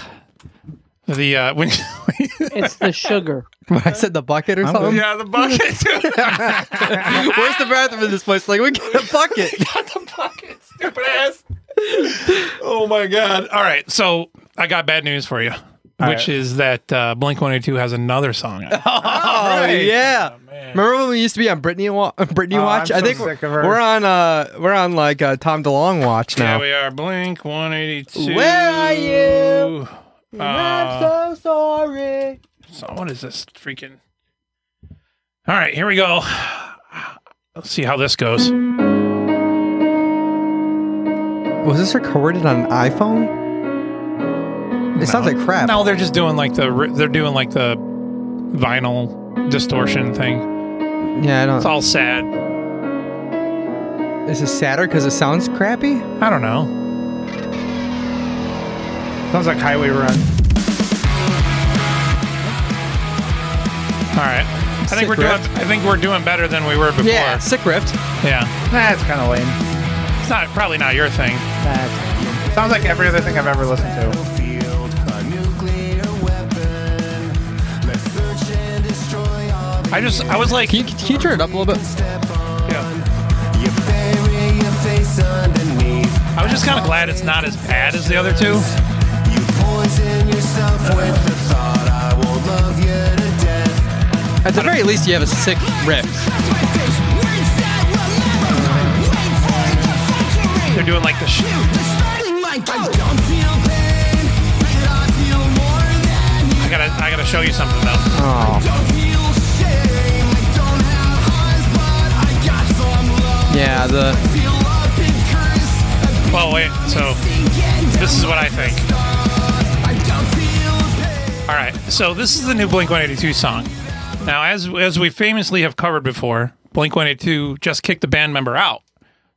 [SPEAKER 2] The uh, when
[SPEAKER 5] it's the sugar.
[SPEAKER 4] When I said the bucket or
[SPEAKER 2] I'm
[SPEAKER 4] something.
[SPEAKER 2] good. Yeah, the bucket.
[SPEAKER 4] Where's the bathroom in this place? Like we get a bucket.
[SPEAKER 2] Stupid ass. oh my god! All right, so I got bad news for you,
[SPEAKER 4] All
[SPEAKER 2] which
[SPEAKER 4] right.
[SPEAKER 2] is that uh, Blink One Eighty Two has another song. out.
[SPEAKER 4] Oh yeah. Remember when we used to be on Britney wa- Britney
[SPEAKER 2] Oh,
[SPEAKER 4] watch?
[SPEAKER 2] I'm
[SPEAKER 4] I
[SPEAKER 2] so
[SPEAKER 4] think
[SPEAKER 2] sick of her.
[SPEAKER 4] we're on uh we're on like uh, Tom DeLong watch
[SPEAKER 2] Yeah,
[SPEAKER 4] now.
[SPEAKER 2] we are Blink One Eighty Two.
[SPEAKER 4] Where are you?
[SPEAKER 2] Uh,
[SPEAKER 4] so sorry.
[SPEAKER 2] so what is this freaking? All right, here we go. Let's see how this goes.
[SPEAKER 4] Was this recorded on an iPhone? It sounds like crap.
[SPEAKER 2] No, they're just doing like the ri- they're doing like the vinyl distortion thing.
[SPEAKER 4] Yeah, I don't.
[SPEAKER 2] It's all sad.
[SPEAKER 4] Is it sadder because it sounds crappy?
[SPEAKER 2] I don't know.
[SPEAKER 3] Sounds like Highway Run.
[SPEAKER 2] All right, I
[SPEAKER 4] Sick
[SPEAKER 2] think we're
[SPEAKER 4] riff.
[SPEAKER 2] doing I think we're doing better than we were before.
[SPEAKER 4] Yeah, sick ripped.
[SPEAKER 2] Yeah,
[SPEAKER 3] That's kind of lame.
[SPEAKER 2] it's not probably not your thing.
[SPEAKER 3] Sounds like every other thing I've ever listened to.
[SPEAKER 2] I just I was like,
[SPEAKER 4] can you, can you turn it up a little bit?
[SPEAKER 2] I was just kind of glad it's not as bad as the other two.
[SPEAKER 4] At the very least, you have a sick riff.
[SPEAKER 2] They're doing like the sh- I gotta I gotta show you something though.
[SPEAKER 4] Yeah, the
[SPEAKER 2] Well, Oh, wait. So this is what I think. All right. So this is the new Blink 182 song. Now, as as we famously have covered before, Blink 182 just kicked the band member out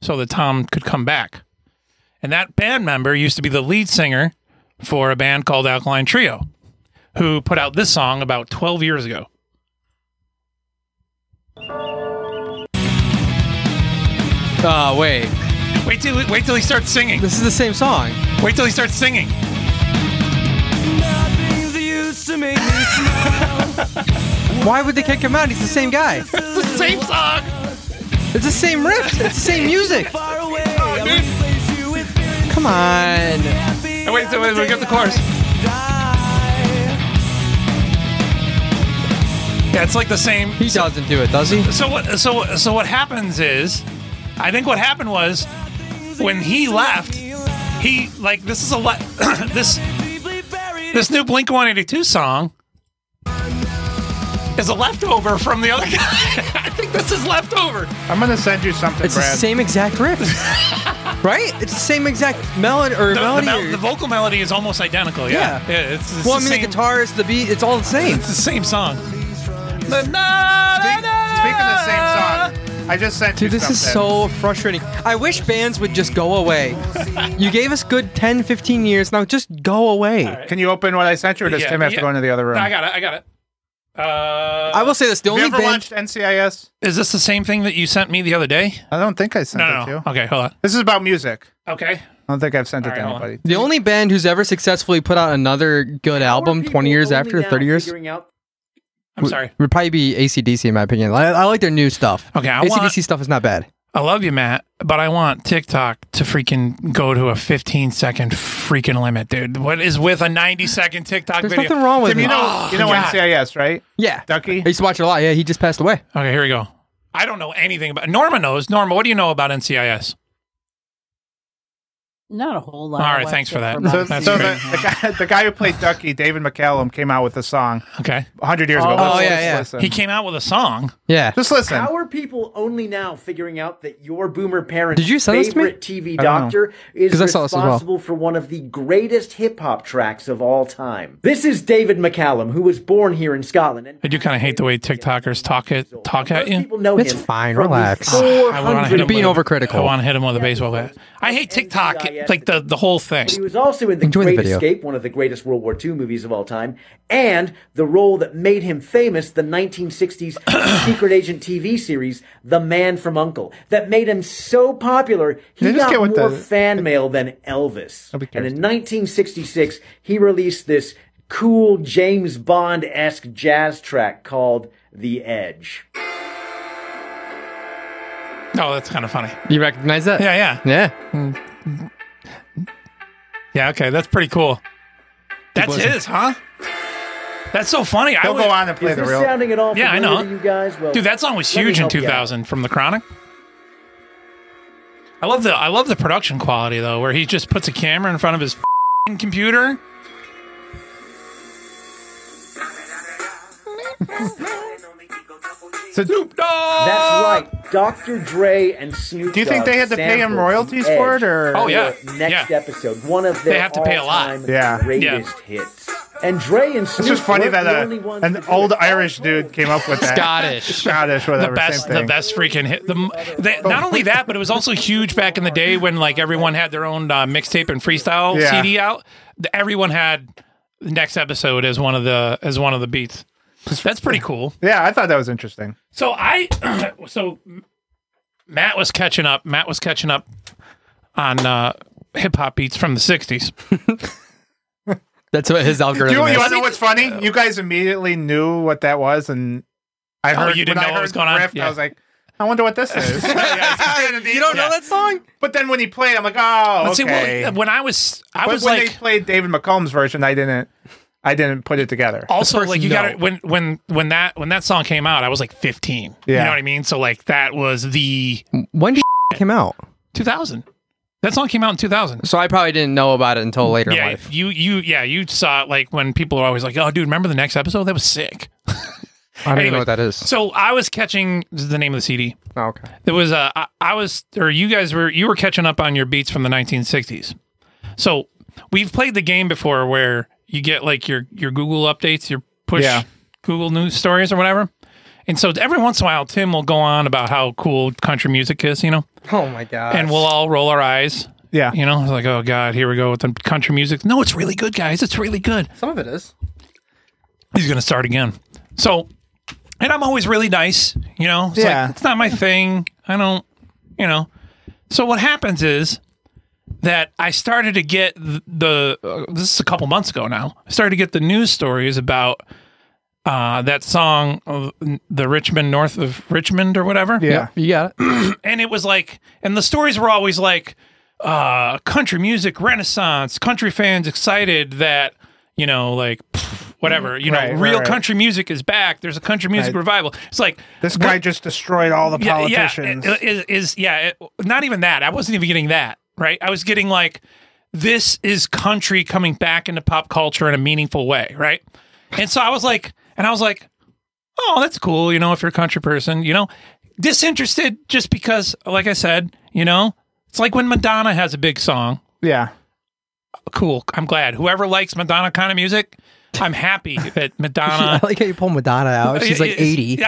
[SPEAKER 2] so that Tom could come back. And that band member used to be the lead singer for a band called Alkaline Trio, who put out this song about 12 years ago.
[SPEAKER 4] oh wait,
[SPEAKER 2] Wait till wait till he starts singing.
[SPEAKER 4] this is the same song.
[SPEAKER 2] Wait till he starts singing.
[SPEAKER 4] Why would they kick him out? He's the same guy.
[SPEAKER 2] It's the same song.
[SPEAKER 4] It's the same riff. It's the same music.
[SPEAKER 2] Oh, dude.
[SPEAKER 4] Come on.
[SPEAKER 2] Oh, Wait, so wait, we get the chorus. Yeah, it's like the same.
[SPEAKER 4] He doesn't do it, does he?
[SPEAKER 2] So what? So so what happens is, I think what happened was, when he left, he like this is a le- this this new Blink One Eighty Two song is a leftover from the other guy. I think this is leftover.
[SPEAKER 3] I'm gonna send you something,
[SPEAKER 4] It's
[SPEAKER 3] Brad.
[SPEAKER 4] the same exact riff, right? It's the same exact melody or
[SPEAKER 2] The, the,
[SPEAKER 4] melody.
[SPEAKER 2] mel-
[SPEAKER 4] or-
[SPEAKER 2] the vocal melody is almost identical. Yeah.
[SPEAKER 4] Yeah.
[SPEAKER 2] it's, it's
[SPEAKER 4] well, I mean,
[SPEAKER 2] the
[SPEAKER 4] the
[SPEAKER 2] same,
[SPEAKER 4] guitars, the beat, it's all the same.
[SPEAKER 2] it's the same song.
[SPEAKER 3] Speaking of the same song, I just sent
[SPEAKER 4] Dude,
[SPEAKER 3] you
[SPEAKER 4] this is
[SPEAKER 3] something.
[SPEAKER 4] so frustrating. I wish bands would just go away. you gave us good 10, 15 years. Now just go away.
[SPEAKER 3] Can you open what I sent you, or does
[SPEAKER 2] Yeah,
[SPEAKER 3] Tim have
[SPEAKER 2] yeah.
[SPEAKER 3] to go into the other room?
[SPEAKER 2] I got it. I got it. Uh,
[SPEAKER 4] I will say this: the
[SPEAKER 3] Have you
[SPEAKER 4] only
[SPEAKER 3] ever
[SPEAKER 4] band.
[SPEAKER 3] watched NCIS?
[SPEAKER 2] Is this the same thing that you sent me the other day?
[SPEAKER 3] I don't think I sent
[SPEAKER 2] No,
[SPEAKER 3] it
[SPEAKER 2] no,
[SPEAKER 3] to you.
[SPEAKER 2] no. Okay, hold on.
[SPEAKER 3] This is about music.
[SPEAKER 2] Okay.
[SPEAKER 3] I don't think I've sent it to
[SPEAKER 2] hold on.
[SPEAKER 3] anybody.
[SPEAKER 4] the only band who's ever successfully put out another good album 20 years after, 30 years,
[SPEAKER 2] I'm sorry.
[SPEAKER 4] would probably be ACDC, in my opinion. I, I like their new stuff.
[SPEAKER 2] Okay, I
[SPEAKER 4] ACDC
[SPEAKER 2] want-
[SPEAKER 4] stuff is not bad.
[SPEAKER 2] I love you, Matt, but I want TikTok to freaking go to a 15 second freaking limit, dude. What is with a 90 second TikTok
[SPEAKER 4] There's
[SPEAKER 2] video?
[SPEAKER 4] nothing wrong with
[SPEAKER 3] Tim, you
[SPEAKER 4] it.
[SPEAKER 3] know,
[SPEAKER 2] Oh,
[SPEAKER 3] you know
[SPEAKER 2] God.
[SPEAKER 3] NCIS, right?
[SPEAKER 4] Yeah.
[SPEAKER 3] Ducky.
[SPEAKER 4] I used to watch it a lot. Yeah, he just passed away.
[SPEAKER 2] Okay, here we go. I don't know anything about Norma knows. Norma, what do you know about NCIS?
[SPEAKER 5] Not a whole lot.
[SPEAKER 2] All
[SPEAKER 5] I
[SPEAKER 2] right,
[SPEAKER 5] watched
[SPEAKER 2] thanks for
[SPEAKER 5] it
[SPEAKER 2] that.
[SPEAKER 5] about
[SPEAKER 3] So,
[SPEAKER 2] That's
[SPEAKER 3] so
[SPEAKER 2] great.
[SPEAKER 3] the, the, guy, the guy who played Ducky, David McCallum, came out with a song
[SPEAKER 2] Okay.
[SPEAKER 3] 100 years ago.
[SPEAKER 4] Oh,
[SPEAKER 3] Let's
[SPEAKER 4] yeah,
[SPEAKER 3] just
[SPEAKER 4] yeah.
[SPEAKER 3] Listen.
[SPEAKER 2] He came out with a song.
[SPEAKER 4] Yeah.
[SPEAKER 3] just listen.
[SPEAKER 10] How are people only now figuring out that your boomer parents'
[SPEAKER 4] Did you send this to me?
[SPEAKER 10] favorite TV
[SPEAKER 4] I don't know.
[SPEAKER 10] doctor is
[SPEAKER 4] 'Cause I saw this as well.
[SPEAKER 10] responsible for one of the greatest hip hop tracks of all time? This is David McCallum, who was born here in Scotland, and
[SPEAKER 2] I do kind of hate the way TikTokers talk it talk at you.
[SPEAKER 10] people know
[SPEAKER 4] It's
[SPEAKER 10] him
[SPEAKER 4] fine.
[SPEAKER 10] from the
[SPEAKER 4] Relax.
[SPEAKER 2] I want to hit
[SPEAKER 10] 400
[SPEAKER 2] him
[SPEAKER 4] Being
[SPEAKER 2] with-
[SPEAKER 4] overcritical.
[SPEAKER 2] I want to hit him with a baseball bat. I hate TikTok, like the the whole thing.
[SPEAKER 10] He was also in The
[SPEAKER 4] Enjoy the
[SPEAKER 10] Great
[SPEAKER 4] video.
[SPEAKER 10] Escape, one of the greatest World War II movies of all time, and the role that made him famous, the 1960s secret agent TV series, The Man from U.N.C.L.E., that made him so popular, he
[SPEAKER 3] They just
[SPEAKER 10] got
[SPEAKER 3] get what
[SPEAKER 10] more
[SPEAKER 3] the-
[SPEAKER 10] fan mail than Elvis.
[SPEAKER 3] Nobody
[SPEAKER 10] And
[SPEAKER 3] cares.
[SPEAKER 10] in 1966, he released this cool James Bond-esque jazz track called The Edge.
[SPEAKER 2] Oh, that's kind of funny.
[SPEAKER 4] You recognize that?
[SPEAKER 2] Yeah, yeah, Mm.
[SPEAKER 4] Yeah.
[SPEAKER 2] yeah. Okay, that's pretty cool. That's
[SPEAKER 4] wasn't-
[SPEAKER 2] his, huh? That's so funny. I
[SPEAKER 3] He'll
[SPEAKER 2] would,
[SPEAKER 3] go on and play
[SPEAKER 10] Is
[SPEAKER 3] the
[SPEAKER 10] this
[SPEAKER 3] real.
[SPEAKER 10] sounding at all
[SPEAKER 2] Yeah, I
[SPEAKER 10] familiar
[SPEAKER 2] know.
[SPEAKER 10] to you guys? Well,
[SPEAKER 2] Dude, that song was
[SPEAKER 10] let me
[SPEAKER 2] huge in
[SPEAKER 10] help you out.
[SPEAKER 2] 2000 from the Chronic. I love the I love the production quality though, where he just puts a camera in front of his f***ing computer.
[SPEAKER 3] So, do
[SPEAKER 10] That's right. Dr. Dre and Snoop.
[SPEAKER 3] you think
[SPEAKER 10] Dogg
[SPEAKER 3] they had to pay him
[SPEAKER 10] sampled
[SPEAKER 3] royalties
[SPEAKER 10] Edge
[SPEAKER 3] for it, or
[SPEAKER 2] Oh, yeah.
[SPEAKER 10] for Next episode, one of their
[SPEAKER 2] They have to pay a lot.
[SPEAKER 10] all-time
[SPEAKER 3] Yeah.
[SPEAKER 10] greatest hits. And Dre and Snoop.
[SPEAKER 3] It's just funny
[SPEAKER 10] weren't
[SPEAKER 3] that
[SPEAKER 10] the
[SPEAKER 3] uh,
[SPEAKER 10] only ones
[SPEAKER 3] an
[SPEAKER 10] to do
[SPEAKER 3] old
[SPEAKER 10] it.
[SPEAKER 3] Irish dude came up with that.
[SPEAKER 4] Scottish.
[SPEAKER 3] Scottish, whatever.
[SPEAKER 2] the best,
[SPEAKER 3] same thing.
[SPEAKER 2] the best freaking hit. The, m- they, not only that, but it was also huge back in the day when like everyone had their own uh, mixtape and freestyle
[SPEAKER 3] Yeah.
[SPEAKER 2] CD out. The- Everyone had the next episode as one of the as one of the beats. That's pretty cool.
[SPEAKER 3] Yeah, I thought that was interesting.
[SPEAKER 2] So I, so Matt was catching up. Matt was catching up on uh, hip hop beats from the '60s.
[SPEAKER 4] That's what his
[SPEAKER 3] Do
[SPEAKER 4] algorithm
[SPEAKER 3] you, you
[SPEAKER 4] is.
[SPEAKER 3] want to know what's funny? You guys immediately knew what that was, and I
[SPEAKER 2] Oh,
[SPEAKER 3] heard
[SPEAKER 2] you didn't
[SPEAKER 3] when
[SPEAKER 2] know
[SPEAKER 3] I
[SPEAKER 2] what
[SPEAKER 3] heard
[SPEAKER 2] was going on?
[SPEAKER 3] riff,
[SPEAKER 2] Yeah.
[SPEAKER 3] I was like, I wonder what this is.
[SPEAKER 4] You don't know that song?
[SPEAKER 3] But then when he played, I'm like, oh,
[SPEAKER 2] Let's
[SPEAKER 3] okay.
[SPEAKER 2] see. Well, when I was, I
[SPEAKER 3] but
[SPEAKER 2] was
[SPEAKER 3] when
[SPEAKER 2] like,
[SPEAKER 3] they played David McCombs version, I didn't, I didn't put it together.
[SPEAKER 2] also
[SPEAKER 4] first
[SPEAKER 2] like you
[SPEAKER 4] no.
[SPEAKER 2] got it when when when that when that song came out, I was like 15. You
[SPEAKER 3] Yeah.
[SPEAKER 2] know what I mean? So like that was the
[SPEAKER 4] When did came out?
[SPEAKER 2] 2000. That song came out in 2000.
[SPEAKER 4] So I probably didn't know about it until later in
[SPEAKER 2] Yeah,
[SPEAKER 4] life.
[SPEAKER 2] you you yeah you saw it like when people are always like, oh dude, remember the next episode? That was sick.
[SPEAKER 4] I don't even know
[SPEAKER 2] Anyway,
[SPEAKER 4] what that is.
[SPEAKER 2] So I was catching this is the name of the CD.
[SPEAKER 4] Oh, okay.
[SPEAKER 2] There was a I, I was or you guys were you were catching up on your beats from the 1960s. So we've played the game before where you get like your your Google updates, your push
[SPEAKER 3] Yeah.
[SPEAKER 2] Google news stories or whatever. And so every once in a while, Tim will go on about how cool country music is, you know,
[SPEAKER 4] Oh my god.
[SPEAKER 2] and we'll all roll our eyes.
[SPEAKER 3] Yeah.
[SPEAKER 2] You know, it's like, oh God, here we go with the country music. No, it's really good, guys. It's really good.
[SPEAKER 4] some of it is.
[SPEAKER 2] He's going to start again. So, and I'm always really nice, you know? It's
[SPEAKER 3] Yeah.
[SPEAKER 2] like, it's not my thing. I don't, you know? So what happens is that I started to get th- the, uh, this is a couple months ago now, I started to get the news stories about uh, that song, uh, the Richmond, north of Richmond or whatever
[SPEAKER 3] Yeah.
[SPEAKER 4] You got it.
[SPEAKER 2] and it was like and the stories were always like uh country music renaissance country fans excited that you know like pff, whatever you know
[SPEAKER 3] Right, right,
[SPEAKER 2] real
[SPEAKER 3] right.
[SPEAKER 2] country music is back there's a country music
[SPEAKER 3] Right.
[SPEAKER 2] revival it's like
[SPEAKER 3] This guy just destroyed all the
[SPEAKER 2] yeah, yeah uh,
[SPEAKER 3] politicians.
[SPEAKER 2] it- it- is, is yeah it- not even that i wasn't even getting that right i was getting like this is country coming back into pop culture in a meaningful way right and so i was like and i was like oh, that's cool. You know, if you're a country person, you know, disinterested just because, like I said, you know, it's like when Madonna has a big song.
[SPEAKER 3] Yeah.
[SPEAKER 2] Cool. I'm glad. Whoever likes Madonna kind of music, I'm happy that Madonna.
[SPEAKER 4] I like how you pull Madonna out. Oh, She's like
[SPEAKER 2] It's-
[SPEAKER 4] 80.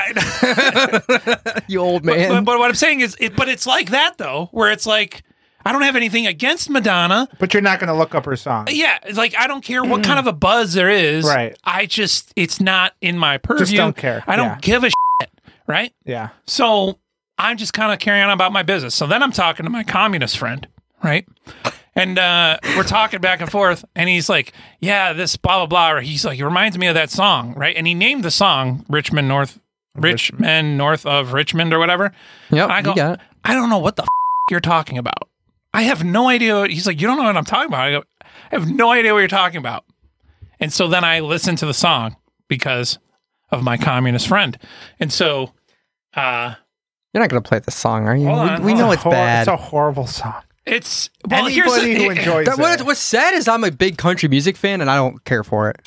[SPEAKER 4] you old man.
[SPEAKER 2] But, but what I'm saying is, it, but it's like that though, where it's like, I don't have anything against Madonna.
[SPEAKER 3] But you're not going to look up her song.
[SPEAKER 2] Yeah, it's like I don't care what
[SPEAKER 4] Mm.
[SPEAKER 2] kind of a buzz there is.
[SPEAKER 3] Right.
[SPEAKER 2] I just it's not in my purview.
[SPEAKER 3] don't care.
[SPEAKER 2] I don't
[SPEAKER 3] Yeah.
[SPEAKER 2] give a shit. Right.
[SPEAKER 3] Yeah.
[SPEAKER 2] So I'm just kind of carrying on about my business. So then I'm talking to my communist friend, right? And uh, we're talking back and forth, and he's like, "Yeah, this blah blah blah." Or he's like, "It reminds me of that song, right?" And he named the song "Richmond North," "Richmond North of Richmond" or whatever.
[SPEAKER 4] Yeah,
[SPEAKER 2] I go,
[SPEAKER 4] you got it.
[SPEAKER 2] I don't know what the f- you're talking about. I have no idea. What, he's like, "You don't know what I'm talking about." I go, "I have no idea what you're talking about." And so then I listened to the song because of my communist friend, and so. Uh,
[SPEAKER 4] You're not going to play the song, are you?
[SPEAKER 2] Hold
[SPEAKER 4] We-
[SPEAKER 2] on,
[SPEAKER 4] we
[SPEAKER 2] hold
[SPEAKER 4] know
[SPEAKER 2] on.
[SPEAKER 4] it's
[SPEAKER 2] Hold on,
[SPEAKER 4] bad.
[SPEAKER 2] it's a
[SPEAKER 3] horrible song.
[SPEAKER 2] It's well,
[SPEAKER 4] Anybody
[SPEAKER 2] here's the-
[SPEAKER 4] that, what, What's sad is I'm a big country music fan and I don't care for it.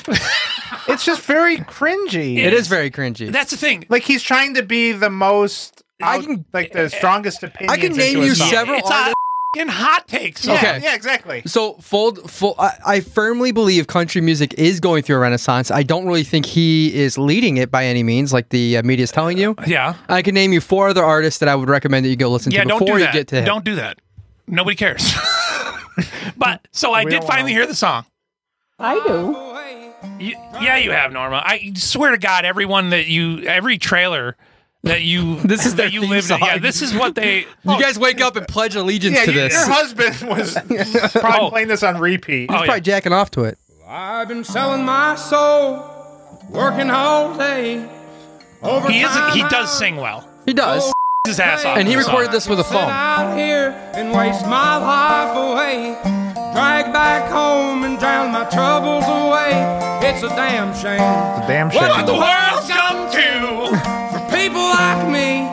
[SPEAKER 3] It's just very cringy.
[SPEAKER 4] it is very cringy.
[SPEAKER 2] That's the thing.
[SPEAKER 3] Like he's trying to be the most. I can like the strongest opinion.
[SPEAKER 4] name you several
[SPEAKER 2] Eh, It's a f***ing hot take. song.
[SPEAKER 4] Okay.
[SPEAKER 3] Yeah, exactly.
[SPEAKER 4] So fold, fold I, I firmly believe country music is going through a renaissance. I don't really think he is leading it by any means, like the uh, media is telling you.
[SPEAKER 2] Yeah.
[SPEAKER 4] I can name you four other artists that I would recommend that you go listen
[SPEAKER 2] Yeah,
[SPEAKER 4] to
[SPEAKER 2] don't
[SPEAKER 4] before
[SPEAKER 2] do
[SPEAKER 4] you
[SPEAKER 2] that.
[SPEAKER 4] get to him.
[SPEAKER 2] Don't do that. Nobody cares. but so I
[SPEAKER 4] We
[SPEAKER 2] did
[SPEAKER 4] don't
[SPEAKER 2] finally hear the song.
[SPEAKER 5] I do.
[SPEAKER 2] Yeah, you have Norma. I swear to God, everyone that you, every trailer that you, this is that you lived. in- Yeah, this is what they. oh.
[SPEAKER 4] You guys wake up and pledge allegiance
[SPEAKER 3] Yeah,
[SPEAKER 4] to
[SPEAKER 3] you-
[SPEAKER 4] this.
[SPEAKER 3] your husband was probably
[SPEAKER 2] Oh.
[SPEAKER 3] playing this on repeat.
[SPEAKER 4] He's probably jacking off to it.
[SPEAKER 17] I've been selling my soul, working all day. Over
[SPEAKER 2] He is. He does sing well.
[SPEAKER 4] He does.
[SPEAKER 2] His ass off.
[SPEAKER 4] And he
[SPEAKER 2] in the song.
[SPEAKER 4] recorded this with a
[SPEAKER 17] Sit
[SPEAKER 4] phone.
[SPEAKER 17] out here and waste my life away. Drag back home and drown my troubles away. It's a damn shame.
[SPEAKER 3] It's a damn shame.
[SPEAKER 17] What the world's come to for people like me,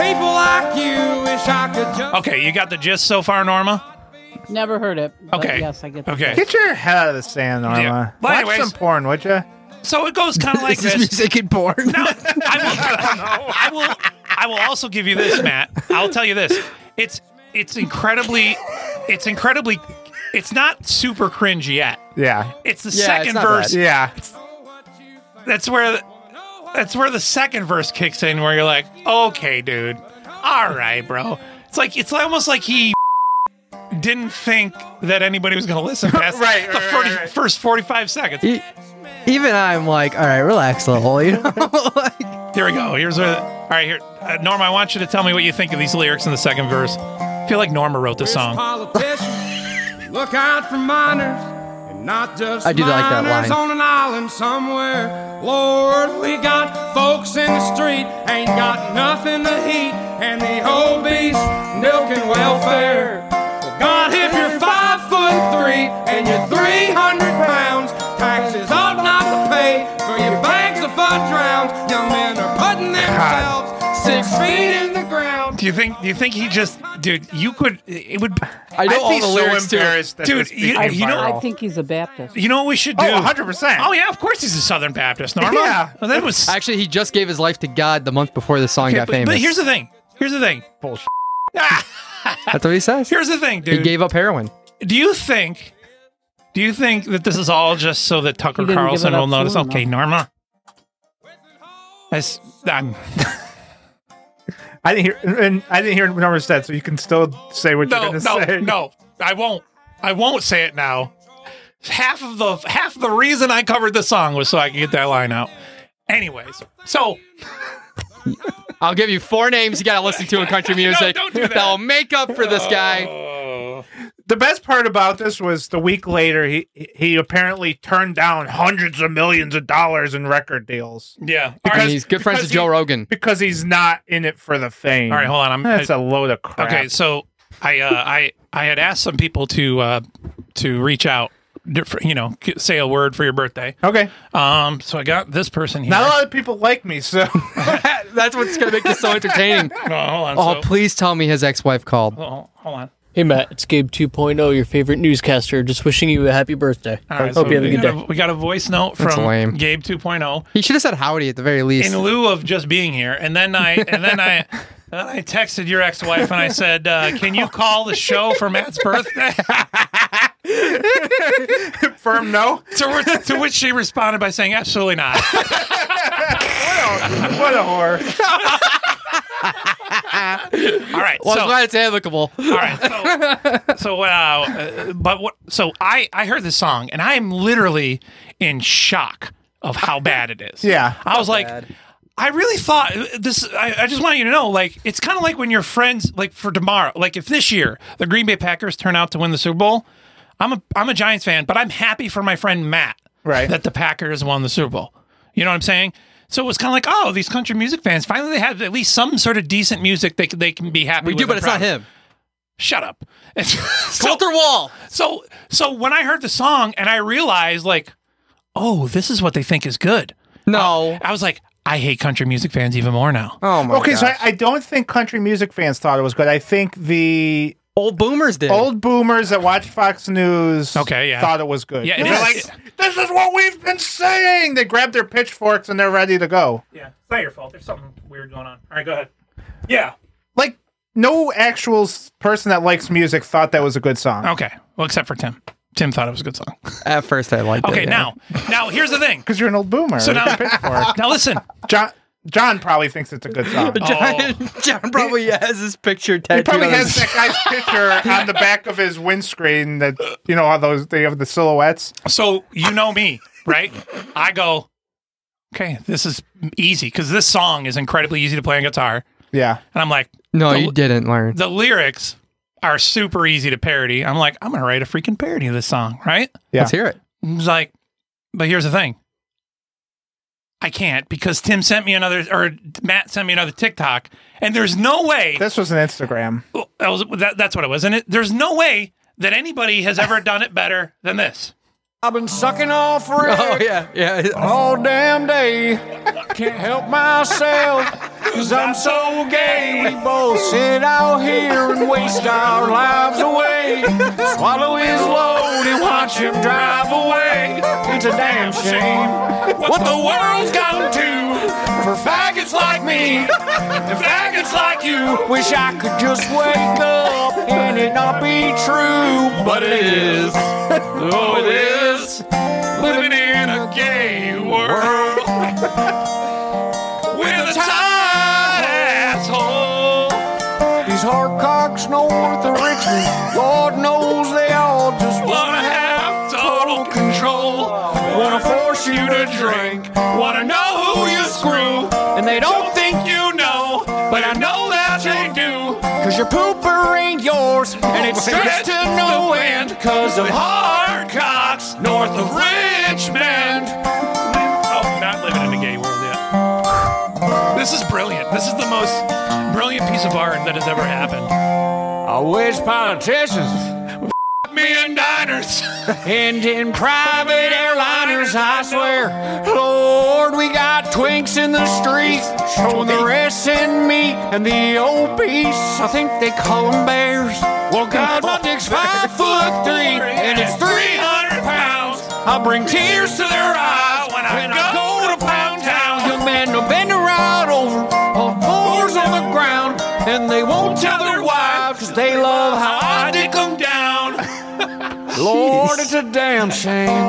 [SPEAKER 17] people like you. Wish I could just.
[SPEAKER 2] Okay, you got the gist so far, Norma.
[SPEAKER 5] Never heard it. but
[SPEAKER 2] Okay.
[SPEAKER 5] Yes, I get. the
[SPEAKER 2] Okay.
[SPEAKER 5] gist.
[SPEAKER 3] Get your head out of the sand, Norma.
[SPEAKER 2] Yeah. Well,
[SPEAKER 3] Watch
[SPEAKER 2] anyways-
[SPEAKER 3] some porn, would you?
[SPEAKER 2] So it goes kind of like this.
[SPEAKER 4] music and porn?
[SPEAKER 2] No, I will, I will. I will also give you this, Matt. I'll tell you this. It's it's incredibly, it's incredibly, it's not super cringe yet.
[SPEAKER 3] Yeah.
[SPEAKER 2] It's the second verse.
[SPEAKER 3] Yeah.
[SPEAKER 2] That's where, the, that's where the second verse kicks in, where you're like, okay, dude, all right, bro. It's like it's almost like he didn't think that anybody was gonna listen past
[SPEAKER 3] Right,
[SPEAKER 2] the
[SPEAKER 3] right,
[SPEAKER 2] 40, first 45 seconds.
[SPEAKER 4] E-
[SPEAKER 2] Oh.
[SPEAKER 4] even I'm like, all right, relax, little. You know,
[SPEAKER 2] Here we go. Here's a. All right, here, uh, Norma. I want you to tell me what you think of these lyrics in the second verse. I feel like Norma wrote this song.
[SPEAKER 17] Politicians, look out for miners, and not just
[SPEAKER 2] I do like that
[SPEAKER 17] miners
[SPEAKER 2] line.
[SPEAKER 17] on an island somewhere. Lord, we got folks in the street, ain't got nothing to eat, and the obese milking welfare. Well, God, if you're five foot three and you're 300 pounds, taxes ought not to pay for your bags of fudge rounds. Young men are putting themselves six feet in the ground.
[SPEAKER 2] Do you think? Do you think he just, dude? You could. It would.
[SPEAKER 4] I know I'd all be the so lyrics to it. embarrassed that
[SPEAKER 2] dude.
[SPEAKER 4] this
[SPEAKER 2] You,
[SPEAKER 4] became
[SPEAKER 2] you know.
[SPEAKER 5] I think he's a Baptist.
[SPEAKER 2] You know what we should do?
[SPEAKER 4] Oh, 100%.
[SPEAKER 2] Oh yeah, of course he's a Southern Baptist, Norma.
[SPEAKER 4] Yeah.
[SPEAKER 2] Well, that was
[SPEAKER 4] actually he just gave his life to God the month before the song
[SPEAKER 2] Okay,
[SPEAKER 4] got
[SPEAKER 2] but,
[SPEAKER 4] famous.
[SPEAKER 2] but here's the thing. Here's the thing.
[SPEAKER 3] Bullshit.
[SPEAKER 4] That's what he says.
[SPEAKER 2] Here's the thing, dude.
[SPEAKER 4] He gave up heroin.
[SPEAKER 2] Do you think? Do you think that this is all just so that Tucker
[SPEAKER 4] He didn't give
[SPEAKER 2] Carlson
[SPEAKER 4] it up
[SPEAKER 2] will notice?
[SPEAKER 4] soon
[SPEAKER 2] Okay, Norma. That's, I'm,
[SPEAKER 3] I didn't hear. And I didn't hear Norma said, so you can still say what
[SPEAKER 2] no,
[SPEAKER 3] you're
[SPEAKER 2] no,
[SPEAKER 3] going to say.
[SPEAKER 2] no. I won't. I won't say it now. Half of the half the reason I covered the song was so I could get that line out. Anyways, so
[SPEAKER 4] I'll give you four names you gotta listen to in country music
[SPEAKER 2] don't do that.
[SPEAKER 4] will make up for this guy.
[SPEAKER 3] Oh. The best part about this was the week later he he apparently turned down hundreds of millions of dollars in record deals.
[SPEAKER 2] Yeah,
[SPEAKER 4] and he's good friends with Joe Rogan.
[SPEAKER 3] because he's not in it for the fame.
[SPEAKER 2] All right, hold on, I'm-
[SPEAKER 3] That's a
[SPEAKER 2] I-
[SPEAKER 3] load of crap.
[SPEAKER 2] Okay, so I uh, I I had asked some people to uh, to reach out, di- for- you know, c- say a word for your birthday.
[SPEAKER 3] Okay.
[SPEAKER 2] Um. So I got this person here.
[SPEAKER 3] Not a lot of people like me, so
[SPEAKER 4] That's what's gonna make this so entertaining.
[SPEAKER 2] No, hold on.
[SPEAKER 4] Oh,
[SPEAKER 2] so-
[SPEAKER 4] please tell me his ex-wife called.
[SPEAKER 2] Hold hold on.
[SPEAKER 7] Hey Matt, it's Gabe 2.0, your favorite newscaster. Just wishing you a happy birthday.
[SPEAKER 2] All right,
[SPEAKER 7] Hope
[SPEAKER 2] so
[SPEAKER 7] you have a
[SPEAKER 2] we,
[SPEAKER 7] good
[SPEAKER 2] got
[SPEAKER 7] day.
[SPEAKER 2] a, we got a voice note
[SPEAKER 7] That's
[SPEAKER 2] from
[SPEAKER 7] lame.
[SPEAKER 2] Gabe 2.0
[SPEAKER 4] He should have said howdy at the very least.
[SPEAKER 2] in lieu of just being here, and then I and then I. and I texted your ex-wife and I said, uh, "Can you call the show for Matt's birthday?"
[SPEAKER 3] Firm no.
[SPEAKER 2] To, which- to which she responded by saying, "Absolutely not."
[SPEAKER 3] what a whore!
[SPEAKER 2] All right,
[SPEAKER 4] Well,
[SPEAKER 2] so-
[SPEAKER 4] I'm glad it's amicable.
[SPEAKER 2] All right. So, so uh, uh, but what? So I I heard this song and I am literally in shock of how bad it is.
[SPEAKER 3] Yeah.
[SPEAKER 2] I was like. I really thought uh, this. I, I just want you to know, like, it's kind of like when your friends, like, for tomorrow, like, if this year the Green Bay Packers turn out to win the Super Bowl, I'm a I'm a Giants fan, but I'm happy for my friend Matt, right? That the Packers won the Super Bowl. You know what I'm saying? So it was kind of like, oh, these country music fans finally they have at least some sort of decent music they c- they can be happy.
[SPEAKER 4] We
[SPEAKER 2] with
[SPEAKER 4] do,
[SPEAKER 2] and
[SPEAKER 4] but it's not
[SPEAKER 2] proud of.
[SPEAKER 4] him.
[SPEAKER 2] Shut up. Coulter Wall. So so when I heard the song and I realized like, oh, this is what they think is good.
[SPEAKER 4] No,
[SPEAKER 2] I was like, I hate country music fans even more now.
[SPEAKER 4] Oh
[SPEAKER 3] okay, so I, I don't think country music fans thought it was good. I think the
[SPEAKER 4] old boomers did.
[SPEAKER 3] Old boomers that watch Fox News, okay,
[SPEAKER 2] yeah.
[SPEAKER 3] thought it was good.
[SPEAKER 2] Yeah, it
[SPEAKER 3] They're
[SPEAKER 2] is.
[SPEAKER 3] like, this is what we've been saying. They grab their pitchforks and they're ready to go.
[SPEAKER 2] yeah, it's not your fault. There's something weird going on. All right, go ahead. Yeah.
[SPEAKER 3] Like no actual s- person that likes music thought that was a good song.
[SPEAKER 2] Okay, well, except for Tim. Tim thought it was a good song.
[SPEAKER 4] At first, I liked it.
[SPEAKER 2] Okay,
[SPEAKER 4] yeah.
[SPEAKER 2] now now here's the thing.
[SPEAKER 3] because you're an old boomer.
[SPEAKER 2] So now-
[SPEAKER 3] pitchfork.
[SPEAKER 2] now listen,
[SPEAKER 3] John. John probably thinks it's a good song.
[SPEAKER 4] John,
[SPEAKER 2] Oh.
[SPEAKER 4] John probably has his picture
[SPEAKER 3] He
[SPEAKER 4] tattooed.
[SPEAKER 3] probably
[SPEAKER 4] on
[SPEAKER 3] has
[SPEAKER 4] his-
[SPEAKER 3] that guy's picture on the back of his windscreen. That you know how those they have the silhouettes.
[SPEAKER 2] So you know me, right? I go, okay, this is easy because this song is incredibly easy to play on guitar,
[SPEAKER 3] Yeah.
[SPEAKER 2] and I'm like,
[SPEAKER 4] No,
[SPEAKER 2] the-
[SPEAKER 4] you didn't learn.
[SPEAKER 2] the lyrics are super easy to parody. I'm like, I'm gonna write a freaking parody of this song, right?
[SPEAKER 4] Let's hear it.
[SPEAKER 2] It's like, but here's the thing. I can't because Tim sent me another, or Matt sent me another TikTok, and there's no way
[SPEAKER 3] This was an Instagram.
[SPEAKER 2] Well, that was that, that's what it was, and it, there's no way that anybody has ever done it better than this.
[SPEAKER 17] I've been sucking off Rick
[SPEAKER 4] Oh yeah, yeah.
[SPEAKER 17] all damn day. Can't help myself, cause I'm so gay. We both sit out here and waste our lives away. Swallow his load and watch him drive away. It's a damn shame what the world's gone to for faggots like me and faggots like you. Wish I could just wake up and it not be true, but it is. Oh, it is living in a gay world with a tight asshole. These hard cocks north of Richmond, Lord knows they all just wanna have total control. Wanna force you to drink, wanna know who you screw, and they don't think you know, but I know that they do. Cause your pooper ain't yours, and it's stretched to no end, cause of hard cocks north of Richmond.
[SPEAKER 2] Oh, not living in a gay world yet. This is brilliant. This is the most brilliant piece of art that has ever happened.
[SPEAKER 17] I wish politicians would me in diners and in private airliners. I swear, Lord, we got twinks in the streets showing the rest in me and the obese. I think they call them bears. Well, God, my dick's five foot three and it's 300 pounds. I'll bring tears to their eyes when I go to Pound Town. Young men will bend right over on fours on the ground and they won't tell their wives 'cause they love how I dick 'em down. Lord, it's a damn shame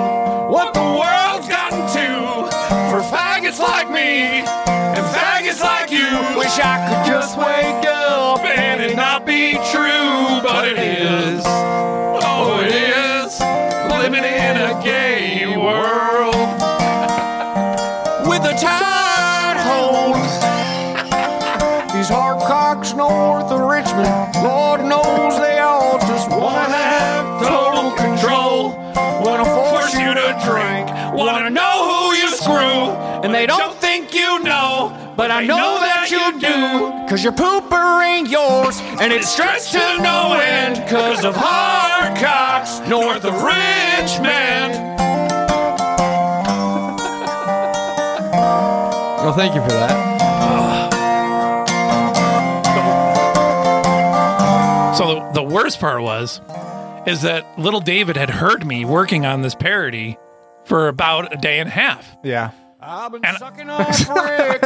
[SPEAKER 17] what the world's gotten to for faggots like me and faggots like you. Wish I could just wake up and it not be true, but it is. Oh, it is living in a gay world with a tight hold. These hard cocks north of Richmond, Lord knows they all just wanna have total control. Wanna force you to drink, wanna know who you screw, and they don't think you know, but I know that you do. Cause your pooper ain't yours, and it's stretched to no end, cause of hard cocks north of Richmond.
[SPEAKER 4] Well, thank you for that.
[SPEAKER 2] So So the, the worst part was, is that little David had heard me working on this parody for about a day and a half.
[SPEAKER 3] Yeah.
[SPEAKER 17] I've been sucking on brick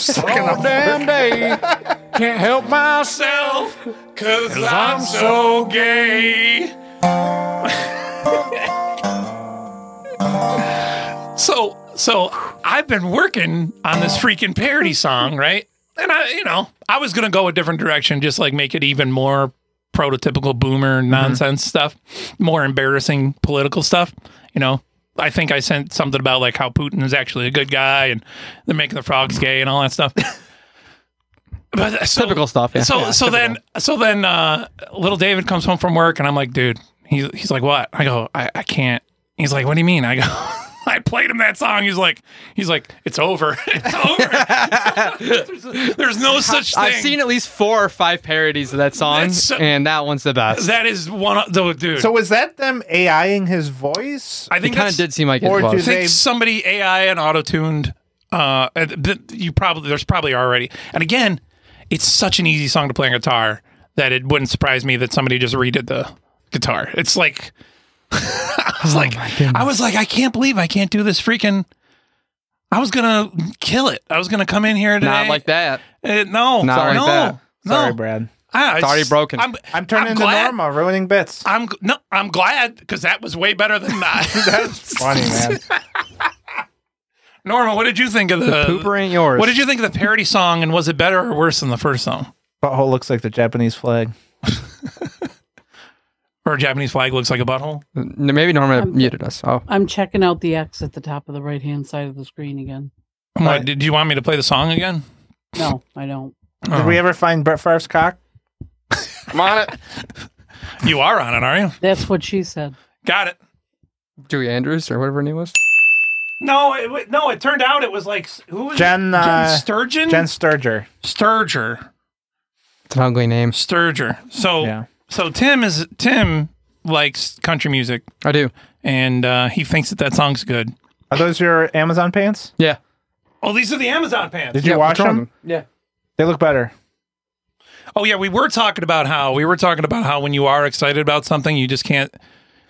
[SPEAKER 3] Sucking
[SPEAKER 17] all
[SPEAKER 3] on
[SPEAKER 17] damn
[SPEAKER 3] brick.
[SPEAKER 17] day. Can't help myself, cause I'm so gay.
[SPEAKER 2] So so I've been working on this freaking parody song, right? And I, you know, I was gonna go a different direction, just like make it even more prototypical boomer
[SPEAKER 4] Mm-hmm.
[SPEAKER 2] nonsense stuff, more embarrassing political stuff. You know, I think I sent something about like how Putin is actually a good guy and they're making the frogs gay and all that stuff. But so, typical
[SPEAKER 4] stuff. Yeah.
[SPEAKER 2] So
[SPEAKER 4] Yeah,
[SPEAKER 2] so
[SPEAKER 4] typical.
[SPEAKER 2] then so then uh, little David comes home from work and I'm like, dude, he's he's like, what? I go, I, I can't. He's like, what do you mean? I go, I played him that song. He's like, he's like, it's over. It's
[SPEAKER 17] Oh
[SPEAKER 2] over. there's, there's no such thing.
[SPEAKER 4] I've seen at least four or five parodies of that song,
[SPEAKER 2] That's so-
[SPEAKER 4] and that one's the best.
[SPEAKER 2] that is one of the dude.
[SPEAKER 3] So was that them AIing his voice?
[SPEAKER 2] I think
[SPEAKER 4] It kinda
[SPEAKER 2] that's-
[SPEAKER 4] did seem like it
[SPEAKER 3] Or
[SPEAKER 4] was.
[SPEAKER 3] do
[SPEAKER 2] I think
[SPEAKER 3] they-
[SPEAKER 2] somebody AI and auto tuned. Uh, and th- you probably there's probably already. And again, it's such an easy song to play on guitar that it wouldn't surprise me that somebody just redid the guitar. It's like I was like I was like I can't believe I can't do this freaking. I was gonna kill it. I was gonna come in here today.
[SPEAKER 4] Not like that.
[SPEAKER 2] Uh, no,
[SPEAKER 4] Not
[SPEAKER 2] sorry,
[SPEAKER 4] like
[SPEAKER 2] no,
[SPEAKER 4] that.
[SPEAKER 2] no.
[SPEAKER 3] Sorry, Brad.
[SPEAKER 2] Ah,
[SPEAKER 4] It's already broken.
[SPEAKER 2] I'm,
[SPEAKER 3] I'm turning into
[SPEAKER 2] glad-
[SPEAKER 3] Norma, ruining bits.
[SPEAKER 2] I'm g- no, I'm glad because that was way better than that. That's
[SPEAKER 3] Funny man.
[SPEAKER 2] Norma, what did you think of the,
[SPEAKER 4] The pooper ain't yours.
[SPEAKER 2] What did you think of the parody song, and was it better or worse than the first song?
[SPEAKER 3] Butthole looks like the Japanese flag.
[SPEAKER 2] Or Japanese flag looks like a butthole.
[SPEAKER 4] N- Maybe Norma muted us. Oh,
[SPEAKER 5] I'm checking out the X at the top of the right hand side of the screen again.
[SPEAKER 2] What, did you want me to play the song again?
[SPEAKER 5] No, I don't.
[SPEAKER 3] Did
[SPEAKER 4] Oh.
[SPEAKER 3] we ever find Brett Favre's cock?
[SPEAKER 2] I'm on it. you are on it, are you?
[SPEAKER 5] That's what she said.
[SPEAKER 2] Got it.
[SPEAKER 4] Dewey Andrews or whatever her name was.
[SPEAKER 2] No, it, wa- no. It turned out it was like who was
[SPEAKER 3] Jen,
[SPEAKER 2] it?
[SPEAKER 3] uh,
[SPEAKER 2] Jen Sturgeon.
[SPEAKER 3] Jen Sturger.
[SPEAKER 2] Sturger.
[SPEAKER 4] It's an ugly name.
[SPEAKER 2] Sturger. So so Tim is Tim likes country music.
[SPEAKER 4] I do,
[SPEAKER 2] and uh, he thinks that that song's good.
[SPEAKER 3] Are those your Amazon pants?
[SPEAKER 4] Yeah.
[SPEAKER 2] Oh, these are the Amazon pants.
[SPEAKER 3] Did you wash them?
[SPEAKER 4] Yeah.
[SPEAKER 3] They look better.
[SPEAKER 2] Oh yeah, we were talking about how we were talking about how when you are excited about something, you just can't.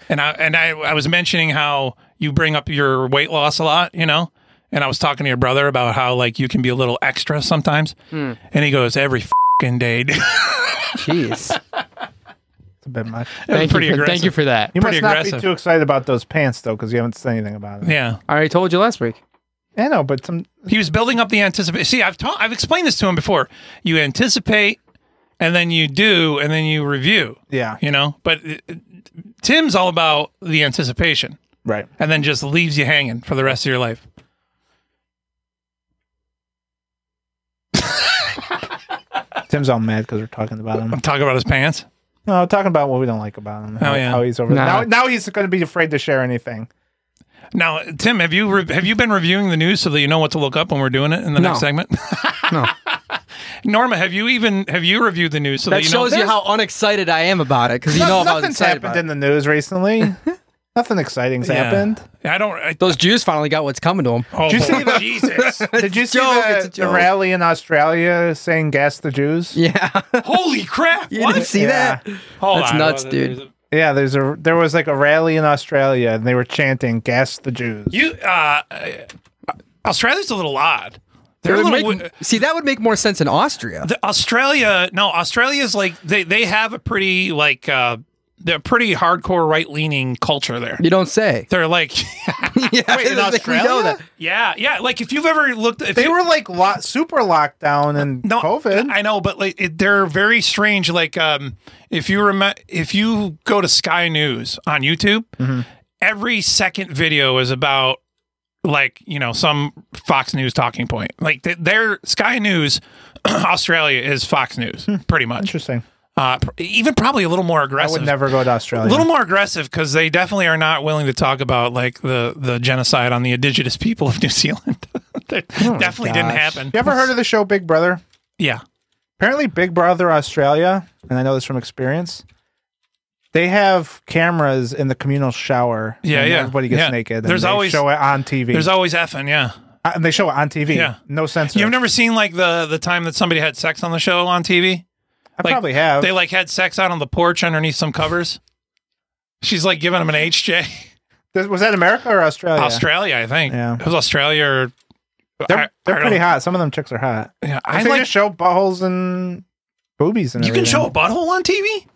[SPEAKER 2] And I and I, I was mentioning how you bring up your weight loss a lot, you know. And I was talking to your brother about how like you can be a little extra sometimes,
[SPEAKER 4] Hmm.
[SPEAKER 2] and he goes every fing day. dude."
[SPEAKER 4] Jeez.
[SPEAKER 3] It's a bit much.
[SPEAKER 2] That was Thank you pretty for- aggressive. thank you for that.
[SPEAKER 3] You
[SPEAKER 2] Pretty
[SPEAKER 3] must not be
[SPEAKER 2] aggressive.
[SPEAKER 3] too excited about those pants though, because you haven't said anything about it.
[SPEAKER 2] yeah.
[SPEAKER 4] I already told you last week.
[SPEAKER 3] I know, but some
[SPEAKER 2] He was building up the anticipation. See, I've taught, I've explained this to him before. You anticipate, and then you do, and then you review.
[SPEAKER 3] Yeah.
[SPEAKER 2] you know. But it, it- Tim's all about the anticipation,
[SPEAKER 3] Right.
[SPEAKER 2] and then just leaves you hanging for the rest of your life.
[SPEAKER 3] Tim's all mad because we're talking about him.
[SPEAKER 2] I'm talking about his pants.
[SPEAKER 3] No, talking about what we don't like about him.
[SPEAKER 2] Oh, yeah.
[SPEAKER 3] How he's over
[SPEAKER 2] Nah.
[SPEAKER 3] now. Now he's going to be afraid to share anything.
[SPEAKER 2] Now, Tim, have you re- have you been reviewing the news so that you know what to look up when we're doing it in the
[SPEAKER 4] No.
[SPEAKER 2] next segment?
[SPEAKER 4] No.
[SPEAKER 2] Norma, have you even have you reviewed the news so that,
[SPEAKER 4] that
[SPEAKER 2] you know?
[SPEAKER 4] shows you how unexcited I am about it because you
[SPEAKER 3] No-
[SPEAKER 4] know how
[SPEAKER 3] nothing's
[SPEAKER 4] excited
[SPEAKER 3] happened
[SPEAKER 4] about
[SPEAKER 3] in
[SPEAKER 4] it.
[SPEAKER 3] the news recently. Nothing exciting's
[SPEAKER 4] Yeah.
[SPEAKER 3] happened.
[SPEAKER 2] I don't. I,
[SPEAKER 4] Those Jews finally got what's coming to them.
[SPEAKER 2] Oh,
[SPEAKER 3] Did you see the-
[SPEAKER 2] Jesus!
[SPEAKER 3] Did you see
[SPEAKER 4] joke,
[SPEAKER 3] the,
[SPEAKER 4] it's a
[SPEAKER 3] the
[SPEAKER 4] joke.
[SPEAKER 3] rally in Australia saying "gas the Jews"?
[SPEAKER 4] Yeah.
[SPEAKER 2] Holy crap!
[SPEAKER 4] You didn't see that?
[SPEAKER 2] Hold
[SPEAKER 4] That's
[SPEAKER 2] on.
[SPEAKER 4] nuts, dude.
[SPEAKER 3] Yeah, there's a there was like a rally in Australia and they were chanting "gas the Jews."
[SPEAKER 2] You uh, Australia's a little odd.
[SPEAKER 4] It
[SPEAKER 2] They're a
[SPEAKER 4] would
[SPEAKER 2] little
[SPEAKER 4] make- see, that would make more sense in Austria.
[SPEAKER 2] The Australia, no, Australia's like they they have a pretty like uh they're pretty hardcore right leaning culture there.
[SPEAKER 4] you don't say.
[SPEAKER 2] They're like
[SPEAKER 4] Wait, in
[SPEAKER 3] Australia?
[SPEAKER 2] yeah, yeah. Like if you've ever looked, if
[SPEAKER 3] They
[SPEAKER 2] you-
[SPEAKER 3] were like lo- super lockdown and
[SPEAKER 2] no,
[SPEAKER 3] COVID.
[SPEAKER 2] I know, but like it, they're very strange. Like um, if you remember, if you go to Sky News on YouTube,
[SPEAKER 3] Mm-hmm.
[SPEAKER 2] every second video is about like you know some Fox News talking point. Like they, they're Sky News, Australia is Fox News pretty much.
[SPEAKER 3] Hmm. Interesting.
[SPEAKER 2] Uh, pr- even probably a little more
[SPEAKER 3] I
[SPEAKER 2] aggressive.
[SPEAKER 3] would never go to Australia.
[SPEAKER 2] A little more aggressive because they definitely are not willing to talk about like the the genocide on the indigenous people of New Zealand. that definitely didn't happen.
[SPEAKER 3] Oh You ever heard of the show Big Brother?
[SPEAKER 2] Yeah.
[SPEAKER 3] Apparently, Big Brother Australia, and I know this from experience. They have cameras in the communal shower.
[SPEAKER 2] Yeah,
[SPEAKER 3] and
[SPEAKER 2] yeah,
[SPEAKER 3] Everybody gets
[SPEAKER 2] yeah.
[SPEAKER 3] naked. and
[SPEAKER 2] There's
[SPEAKER 3] they
[SPEAKER 2] always-
[SPEAKER 3] show it on TV.
[SPEAKER 2] There's always effing. Yeah.
[SPEAKER 3] Uh, and they show it on TV.
[SPEAKER 2] Yeah.
[SPEAKER 3] No sense.
[SPEAKER 2] You've never seen like the the time that somebody had sex on the show on TV?
[SPEAKER 3] I probably have.
[SPEAKER 2] They like had sex out on the porch underneath some covers. She's like giving him an HJ.
[SPEAKER 3] Th- Was that America or Australia?
[SPEAKER 2] Australia, I think.
[SPEAKER 3] Oh, Yeah.
[SPEAKER 2] It was Australia or
[SPEAKER 3] They're,
[SPEAKER 2] I-
[SPEAKER 3] they're
[SPEAKER 2] I
[SPEAKER 3] pretty
[SPEAKER 2] don't-
[SPEAKER 3] hot. Some of them chicks are hot.
[SPEAKER 2] Yeah,
[SPEAKER 3] I
[SPEAKER 2] I
[SPEAKER 3] they
[SPEAKER 2] like-
[SPEAKER 3] just show buttholes and boobies and
[SPEAKER 2] You can
[SPEAKER 3] everything.
[SPEAKER 2] show a butthole on TV?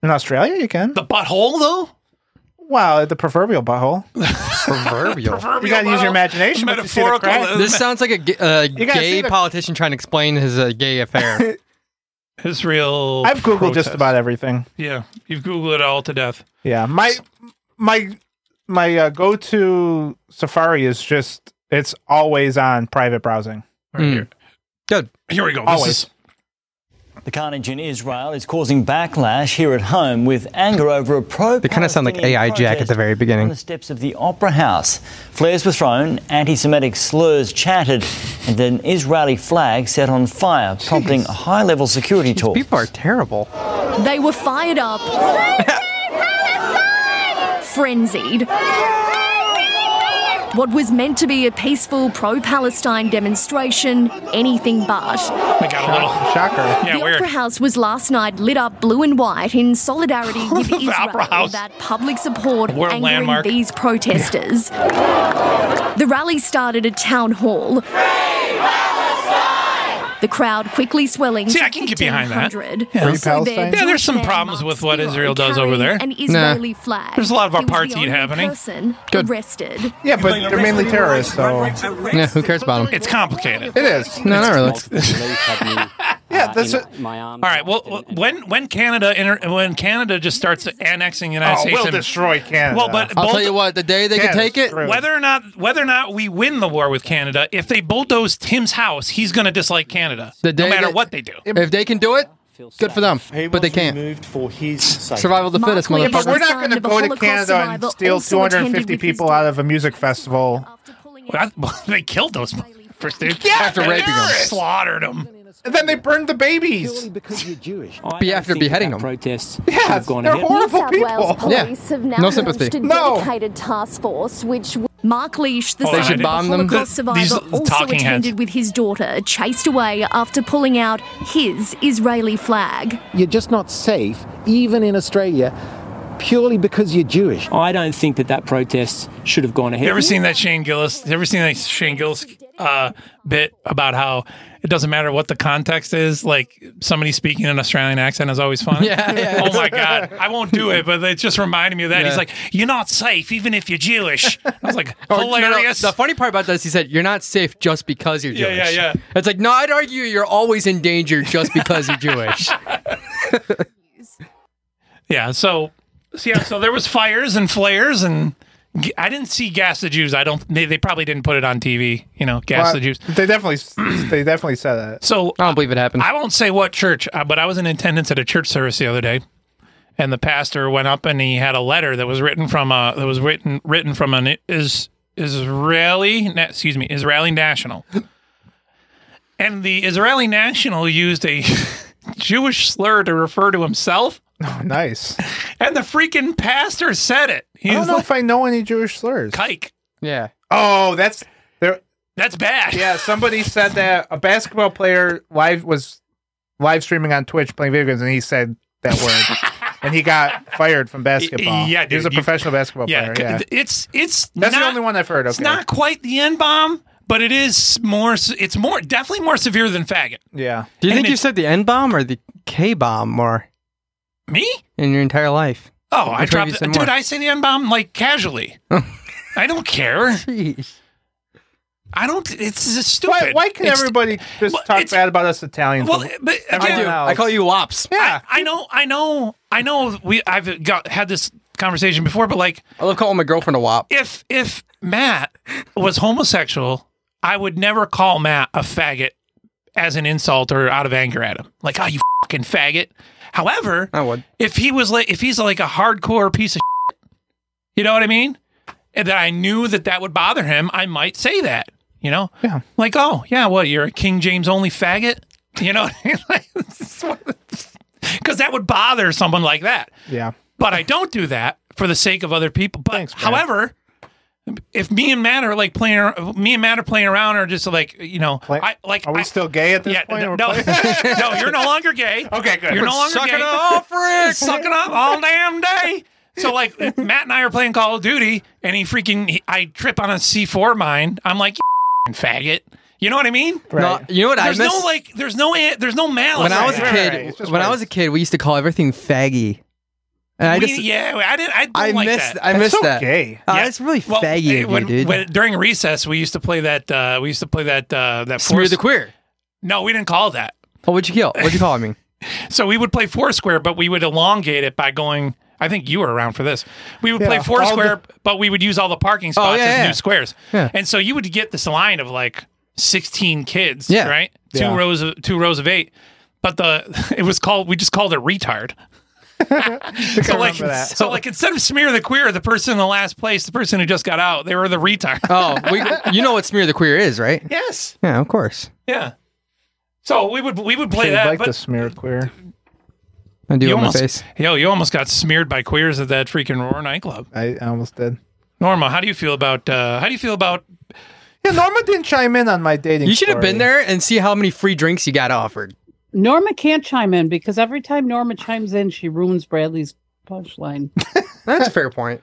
[SPEAKER 3] in Australia. You can
[SPEAKER 2] The butthole though?
[SPEAKER 3] Wow, the proverbial butthole.
[SPEAKER 4] Proverbial.
[SPEAKER 3] you gotta use your imagination. but you see the
[SPEAKER 2] Metaphorical.
[SPEAKER 3] crack.
[SPEAKER 4] This sounds like a, ga- uh,
[SPEAKER 3] You gotta see
[SPEAKER 4] gay
[SPEAKER 3] the-
[SPEAKER 4] politician trying to explain his uh, gay affair.
[SPEAKER 2] His real
[SPEAKER 3] I've googled just
[SPEAKER 2] protest.
[SPEAKER 3] about everything.
[SPEAKER 2] Yeah. You've Googled it all to death.
[SPEAKER 3] Yeah, my my my uh, go to Safari is just it's always on private browsing.
[SPEAKER 4] Hmm. Good.
[SPEAKER 2] Here we go.
[SPEAKER 3] This Always. is-
[SPEAKER 12] The carnage in Israel is causing backlash here at home with anger over a pro. They
[SPEAKER 4] kind of sound like AI Jack at the very
[SPEAKER 12] On
[SPEAKER 4] beginning.
[SPEAKER 12] the steps of the Opera House, flares were thrown, anti-Semitic slurs chanted, and an Israeli flag set on fire, prompting high-level security talks. People
[SPEAKER 4] are terrible.
[SPEAKER 19] They were fired up, frenzied. What was meant to be a peaceful pro Palestine demonstration, anything but.
[SPEAKER 2] I got a little
[SPEAKER 3] shocker.
[SPEAKER 2] Yeah,
[SPEAKER 19] the
[SPEAKER 2] weird.
[SPEAKER 19] Opera House was last night lit up blue and white in solidarity with Israel.
[SPEAKER 2] Opera House.
[SPEAKER 19] That public support
[SPEAKER 2] We're a
[SPEAKER 19] angering
[SPEAKER 2] landmark.
[SPEAKER 19] these protesters. The rally started at town hall. The crowd quickly swelling.
[SPEAKER 2] See,
[SPEAKER 19] to
[SPEAKER 2] I can get behind that.
[SPEAKER 19] 1,500.
[SPEAKER 2] Yeah.
[SPEAKER 19] Also there,
[SPEAKER 2] Yeah,
[SPEAKER 19] George
[SPEAKER 2] there's some
[SPEAKER 19] Mann
[SPEAKER 2] problems with what Israel does over there.
[SPEAKER 19] carrying An Israeli flag.
[SPEAKER 2] There's a lot of
[SPEAKER 19] He was the
[SPEAKER 2] apartheid
[SPEAKER 19] only
[SPEAKER 2] happening.
[SPEAKER 19] Person arrested.
[SPEAKER 3] Yeah, but they're mainly terrorists, so
[SPEAKER 4] Yeah, who cares about him?
[SPEAKER 2] It's complicated.
[SPEAKER 3] it is.
[SPEAKER 4] No, not really.
[SPEAKER 3] Yeah, that's it.
[SPEAKER 2] All right. Well, well, when when Canada inter- when Canada just starts annexing the United
[SPEAKER 3] Oh,
[SPEAKER 2] States,
[SPEAKER 3] we'll
[SPEAKER 2] and-
[SPEAKER 3] destroy Canada.
[SPEAKER 2] Well, but
[SPEAKER 4] I'll
[SPEAKER 2] both-
[SPEAKER 4] tell you what, the day they can
[SPEAKER 2] Canada's
[SPEAKER 4] take it,
[SPEAKER 2] screwed. Whether or not whether or not we win the war with Canada, if they bulldoze Tim's house, he's going to dislike Canada,
[SPEAKER 4] the day
[SPEAKER 2] no matter
[SPEAKER 4] that-
[SPEAKER 2] what they do.
[SPEAKER 4] if they can do it, good for them. But they can't.
[SPEAKER 12] For his
[SPEAKER 4] Survival of the fittest,
[SPEAKER 19] Mark, we
[SPEAKER 4] motherfucker.
[SPEAKER 19] have
[SPEAKER 3] But we're not going to
[SPEAKER 19] Son of a
[SPEAKER 3] go to
[SPEAKER 19] Holocaust
[SPEAKER 3] Canada and
[SPEAKER 19] survivor
[SPEAKER 3] steal
[SPEAKER 19] also attended
[SPEAKER 3] 250
[SPEAKER 19] with his
[SPEAKER 3] people out of a music festival.
[SPEAKER 2] Well, I- they killed those motherfuckers, dude.
[SPEAKER 3] Yeah, After
[SPEAKER 2] and
[SPEAKER 3] raping
[SPEAKER 2] they
[SPEAKER 3] 'em.
[SPEAKER 2] slaughtered them.
[SPEAKER 3] And then they burned the babies.
[SPEAKER 4] Be after beheading them.
[SPEAKER 12] Protests
[SPEAKER 3] Yeah, they're horrible
[SPEAKER 19] New South Wales
[SPEAKER 3] people.
[SPEAKER 4] Yeah.
[SPEAKER 19] police have now
[SPEAKER 4] No sympathy.
[SPEAKER 19] launched a
[SPEAKER 3] No.
[SPEAKER 19] dedicated task force which Mark Leash, the
[SPEAKER 4] Oh, they
[SPEAKER 19] son
[SPEAKER 4] should
[SPEAKER 19] of a
[SPEAKER 4] bomb them.
[SPEAKER 19] Holocaust
[SPEAKER 4] Th-
[SPEAKER 19] survivor,
[SPEAKER 4] these
[SPEAKER 19] also
[SPEAKER 4] talking
[SPEAKER 19] attended
[SPEAKER 4] heads.
[SPEAKER 19] with his daughter, chased away after pulling out his Israeli flag.
[SPEAKER 22] You're just not safe, even in Australia, purely because you're Jewish.
[SPEAKER 12] I don't think that that protest should have gone ahead.
[SPEAKER 2] You ever seen that Shane Gillis? You ever seen that Shane Gillis uh, bit about how it doesn't matter what the context is? Like somebody speaking in an Australian accent is always fun.
[SPEAKER 4] Yeah, yeah.
[SPEAKER 2] Oh my god, I won't do it, but it just reminded me of that.
[SPEAKER 4] Yeah.
[SPEAKER 2] He's like, "You're not safe, even if you're Jewish." I was like,
[SPEAKER 4] Or, Oh, no, no,
[SPEAKER 2] hilarious.
[SPEAKER 4] the funny part about that is he said, You're not safe just because you're
[SPEAKER 2] Yeah,
[SPEAKER 4] Jewish.
[SPEAKER 2] yeah, yeah.
[SPEAKER 4] It's like, No, I'd argue you're always in danger just because you're Jewish.
[SPEAKER 2] Yeah. So, so yeah. So there was fires and flares, and g- I didn't see gas the Jews. I don't. They, they probably didn't put it on TV. You know, gas
[SPEAKER 3] Well,
[SPEAKER 2] the Jews.
[SPEAKER 3] They definitely, they definitely said that.
[SPEAKER 2] So
[SPEAKER 4] I don't believe it happened.
[SPEAKER 2] I won't say what church, uh, but I was in attendance at a church service the other day, and the pastor went up and he had a letter that was written from a that was written written from an is Israeli na- excuse me Israeli national, and the Israeli national used a Jewish slur to refer to himself,
[SPEAKER 3] Oh, nice.
[SPEAKER 2] and the freaking pastor said it.
[SPEAKER 3] I don't
[SPEAKER 2] He's
[SPEAKER 3] know
[SPEAKER 2] like
[SPEAKER 3] if I know any Jewish slurs.
[SPEAKER 2] kike.
[SPEAKER 4] Yeah.
[SPEAKER 3] Oh, that's there.
[SPEAKER 2] That's bad.
[SPEAKER 3] Yeah, somebody said that a basketball player live was live streaming on Twitch playing video games, and he said that word, and he got fired from basketball.
[SPEAKER 2] Yeah,
[SPEAKER 3] he was a
[SPEAKER 2] dude, you-
[SPEAKER 3] professional basketball
[SPEAKER 2] Yeah,
[SPEAKER 3] player. Yeah,
[SPEAKER 2] c- it's it's
[SPEAKER 3] that's
[SPEAKER 2] not-
[SPEAKER 3] the only one I've heard. Okay,
[SPEAKER 2] It's not quite the N bomb, but it is more. s- It's more definitely more severe than faggot.
[SPEAKER 3] yeah.
[SPEAKER 4] Do you
[SPEAKER 2] And
[SPEAKER 4] think you
[SPEAKER 2] it's-
[SPEAKER 4] said the N bomb or the K bomb more
[SPEAKER 2] Me?
[SPEAKER 4] in your entire life?
[SPEAKER 2] Oh, I
[SPEAKER 4] Which one have
[SPEAKER 2] dropped.
[SPEAKER 4] you
[SPEAKER 2] it.
[SPEAKER 4] said
[SPEAKER 2] Dude,
[SPEAKER 4] more?
[SPEAKER 2] I say the N bomb like casually. I don't care. I don't. It's just
[SPEAKER 3] Why,
[SPEAKER 2] stupid.
[SPEAKER 3] why can
[SPEAKER 2] It's-
[SPEAKER 3] everybody just
[SPEAKER 2] well,
[SPEAKER 3] talk
[SPEAKER 2] it's-
[SPEAKER 3] bad about us Italians?
[SPEAKER 2] Well, but
[SPEAKER 3] Everyone
[SPEAKER 2] again-
[SPEAKER 3] else-
[SPEAKER 4] I call you Wops.
[SPEAKER 3] Yeah,
[SPEAKER 2] I know. I know. I know. We. I've got had this conversation before, but like,
[SPEAKER 4] I love calling my girlfriend a Wop.
[SPEAKER 2] if if Matt was homosexual, I would never call Matt a faggot as an insult or out of anger at him. Like, oh, you fucking faggot. However,
[SPEAKER 4] I would.
[SPEAKER 2] if he was like, if he's like a hardcore piece of, shit, you know what I mean, and that I knew that that would bother him, I might say that. You know,
[SPEAKER 3] Yeah.
[SPEAKER 2] like, oh yeah, what you're a King James only faggot. You know, because that would bother someone like that
[SPEAKER 3] yeah.
[SPEAKER 2] but I don't do that for the sake of other people. But however, if me and Matt are like playing, me and Matt are playing around, or just like you know, I like. Are we
[SPEAKER 3] still gay at this
[SPEAKER 2] point? No, no, you're no longer gay.
[SPEAKER 3] Okay, good.
[SPEAKER 2] You're no
[SPEAKER 3] We're
[SPEAKER 2] longer
[SPEAKER 3] sucking
[SPEAKER 2] gay.
[SPEAKER 3] it up, Rick.
[SPEAKER 2] sucking up all damn day. So like, Matt and I are playing Call of Duty, and he freaking, he, I trip on a C4 mine. I'm like, you faggot. You know what I mean?
[SPEAKER 4] No, you know what I
[SPEAKER 2] There's no
[SPEAKER 4] miss-
[SPEAKER 2] like. There's no. There's no malice.
[SPEAKER 4] when I was a
[SPEAKER 2] Right,
[SPEAKER 4] kid,
[SPEAKER 2] right, right. It's just
[SPEAKER 4] when I
[SPEAKER 2] words.
[SPEAKER 4] was a kid, we used to call everything faggy, and I
[SPEAKER 2] We-
[SPEAKER 4] just
[SPEAKER 2] yeah, I didn't. I, don't
[SPEAKER 4] I
[SPEAKER 2] like
[SPEAKER 4] missed-
[SPEAKER 2] That.
[SPEAKER 4] I That's missed so that. gay. Uh, that's really faggy
[SPEAKER 2] eh,
[SPEAKER 4] of you,
[SPEAKER 2] when-
[SPEAKER 4] dude.
[SPEAKER 2] when- during recess, we used to play that. Uh, we used to play that. Uh, that
[SPEAKER 4] Smear
[SPEAKER 2] Fours-
[SPEAKER 4] the queer.
[SPEAKER 2] No, we didn't call it that.
[SPEAKER 4] What would you kill? Oh, What'd you call me?
[SPEAKER 2] So we would play Foursquare, but we would elongate it by going. I think you were around for this. We would
[SPEAKER 4] Yeah,
[SPEAKER 2] play
[SPEAKER 4] all
[SPEAKER 2] Foursquare,
[SPEAKER 4] the- Oh,
[SPEAKER 2] but we would use all the parking spots
[SPEAKER 4] yeah,
[SPEAKER 2] as
[SPEAKER 4] yeah.
[SPEAKER 2] new squares.
[SPEAKER 4] Yeah.
[SPEAKER 2] And so you would get this line of like sixteen kids,
[SPEAKER 4] Yeah.
[SPEAKER 2] right? Two
[SPEAKER 4] Yeah.
[SPEAKER 2] rows of two rows of eight. But the it was called we just called it retard. so like
[SPEAKER 4] remember that.
[SPEAKER 2] so like instead of smear the queer, the person in the last place, the person who just got out, they were the retard.
[SPEAKER 4] Oh, we, you know what smear the queer is, right?
[SPEAKER 2] Yes.
[SPEAKER 4] Yeah, of course.
[SPEAKER 2] Yeah. So we would we would play
[SPEAKER 3] She'd
[SPEAKER 2] that.
[SPEAKER 3] like
[SPEAKER 2] but
[SPEAKER 3] to smear queer.
[SPEAKER 4] I do it
[SPEAKER 2] you
[SPEAKER 4] with my
[SPEAKER 2] almost,
[SPEAKER 4] face.
[SPEAKER 2] Yo, you almost got smeared by queers at that freaking Roar nightclub.
[SPEAKER 3] I almost did.
[SPEAKER 2] Norma, how do you feel about uh how do you feel about
[SPEAKER 3] Yeah, Norma didn't chime in on my dating.
[SPEAKER 4] You should have been
[SPEAKER 3] story.
[SPEAKER 4] there and see how many free drinks you got offered.
[SPEAKER 5] Norma can't chime in because every time Norma chimes in, she ruins Bradley's punchline.
[SPEAKER 4] That's a fair point.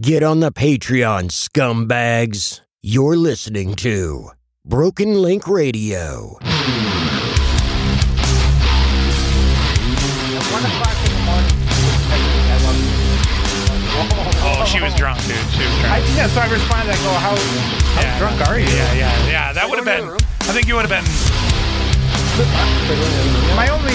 [SPEAKER 1] Get on the Patreon, scumbags. You're listening to Broken Link Radio.
[SPEAKER 2] Oh, she was drunk, dude. She was drunk.
[SPEAKER 3] I, yeah, so I responded. I go, how, how drunk are you?
[SPEAKER 2] Yeah, yeah, yeah. That would have been I think you would have been
[SPEAKER 3] My only,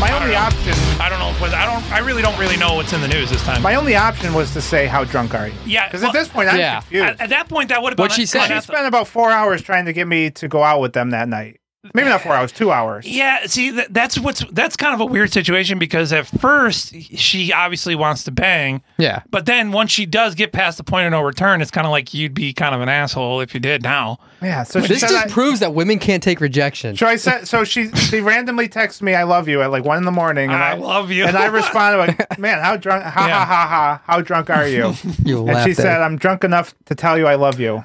[SPEAKER 3] my only option,
[SPEAKER 2] I don't know if was I don't I really don't really know what's in the news this time.
[SPEAKER 3] my only option was to say, how drunk are you?
[SPEAKER 2] yeah,
[SPEAKER 3] Because at this point, I'm
[SPEAKER 2] yeah.
[SPEAKER 3] confused.
[SPEAKER 2] At, at that point, that would have been oh,
[SPEAKER 3] She spent about four hours trying to get me to go out with them that night. Maybe not four hours, two hours.
[SPEAKER 2] Yeah, see, th- that's what's that's kind of a weird situation because at first she obviously wants to bang,
[SPEAKER 4] Yeah.
[SPEAKER 2] but then once she does get past the point of no return, it's kind of like you'd be kind of an asshole if you did now.
[SPEAKER 3] Yeah. So she
[SPEAKER 4] this
[SPEAKER 3] said
[SPEAKER 4] just
[SPEAKER 3] I-
[SPEAKER 4] proves that women can't take rejection.
[SPEAKER 3] So I said, so she she randomly texts me, "I love you" at like one in the morning, and I,
[SPEAKER 2] I love you.
[SPEAKER 3] and I responded like, "Man, how drunk? Ha ha
[SPEAKER 2] Yeah.
[SPEAKER 3] ha ha! How drunk are you?"
[SPEAKER 4] You
[SPEAKER 3] and
[SPEAKER 4] laughed
[SPEAKER 3] she
[SPEAKER 4] at
[SPEAKER 3] said,
[SPEAKER 4] it.
[SPEAKER 3] "I'm drunk enough to tell you I love you."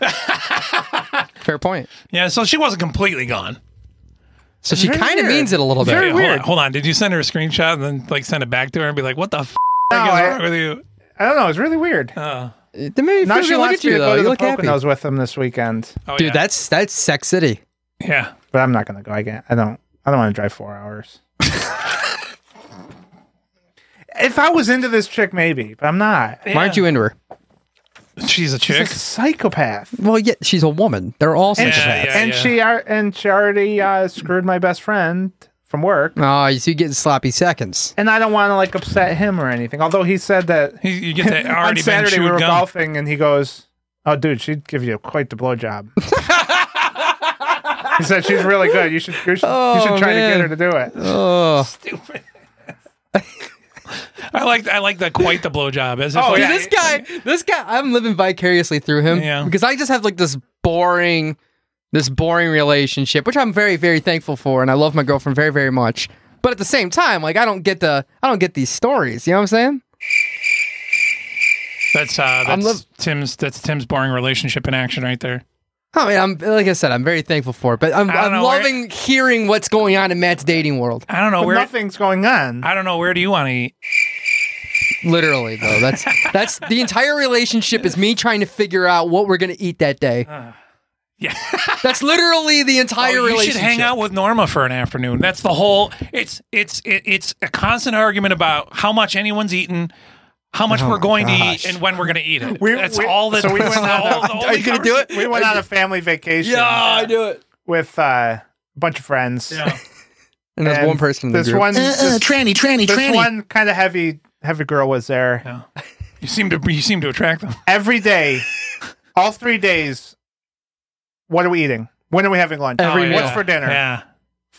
[SPEAKER 4] Fair point.
[SPEAKER 2] Yeah, so she wasn't completely gone.
[SPEAKER 4] So she
[SPEAKER 2] Very
[SPEAKER 4] kind of
[SPEAKER 2] weird.
[SPEAKER 4] means it a little bit.
[SPEAKER 2] Very Hold on, hold on. Did you send her a screenshot and then like send it back to her and be like, "What the f-
[SPEAKER 3] No,
[SPEAKER 2] is
[SPEAKER 3] I-
[SPEAKER 2] wrong with you?"
[SPEAKER 3] I don't know. It's really weird.
[SPEAKER 2] Uh,
[SPEAKER 4] Then maybe
[SPEAKER 3] now
[SPEAKER 4] feel
[SPEAKER 3] she
[SPEAKER 4] good.
[SPEAKER 3] wants
[SPEAKER 4] look at you,
[SPEAKER 3] me to
[SPEAKER 4] though.
[SPEAKER 3] go to
[SPEAKER 4] You
[SPEAKER 3] the
[SPEAKER 4] look happy.
[SPEAKER 3] Poconos with them this weekend,
[SPEAKER 2] oh,
[SPEAKER 4] Dude,
[SPEAKER 2] yeah.
[SPEAKER 4] that's that's sex city.
[SPEAKER 2] yeah.
[SPEAKER 3] but I'm not gonna go. I can't. I don't. I don't want to drive four hours. if I was into this chick, maybe, but I'm not.
[SPEAKER 4] Why aren't you into her?
[SPEAKER 2] She's a chick.
[SPEAKER 3] She's a psychopath.
[SPEAKER 4] Well, yeah, she's a woman. They're all
[SPEAKER 3] And,
[SPEAKER 4] psychopaths.
[SPEAKER 3] she, and she ar- and she already uh, screwed my best friend from work.
[SPEAKER 4] Oh, you see, getting sloppy seconds.
[SPEAKER 3] and I don't want to like upset him or anything. Although he said that
[SPEAKER 2] He- you get that already
[SPEAKER 3] on
[SPEAKER 2] been
[SPEAKER 3] Saturday we
[SPEAKER 2] chewed
[SPEAKER 3] were
[SPEAKER 2] gum.
[SPEAKER 3] golfing, and he goes, "Oh, dude, she'd give you quite the blowjob." he said she's really good. You should you should, you
[SPEAKER 4] Oh,
[SPEAKER 3] should try to
[SPEAKER 4] man.
[SPEAKER 3] get her to do it.
[SPEAKER 4] Oh,
[SPEAKER 2] I like I like that quite the blowjob. As if,
[SPEAKER 4] oh
[SPEAKER 2] like,
[SPEAKER 4] this guy, this guy, I'm living vicariously through him
[SPEAKER 2] Yeah.
[SPEAKER 4] because I just have like this boring, this boring relationship, which I'm very, very thankful for, and I love my girlfriend very, very much. But at the same time, like I don't get the, I don't get these stories. You know what I'm saying?
[SPEAKER 2] That's uh,
[SPEAKER 4] I'm
[SPEAKER 2] that's Tim's. That's Tim's boring relationship in action right there.
[SPEAKER 4] I mean, Oh, I'm like I said, I'm very thankful for it, but I'm,
[SPEAKER 2] I don't
[SPEAKER 4] I'm
[SPEAKER 2] know where-
[SPEAKER 4] loving hearing what's going on in Matt's dating world.
[SPEAKER 2] I don't know
[SPEAKER 3] But
[SPEAKER 2] where.
[SPEAKER 3] nothing's going on.
[SPEAKER 2] I don't know where do you want to eat.
[SPEAKER 4] Literally, though, that's that's the entire relationship is me trying to figure out what we're gonna eat that day.
[SPEAKER 2] Uh, yeah.
[SPEAKER 4] that's literally the
[SPEAKER 2] Oh,
[SPEAKER 4] entire
[SPEAKER 2] you
[SPEAKER 4] relationship.
[SPEAKER 2] should hang out with Norma for an afternoon. That's the whole. It's it's it, it's a constant argument about how much anyone's eaten, how much
[SPEAKER 3] Oh
[SPEAKER 2] we're
[SPEAKER 3] my
[SPEAKER 2] going
[SPEAKER 3] gosh.
[SPEAKER 2] to eat, and when we're going to eat it.
[SPEAKER 3] We-
[SPEAKER 2] that's
[SPEAKER 3] we-
[SPEAKER 2] all that.
[SPEAKER 3] so we went on
[SPEAKER 2] all,
[SPEAKER 3] a-
[SPEAKER 2] the
[SPEAKER 3] Are
[SPEAKER 2] only
[SPEAKER 4] you gonna do
[SPEAKER 2] conversation-
[SPEAKER 3] We went on a family vacation.
[SPEAKER 4] Yeah, I do it.
[SPEAKER 3] with uh, a bunch of friends.
[SPEAKER 2] Yeah.
[SPEAKER 4] And there's one person in the
[SPEAKER 3] this
[SPEAKER 4] group.
[SPEAKER 3] one, this,
[SPEAKER 4] tranny, tranny,
[SPEAKER 3] this one kind of heavy, heavy girl was there.
[SPEAKER 2] You seem to you seem to attract them.
[SPEAKER 3] Every day, all three days, what are we eating? When are we having lunch?
[SPEAKER 2] Every
[SPEAKER 3] What's
[SPEAKER 2] meal.
[SPEAKER 3] for dinner?
[SPEAKER 2] Oh, Yeah.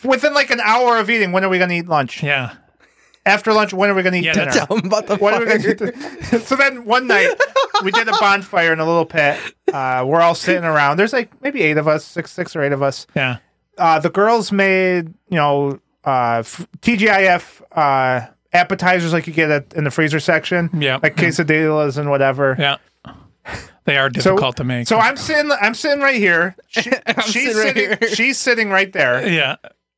[SPEAKER 3] Within like an hour of eating, when are we going to eat lunch?
[SPEAKER 2] Yeah.
[SPEAKER 3] After lunch, when are we going to eat
[SPEAKER 2] Yeah,
[SPEAKER 3] dinner?
[SPEAKER 2] that's- Tell
[SPEAKER 3] When are we gonna eat dinner? so then one night, we did a bonfire in a little pit. Uh, we're all sitting around. There's like maybe eight of us, six, six or eight of us.
[SPEAKER 2] Yeah.
[SPEAKER 3] Uh, the girls made, you know, uh, f- TGIF uh, appetizers like you get at, in the freezer section.
[SPEAKER 2] Yeah.
[SPEAKER 3] Like quesadillas and whatever.
[SPEAKER 2] Yeah. They are difficult to make.
[SPEAKER 3] So I'm sitting. I'm sitting right here. She, she's
[SPEAKER 2] sitting right
[SPEAKER 3] sitting. She's sitting right there.
[SPEAKER 2] yeah.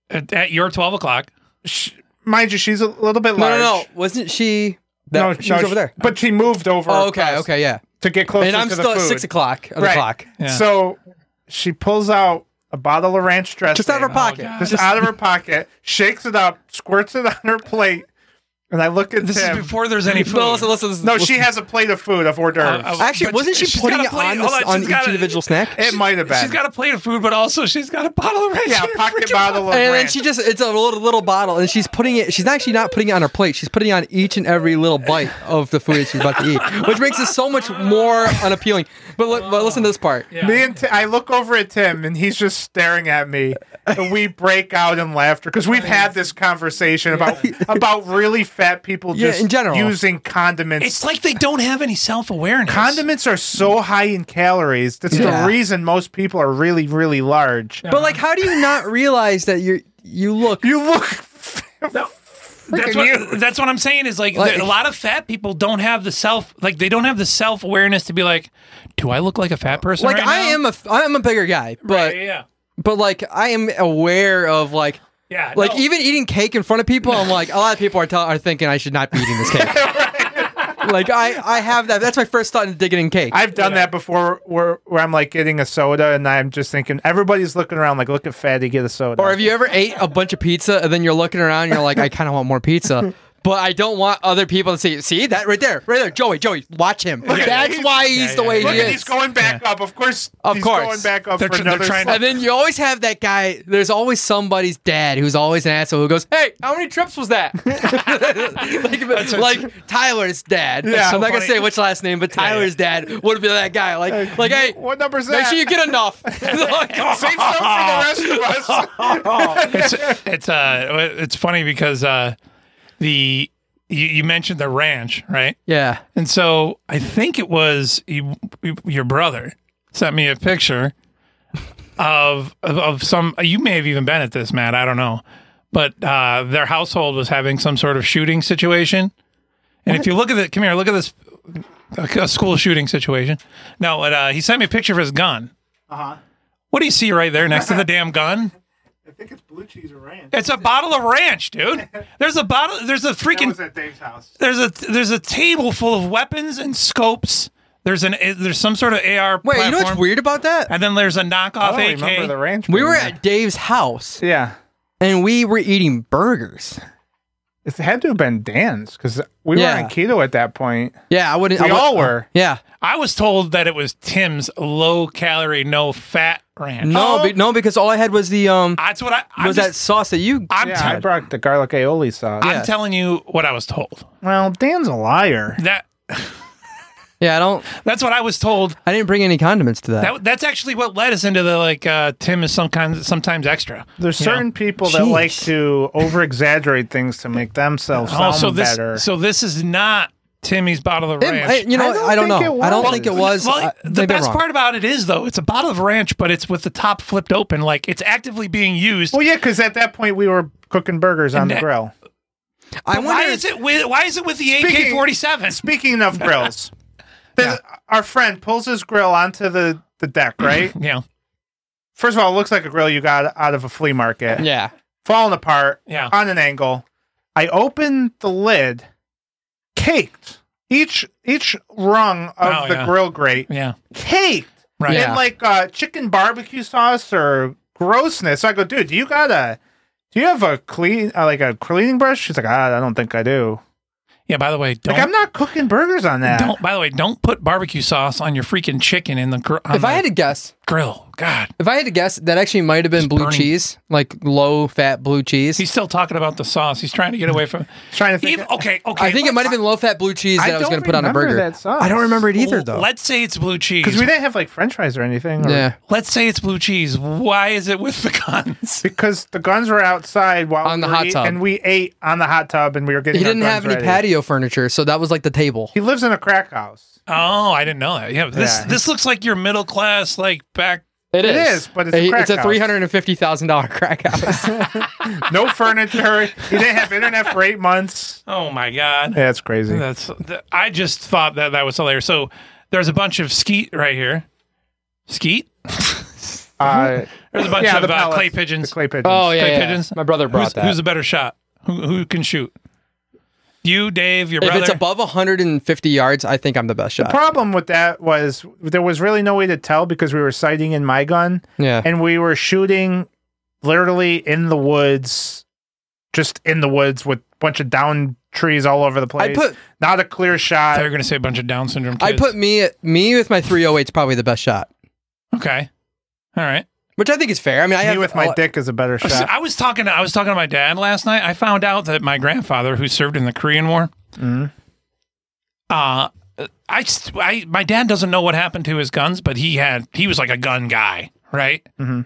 [SPEAKER 2] At, at your twelve o'clock.
[SPEAKER 3] Mind you, she's a little bit
[SPEAKER 4] No,
[SPEAKER 3] large.
[SPEAKER 4] no, no. Wasn't she? That,
[SPEAKER 3] No,
[SPEAKER 4] she
[SPEAKER 3] no,
[SPEAKER 4] was
[SPEAKER 3] she-
[SPEAKER 4] over there.
[SPEAKER 3] But she moved over.
[SPEAKER 4] Oh, okay,
[SPEAKER 3] across
[SPEAKER 4] okay, yeah.
[SPEAKER 3] To get closer.
[SPEAKER 4] And I'm
[SPEAKER 3] to the
[SPEAKER 4] still at
[SPEAKER 3] food.
[SPEAKER 4] six o'clock on the
[SPEAKER 3] Right.
[SPEAKER 4] clock. Yeah.
[SPEAKER 3] So she pulls out a bottle of ranch dressing
[SPEAKER 4] Just out of her pocket. Oh, God.
[SPEAKER 3] just
[SPEAKER 4] Just-
[SPEAKER 3] out of her pocket. Shakes it up. Squirts it on her plate. And I look at
[SPEAKER 2] This is
[SPEAKER 3] Tim.
[SPEAKER 2] before there's any food. No, listen, listen, listen,
[SPEAKER 3] no, she
[SPEAKER 2] listen.
[SPEAKER 3] has a plate of food of hors d'oeuvres.
[SPEAKER 2] Uh, uh, but she's got a plate- hold on, she's got a-
[SPEAKER 3] It might have been.
[SPEAKER 2] She's got a plate of food, but also she's got a bottle of ranch.
[SPEAKER 3] Yeah, a pocket bottle of
[SPEAKER 4] and then
[SPEAKER 3] ranch.
[SPEAKER 4] she just it's a little, little bottle and she's putting it she's actually not putting it on her plate she's putting it on each and every little bite of the food that she's about to eat which makes it so much more unappealing but, li- but listen to this part
[SPEAKER 3] Me and Ti- I look over at Tim, and he's just staring at me, and we break out in laughter because we've had this conversation about about really fat people
[SPEAKER 4] Yeah,
[SPEAKER 3] just
[SPEAKER 4] in general.
[SPEAKER 3] using condiments.
[SPEAKER 2] It's like they don't have any self awareness.
[SPEAKER 3] condiments are so high in calories. That's
[SPEAKER 4] Mm. Yeah.
[SPEAKER 3] the reason most people are really, really large.
[SPEAKER 4] but like how do you not realize that you you look
[SPEAKER 3] you look
[SPEAKER 2] That's what, that's what I'm saying is like,
[SPEAKER 4] Like-
[SPEAKER 2] a lot of fat people don't have the self like they don't have the self awareness to be like, do I look like a fat person?
[SPEAKER 4] like
[SPEAKER 2] right
[SPEAKER 4] I
[SPEAKER 2] now?
[SPEAKER 4] am a I'm a bigger guy but
[SPEAKER 2] yeah.
[SPEAKER 4] but like I am aware of like
[SPEAKER 2] Yeah,
[SPEAKER 4] like
[SPEAKER 2] no.
[SPEAKER 4] even eating cake in front of people I'm like a lot of people are tell, are thinking I should not be eating this cake like I I have that that's my first thought in digging in cake
[SPEAKER 3] I've done that before, where where I'm like getting a soda, and I'm just thinking everybody's looking around like, look at fatty, get a soda.
[SPEAKER 4] Or have you ever ate a bunch of pizza and then you're looking around and you're like, I kind of want more pizza, but I don't want other people to see. See that right there, right there, Joey, Joey, watch him. That's why he's the way
[SPEAKER 3] Look
[SPEAKER 4] he
[SPEAKER 3] at-
[SPEAKER 4] is.
[SPEAKER 3] He's going back up. Of course,
[SPEAKER 4] Of
[SPEAKER 3] he's
[SPEAKER 4] course,
[SPEAKER 3] going back up for another. slide.
[SPEAKER 4] and then you always have that guy. There's always somebody's dad who's always an asshole who goes, "Hey, how many trips was that?" like, like Tyler's dad.
[SPEAKER 3] Yeah.
[SPEAKER 4] I'm
[SPEAKER 3] So
[SPEAKER 4] not gonna
[SPEAKER 3] funny.
[SPEAKER 4] say which last name, but Tyler's dad would be that guy. Like, like, hey,
[SPEAKER 3] what number's
[SPEAKER 4] Make
[SPEAKER 3] that?"
[SPEAKER 4] sure you get enough. Like,
[SPEAKER 3] Save some for the rest of us.
[SPEAKER 2] it's it's uh it's funny because uh the you, you mentioned the ranch right
[SPEAKER 4] yeah
[SPEAKER 2] and so I think it was you, you- your brother sent me a picture of, of of some you may have even been at this Matt I don't know but uh their household was having some sort of shooting situation and if you look at it come here look at this a school shooting situation no but, uh, he sent me a picture of his gun
[SPEAKER 3] Uh-huh.
[SPEAKER 2] what do you see right there next to the damn gun
[SPEAKER 3] I think it's blue cheese or ranch.
[SPEAKER 2] It's a bottle of ranch, dude. There's a bottle. There's a
[SPEAKER 3] That
[SPEAKER 2] freaking.
[SPEAKER 3] was at Dave's house.
[SPEAKER 2] There's a there's a table full of weapons and scopes. There's an eh, there's some sort of AR. Wait,
[SPEAKER 4] you know what's weird about that?
[SPEAKER 2] And then there's a knockoff
[SPEAKER 3] Oh, I
[SPEAKER 2] AK.
[SPEAKER 3] don't remember the ranch.
[SPEAKER 4] We
[SPEAKER 3] being
[SPEAKER 4] were
[SPEAKER 3] there.
[SPEAKER 4] at Dave's house.
[SPEAKER 3] Yeah.
[SPEAKER 4] And we were eating burgers.
[SPEAKER 3] It had to have been Dan's because we
[SPEAKER 4] Yeah.
[SPEAKER 3] were on keto at that point.
[SPEAKER 4] Yeah, I wouldn't.
[SPEAKER 3] We
[SPEAKER 4] I would- uh,
[SPEAKER 3] all were.
[SPEAKER 4] Yeah.
[SPEAKER 2] I was told that it was Tim's low calorie, no fat ranch.
[SPEAKER 4] No,
[SPEAKER 3] Oh.
[SPEAKER 4] be, no, because all I had was the um.
[SPEAKER 2] That's what I I'm
[SPEAKER 4] was that
[SPEAKER 2] just-
[SPEAKER 4] sauce that you?
[SPEAKER 2] I'm
[SPEAKER 3] yeah,
[SPEAKER 2] telling-
[SPEAKER 3] I brought the garlic aioli sauce.
[SPEAKER 2] I'm telling you what I was told.
[SPEAKER 3] well, Dan's a liar.
[SPEAKER 2] That
[SPEAKER 4] Yeah, I don't.
[SPEAKER 2] that's what I was told.
[SPEAKER 4] I didn't bring any condiments to that.
[SPEAKER 2] That that's actually what led us into the like uh, Tim is some kind sometimes extra.
[SPEAKER 3] There's
[SPEAKER 2] you know?
[SPEAKER 3] certain people that like to over exaggerate things to make
[SPEAKER 4] Oh,
[SPEAKER 3] themselves sound
[SPEAKER 2] Oh, so this,
[SPEAKER 3] better.
[SPEAKER 2] So this is not Timmy's bottle of
[SPEAKER 4] It-
[SPEAKER 2] ranch.
[SPEAKER 4] I- you know, I don't, know. I don't think it was.
[SPEAKER 2] Well,
[SPEAKER 4] I- maybe
[SPEAKER 2] the
[SPEAKER 4] I'm
[SPEAKER 2] best
[SPEAKER 4] wrong.
[SPEAKER 2] part about it is though, it's a bottle of ranch, but it's with the top flipped open, like it's actively being used.
[SPEAKER 3] well, yeah, because at that point we were cooking burgers on the
[SPEAKER 2] that-
[SPEAKER 3] grill.
[SPEAKER 4] I
[SPEAKER 2] But why
[SPEAKER 4] wonder.
[SPEAKER 2] is it with why is it with the AK forty seven?
[SPEAKER 3] Speaking of grills, then our friend pulls his grill onto the, the deck, right?
[SPEAKER 2] Yeah,
[SPEAKER 3] First of all, it looks like a grill you got out of a flea market.
[SPEAKER 4] Yeah.
[SPEAKER 3] Falling apart
[SPEAKER 2] Yeah.
[SPEAKER 3] on an angle. I open the lid, caked. Each each rung of
[SPEAKER 2] Oh,
[SPEAKER 3] the
[SPEAKER 2] yeah.
[SPEAKER 3] grill grate,
[SPEAKER 2] yeah,
[SPEAKER 3] caked
[SPEAKER 2] right.
[SPEAKER 3] in
[SPEAKER 4] Yeah.
[SPEAKER 3] like uh, chicken barbecue sauce or grossness. So I go, dude, do you got a do you have a clean uh, like a cleaning brush? She's like, ah, I don't think I do.
[SPEAKER 2] Yeah. By the way, don't.
[SPEAKER 3] like I'm not cooking burgers on that.
[SPEAKER 2] don't by the way, don't put barbecue sauce on your freaking chicken in the gr- on
[SPEAKER 4] If
[SPEAKER 2] the
[SPEAKER 4] I had to guess,
[SPEAKER 2] grill. God.
[SPEAKER 4] If I had to guess, that actually might have been blue
[SPEAKER 2] burning.
[SPEAKER 4] cheese, like low fat blue cheese.
[SPEAKER 2] He's still talking about the sauce. He's trying to get away from.
[SPEAKER 3] Trying to
[SPEAKER 2] think. okay, okay.
[SPEAKER 4] I think it might have been low fat blue cheese
[SPEAKER 2] I
[SPEAKER 4] that I, was
[SPEAKER 2] don't
[SPEAKER 4] going to put on a
[SPEAKER 2] remember
[SPEAKER 4] burger.
[SPEAKER 2] that sauce.
[SPEAKER 4] I don't remember it either,
[SPEAKER 2] Well,
[SPEAKER 4] though.
[SPEAKER 2] Let's say it's blue cheese.
[SPEAKER 3] Because we didn't have like French fries or anything. Or,
[SPEAKER 4] Yeah.
[SPEAKER 2] Let's say it's blue cheese. Why is it with the guns?
[SPEAKER 3] Because the guns were outside while
[SPEAKER 4] On
[SPEAKER 3] we
[SPEAKER 4] the
[SPEAKER 3] were
[SPEAKER 4] hot
[SPEAKER 3] eat-
[SPEAKER 4] tub.
[SPEAKER 3] and we ate on the hot tub, and we were
[SPEAKER 4] He
[SPEAKER 3] getting. our
[SPEAKER 4] didn't
[SPEAKER 3] guns
[SPEAKER 4] have any
[SPEAKER 3] ready.
[SPEAKER 4] patio furniture, so that was like the table.
[SPEAKER 3] He lives in a crack house.
[SPEAKER 2] Oh, I didn't know that. Yeah, this
[SPEAKER 4] Yeah.
[SPEAKER 2] this looks like your middle class like back.
[SPEAKER 4] He- it's a three hundred and fifty thousand dollar crack house.
[SPEAKER 3] no furniture. He didn't have internet for eight months.
[SPEAKER 2] Oh my god.
[SPEAKER 3] Yeah, that's crazy.
[SPEAKER 2] That's. th- I just thought that that was hilarious. So there's a bunch of skeet right here. Skeet.
[SPEAKER 3] Uh,
[SPEAKER 2] There's a bunch
[SPEAKER 3] yeah,
[SPEAKER 2] of
[SPEAKER 3] the
[SPEAKER 2] uh,
[SPEAKER 3] pellets,
[SPEAKER 2] clay pigeons.
[SPEAKER 3] the clay pigeons.
[SPEAKER 4] Oh, yeah,
[SPEAKER 2] clay
[SPEAKER 4] yeah.
[SPEAKER 2] pigeons.
[SPEAKER 4] My brother brought
[SPEAKER 2] who's,
[SPEAKER 4] that.
[SPEAKER 2] Who's a better shot? Who who can shoot? You, Dave, your
[SPEAKER 4] if
[SPEAKER 2] brother.
[SPEAKER 4] it's above one hundred and fifty yards, I think I'm the best
[SPEAKER 3] The
[SPEAKER 4] shot.
[SPEAKER 3] problem with that was there was really no way to tell because we were sighting in my gun.
[SPEAKER 4] Yeah.
[SPEAKER 3] And we were shooting literally in the woods, just in the woods with a bunch of down trees all over the place.
[SPEAKER 4] put-
[SPEAKER 3] not a clear shot.
[SPEAKER 2] They're going to say a bunch of Down syndrome.
[SPEAKER 4] I
[SPEAKER 2] kids.
[SPEAKER 4] put me at- me with my three oh eight is probably the best shot,
[SPEAKER 2] Okay. All right.
[SPEAKER 4] which I think is fair. I mean, I
[SPEAKER 3] Me
[SPEAKER 4] have
[SPEAKER 3] with my
[SPEAKER 4] oh,
[SPEAKER 3] dick is a better
[SPEAKER 2] So
[SPEAKER 3] shot.
[SPEAKER 2] I was talking. To, I was talking to my dad last night. I found out that my grandfather, who served in the Korean War,
[SPEAKER 3] Mhm.
[SPEAKER 2] uh, I, s- I- my dad doesn't know what happened to his guns, but he had he was like a gun guy, right?
[SPEAKER 3] Mhm.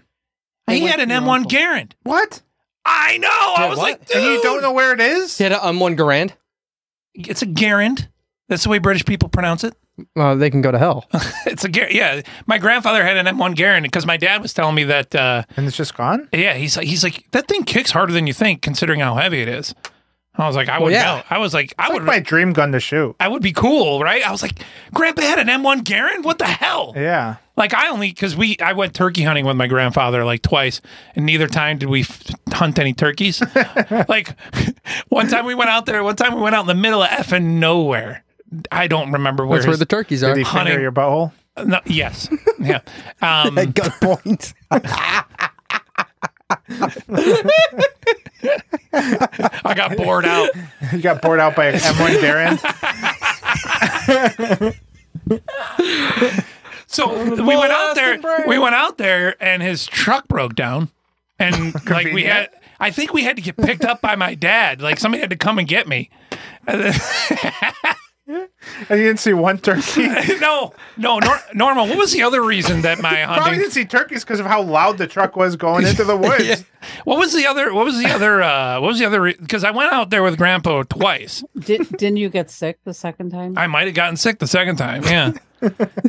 [SPEAKER 2] He had an M1 Garand.
[SPEAKER 3] What?
[SPEAKER 2] I know. I
[SPEAKER 4] Yeah,
[SPEAKER 2] was
[SPEAKER 4] what?
[SPEAKER 2] like, dude,
[SPEAKER 3] And you don't know where it is?
[SPEAKER 4] He had an um one grand.
[SPEAKER 2] it's a Garand. That's the way British people pronounce it.
[SPEAKER 4] Well, they can go to hell.
[SPEAKER 2] It's a Gar- yeah. My grandfather had an M1 Garand because my dad was telling me that. Uh,
[SPEAKER 3] And it's just gone?
[SPEAKER 2] yeah, he's like, he's like that thing kicks harder than you think, considering how heavy it is. I was like, I
[SPEAKER 3] Well,
[SPEAKER 2] would
[SPEAKER 3] yeah.
[SPEAKER 2] know. I was like, I
[SPEAKER 3] It's
[SPEAKER 2] would
[SPEAKER 3] like my dream gun to shoot.
[SPEAKER 2] I would be cool, right? I was like, Grandpa had an M1 Garand? What the hell?
[SPEAKER 3] Yeah.
[SPEAKER 2] Like I only because we I went turkey hunting with my grandfather like twice, and neither time did we f- hunt any turkeys. like one time we went out there, one time we went out in the middle of effing nowhere. I don't remember where.
[SPEAKER 4] That's where
[SPEAKER 2] his-
[SPEAKER 4] the turkeys are.
[SPEAKER 3] Did he
[SPEAKER 2] Hunting.
[SPEAKER 3] finger your butthole?
[SPEAKER 2] No, yes, yeah. Um,
[SPEAKER 4] Good point.
[SPEAKER 2] I got bored out.
[SPEAKER 3] you got bored out by an M1 Garand?
[SPEAKER 2] So we went out there. We went out there, and his truck broke down, and like we had. I think we had to get picked up by my dad. Like somebody had to come and get me.
[SPEAKER 3] And you didn't see one turkey?
[SPEAKER 2] no, no, nor- Norma. What was the other reason that my
[SPEAKER 3] Probably
[SPEAKER 2] hunting?
[SPEAKER 3] didn't see turkeys because of how loud the truck was going into the woods.
[SPEAKER 2] What was the other? What was the other? Uh, what was the other? Because I went out there with Grandpa twice.
[SPEAKER 5] Did, didn't you get sick the second time?
[SPEAKER 2] I might have gotten sick the second time. Yeah,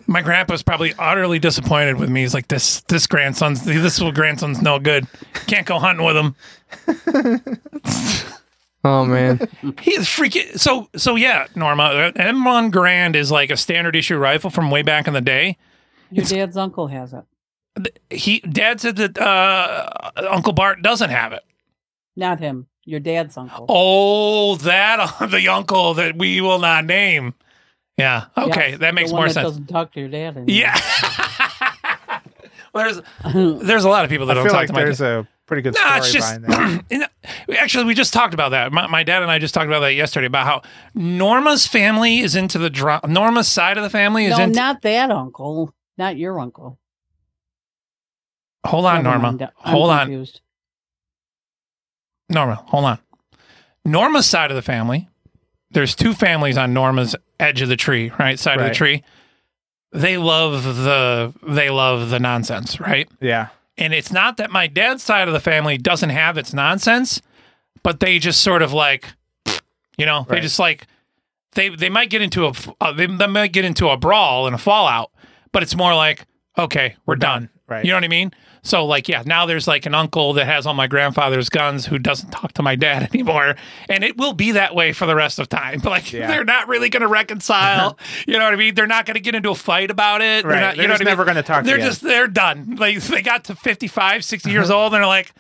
[SPEAKER 2] my grandpa's probably utterly disappointed with me. He's like, this this grandson's this little grandson's no good. Can't go hunting with him.
[SPEAKER 4] Oh man,
[SPEAKER 2] He is freaking so so. Yeah, Norma. M1 Grand is like a standard issue rifle from way back in the day.
[SPEAKER 5] Your dad's uncle has it.
[SPEAKER 2] He dad said that uh, Uncle Bart doesn't have it.
[SPEAKER 5] Not him. Your dad's uncle.
[SPEAKER 2] Oh, that the uncle that we will not name. Yeah. Okay,
[SPEAKER 3] Oh,
[SPEAKER 5] Yeah,
[SPEAKER 2] that makes
[SPEAKER 5] the one
[SPEAKER 2] more
[SPEAKER 5] that
[SPEAKER 2] sense.
[SPEAKER 5] Doesn't talk to your dad. Anymore.
[SPEAKER 2] Yeah. Well, there's there's a lot of people that
[SPEAKER 3] I
[SPEAKER 2] don't
[SPEAKER 3] feel
[SPEAKER 2] talk
[SPEAKER 3] like
[SPEAKER 2] to my
[SPEAKER 3] there's
[SPEAKER 2] dad.
[SPEAKER 3] a pretty good
[SPEAKER 2] Nah,
[SPEAKER 3] story
[SPEAKER 2] it's just
[SPEAKER 3] behind that.
[SPEAKER 2] you know, actually we just talked about that. My, my dad and I just talked about that yesterday about how Norma's family is into the dra- Norma's side of the family is
[SPEAKER 5] No,
[SPEAKER 2] into.
[SPEAKER 5] not that uncle. Not your uncle.
[SPEAKER 2] hold on,
[SPEAKER 5] Never
[SPEAKER 2] Norma.
[SPEAKER 5] mind. I'm
[SPEAKER 2] Hold on.
[SPEAKER 5] confused.
[SPEAKER 2] Norma, hold on. Norma's side of the family, there's two families on Norma's edge of the tree, right? Side of
[SPEAKER 3] Right.
[SPEAKER 2] the tree. They love the they love the nonsense, right?
[SPEAKER 3] Yeah.
[SPEAKER 2] And it's not that my dad's side of the family doesn't have its nonsense, but they just sort of like you know, they
[SPEAKER 3] Right.
[SPEAKER 2] just like they they might get into a f- uh, they, they might get into a brawl and a fallout, but it's more like okay, we're, done.
[SPEAKER 3] Right.
[SPEAKER 2] You know what I mean? So like yeah, now there's like an uncle that has all my grandfather's guns who doesn't talk to my dad anymore, and it will be that way for the rest of time. Like
[SPEAKER 3] Yeah. Uh-huh.
[SPEAKER 2] they're not really going to reconcile. you know what I mean? They're not going to get into a fight about it.
[SPEAKER 3] Right.
[SPEAKER 2] They're, not,
[SPEAKER 3] They're
[SPEAKER 2] you know
[SPEAKER 3] just
[SPEAKER 2] what I mean?
[SPEAKER 3] never gonna talk
[SPEAKER 2] They're
[SPEAKER 3] again. Uh-huh.
[SPEAKER 2] just they're done. Like they got to 55, 60 years old, and they're like,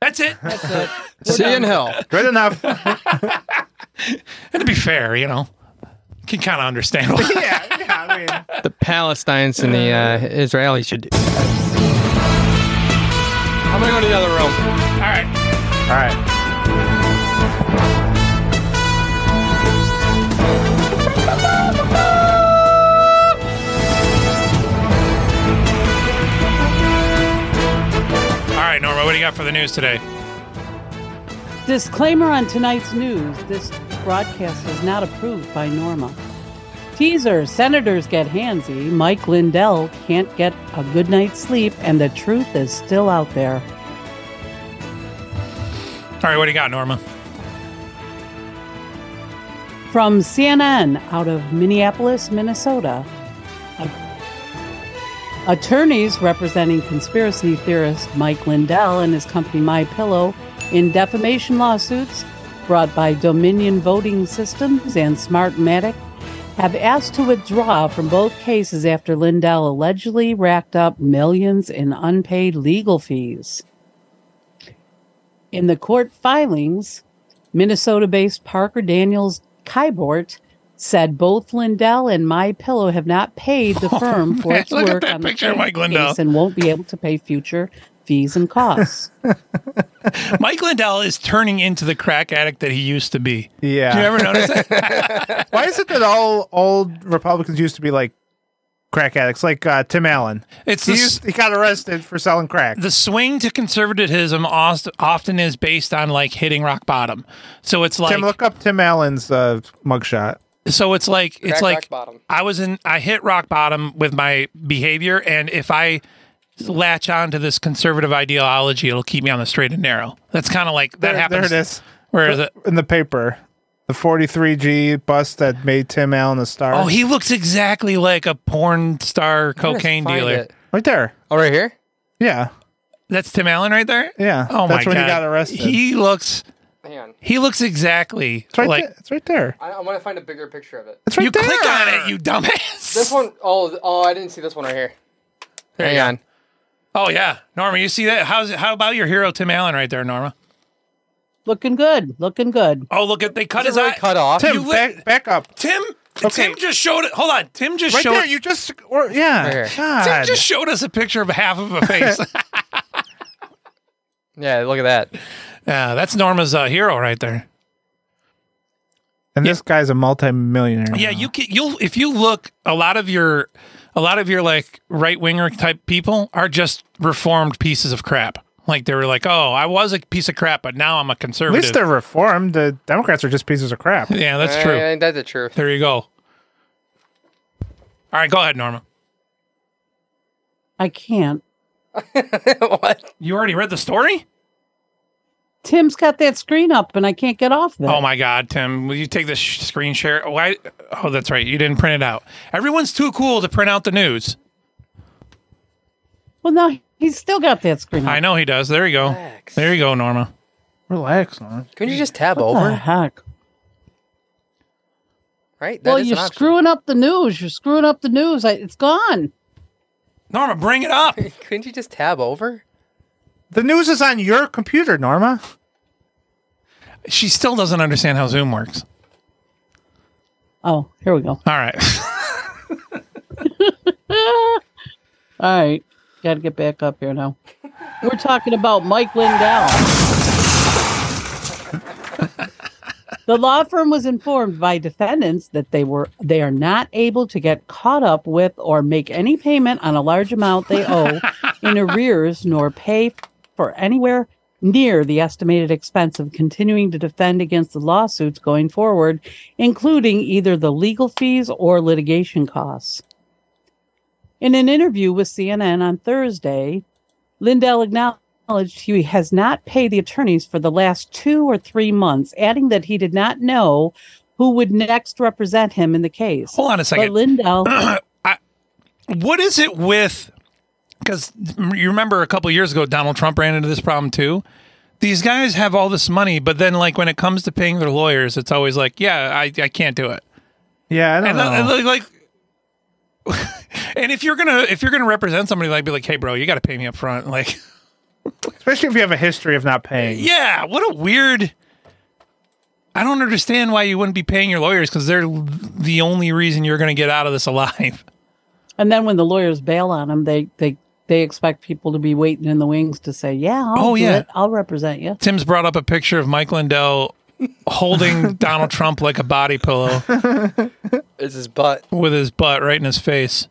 [SPEAKER 2] that's it.
[SPEAKER 5] That's it. We're
[SPEAKER 4] see you
[SPEAKER 5] done.
[SPEAKER 4] in hell.
[SPEAKER 3] Good enough.
[SPEAKER 2] and to be fair, you know, you can kind of understand. Why.
[SPEAKER 3] yeah, yeah, I mean,
[SPEAKER 4] The Palestinians and the uh, Israelis should. do. I'm gonna go to the other room.
[SPEAKER 2] all right.
[SPEAKER 3] all right.
[SPEAKER 2] do you got for the news today?
[SPEAKER 5] Disclaimer on tonight's news this broadcast is not approved by Norma. Teaser Senators get handsy, Mike Lindell can't get a good night's sleep, and the truth is still out there.
[SPEAKER 2] All right, what do you got, Norma?
[SPEAKER 5] From CNN out of Minneapolis, Minnesota, Attorneys representing conspiracy theorist Mike Lindell and his company My Pillow in defamation lawsuits brought by Dominion Voting Systems and Smartmatic have asked to withdraw from both cases after Lindell allegedly racked up millions in unpaid legal fees. In the court filings, Minnesota based Parker Daniels Kybort said both Lindell and My Pillow have not paid the firm for
[SPEAKER 2] Oh, man,
[SPEAKER 5] its
[SPEAKER 2] look at
[SPEAKER 5] work
[SPEAKER 2] that
[SPEAKER 5] on the
[SPEAKER 2] picture of Mike
[SPEAKER 5] Trump
[SPEAKER 2] Lindell.
[SPEAKER 5] case and won't be able to pay future fees and costs.
[SPEAKER 2] Mike Lindell is turning into the crack addict that he used to be. Yeah. Do you ever notice that?
[SPEAKER 3] Why is it that all old Republicans used to be like crack addicts, like uh, Tim Allen?
[SPEAKER 2] It's
[SPEAKER 3] he,
[SPEAKER 2] the s-
[SPEAKER 3] used, he got arrested for selling crack.
[SPEAKER 2] The swing to conservatism os- often is based on like hitting rock bottom. So it's like
[SPEAKER 3] Tim, look up Tim Allen's uh, mugshot.
[SPEAKER 2] So it's like it's
[SPEAKER 3] Crack
[SPEAKER 2] like
[SPEAKER 3] rock bottom.
[SPEAKER 2] I was in I hit rock bottom with my behavior, and if I latch on to this conservative ideology, it'll keep me on the straight and narrow. That's kind of like that
[SPEAKER 3] there,
[SPEAKER 2] happens.
[SPEAKER 3] There it is.
[SPEAKER 2] Where is it?
[SPEAKER 3] In the paper, the 43G bus that made Tim Allen a star.
[SPEAKER 2] Oh, he looks exactly like a porn star cocaine
[SPEAKER 3] find
[SPEAKER 2] dealer.
[SPEAKER 3] it? right there.
[SPEAKER 4] Oh, right here.
[SPEAKER 3] Yeah.
[SPEAKER 2] That's Tim Allen right there.
[SPEAKER 3] Yeah.
[SPEAKER 2] Oh my
[SPEAKER 3] That's when
[SPEAKER 2] god.
[SPEAKER 3] he got arrested.
[SPEAKER 2] He looks. He looks exactly
[SPEAKER 3] It's right
[SPEAKER 2] like.
[SPEAKER 3] there. It's right there.
[SPEAKER 4] I, I want to find a bigger picture of it.
[SPEAKER 3] It's right
[SPEAKER 2] you
[SPEAKER 3] there.
[SPEAKER 2] click on it, you dumbass. This
[SPEAKER 4] one, oh, oh, I didn't see this one right here. Hang on.
[SPEAKER 2] Oh yeah, Norma, you see that? How's how about your hero Tim Allen right there, Norma?
[SPEAKER 5] looking good, looking good.
[SPEAKER 2] Oh look at they cut his eye
[SPEAKER 4] cut off.
[SPEAKER 2] Oh,
[SPEAKER 3] Tim, back,
[SPEAKER 2] uh
[SPEAKER 3] back up.
[SPEAKER 2] Tim, Tim just showed it. Hold on, Tim just
[SPEAKER 3] right
[SPEAKER 2] showed.
[SPEAKER 3] there. You just. Or, yeah.
[SPEAKER 4] Right here.
[SPEAKER 2] Tim
[SPEAKER 3] God.
[SPEAKER 2] just showed us a picture of half of a face.
[SPEAKER 4] Yeah, look at that.
[SPEAKER 2] yeah, that's Norma's uh, hero right there.
[SPEAKER 3] And this guy's a multimillionaire.
[SPEAKER 2] Yeah, you can, you'll if you look, a lot of your, a lot of your like right winger type people are just reformed pieces of crap. Like they were like, oh, I was a piece of crap, but now I'm a
[SPEAKER 3] At
[SPEAKER 2] conservative.
[SPEAKER 3] least they're reformed. The Democrats are just pieces of crap.
[SPEAKER 2] yeah, that's true.
[SPEAKER 4] Ain't that the truth?
[SPEAKER 2] There you go. All right, go ahead, Norma.
[SPEAKER 5] I can't.
[SPEAKER 2] You already read the story?
[SPEAKER 5] Tim's got that screen up and I can't get off that.
[SPEAKER 2] Oh my God, Tim! Will you take this sh- screen share? Why? Oh, that's right. You didn't print it out. Everyone's too cool to print out the news.
[SPEAKER 5] Well, no, he's still got that screen.
[SPEAKER 2] I know he does. There you go. There you go, Norma.
[SPEAKER 3] Relax, man.
[SPEAKER 4] Couldn't you just tab
[SPEAKER 5] What
[SPEAKER 4] over?
[SPEAKER 5] the heck?
[SPEAKER 4] Right. that
[SPEAKER 5] Well,
[SPEAKER 4] is an
[SPEAKER 5] you're
[SPEAKER 4] option.
[SPEAKER 5] screwing up the news. You're screwing up the news. I, it's gone.
[SPEAKER 2] Norma, bring it up.
[SPEAKER 4] Couldn't you just tab over?
[SPEAKER 3] The news is on your computer, Norma.
[SPEAKER 2] She still doesn't understand how Zoom works.
[SPEAKER 5] Oh, here we go. All
[SPEAKER 2] right.
[SPEAKER 5] All right. Got to get back up here now. We're talking about Mike Lindell. the law firm was informed by defendants that they were they are not able to get caught up with or make any payment on a large amount they owe in arrears nor pay for anywhere near the estimated expense of continuing to defend against the lawsuits going forward, including either the legal fees or litigation costs. In an interview with CNN on Thursday, Lindell acknowledged he has not paid the attorneys for the last two or three months, adding that he did not know who would next represent him in the case.
[SPEAKER 2] Hold on a second.
[SPEAKER 5] But Lindell,
[SPEAKER 2] What is it with? Because you remember a couple years ago, Donald Trump ran into this problem too. These guys have all this money, but then like when it comes to paying their lawyers, it's always like, yeah, I, I can't do it.
[SPEAKER 3] Yeah, I don't
[SPEAKER 2] and,
[SPEAKER 3] know.
[SPEAKER 2] uh, and, like, and if you're gonna if you're gonna represent somebody, like, be like, hey, bro, you got to pay me up front. Like,
[SPEAKER 3] Especially if you have a history of not paying.
[SPEAKER 2] yeah, what a weird. I don't understand why you wouldn't be paying your lawyers because they're the only reason you're gonna get out of this alive.
[SPEAKER 5] and then when the lawyers bail on him, they they they expect people to be waiting in the wings to say, "Yeah, I'll
[SPEAKER 2] Oh,
[SPEAKER 5] do
[SPEAKER 2] yeah.
[SPEAKER 5] it. I'll represent you."
[SPEAKER 2] Tim's brought up a picture of Mike Lindell holding Donald Trump like a body pillow
[SPEAKER 4] It's his butt.
[SPEAKER 2] with his butt right in his face.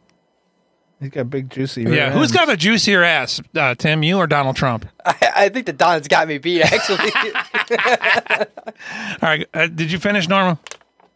[SPEAKER 3] He's got big juicy.
[SPEAKER 2] Yeah, who's got a juicier ass, uh, Tim? You or Donald Trump?
[SPEAKER 4] I think the Don's got me beat, actually.
[SPEAKER 2] All right, uh, did you finish, Norma?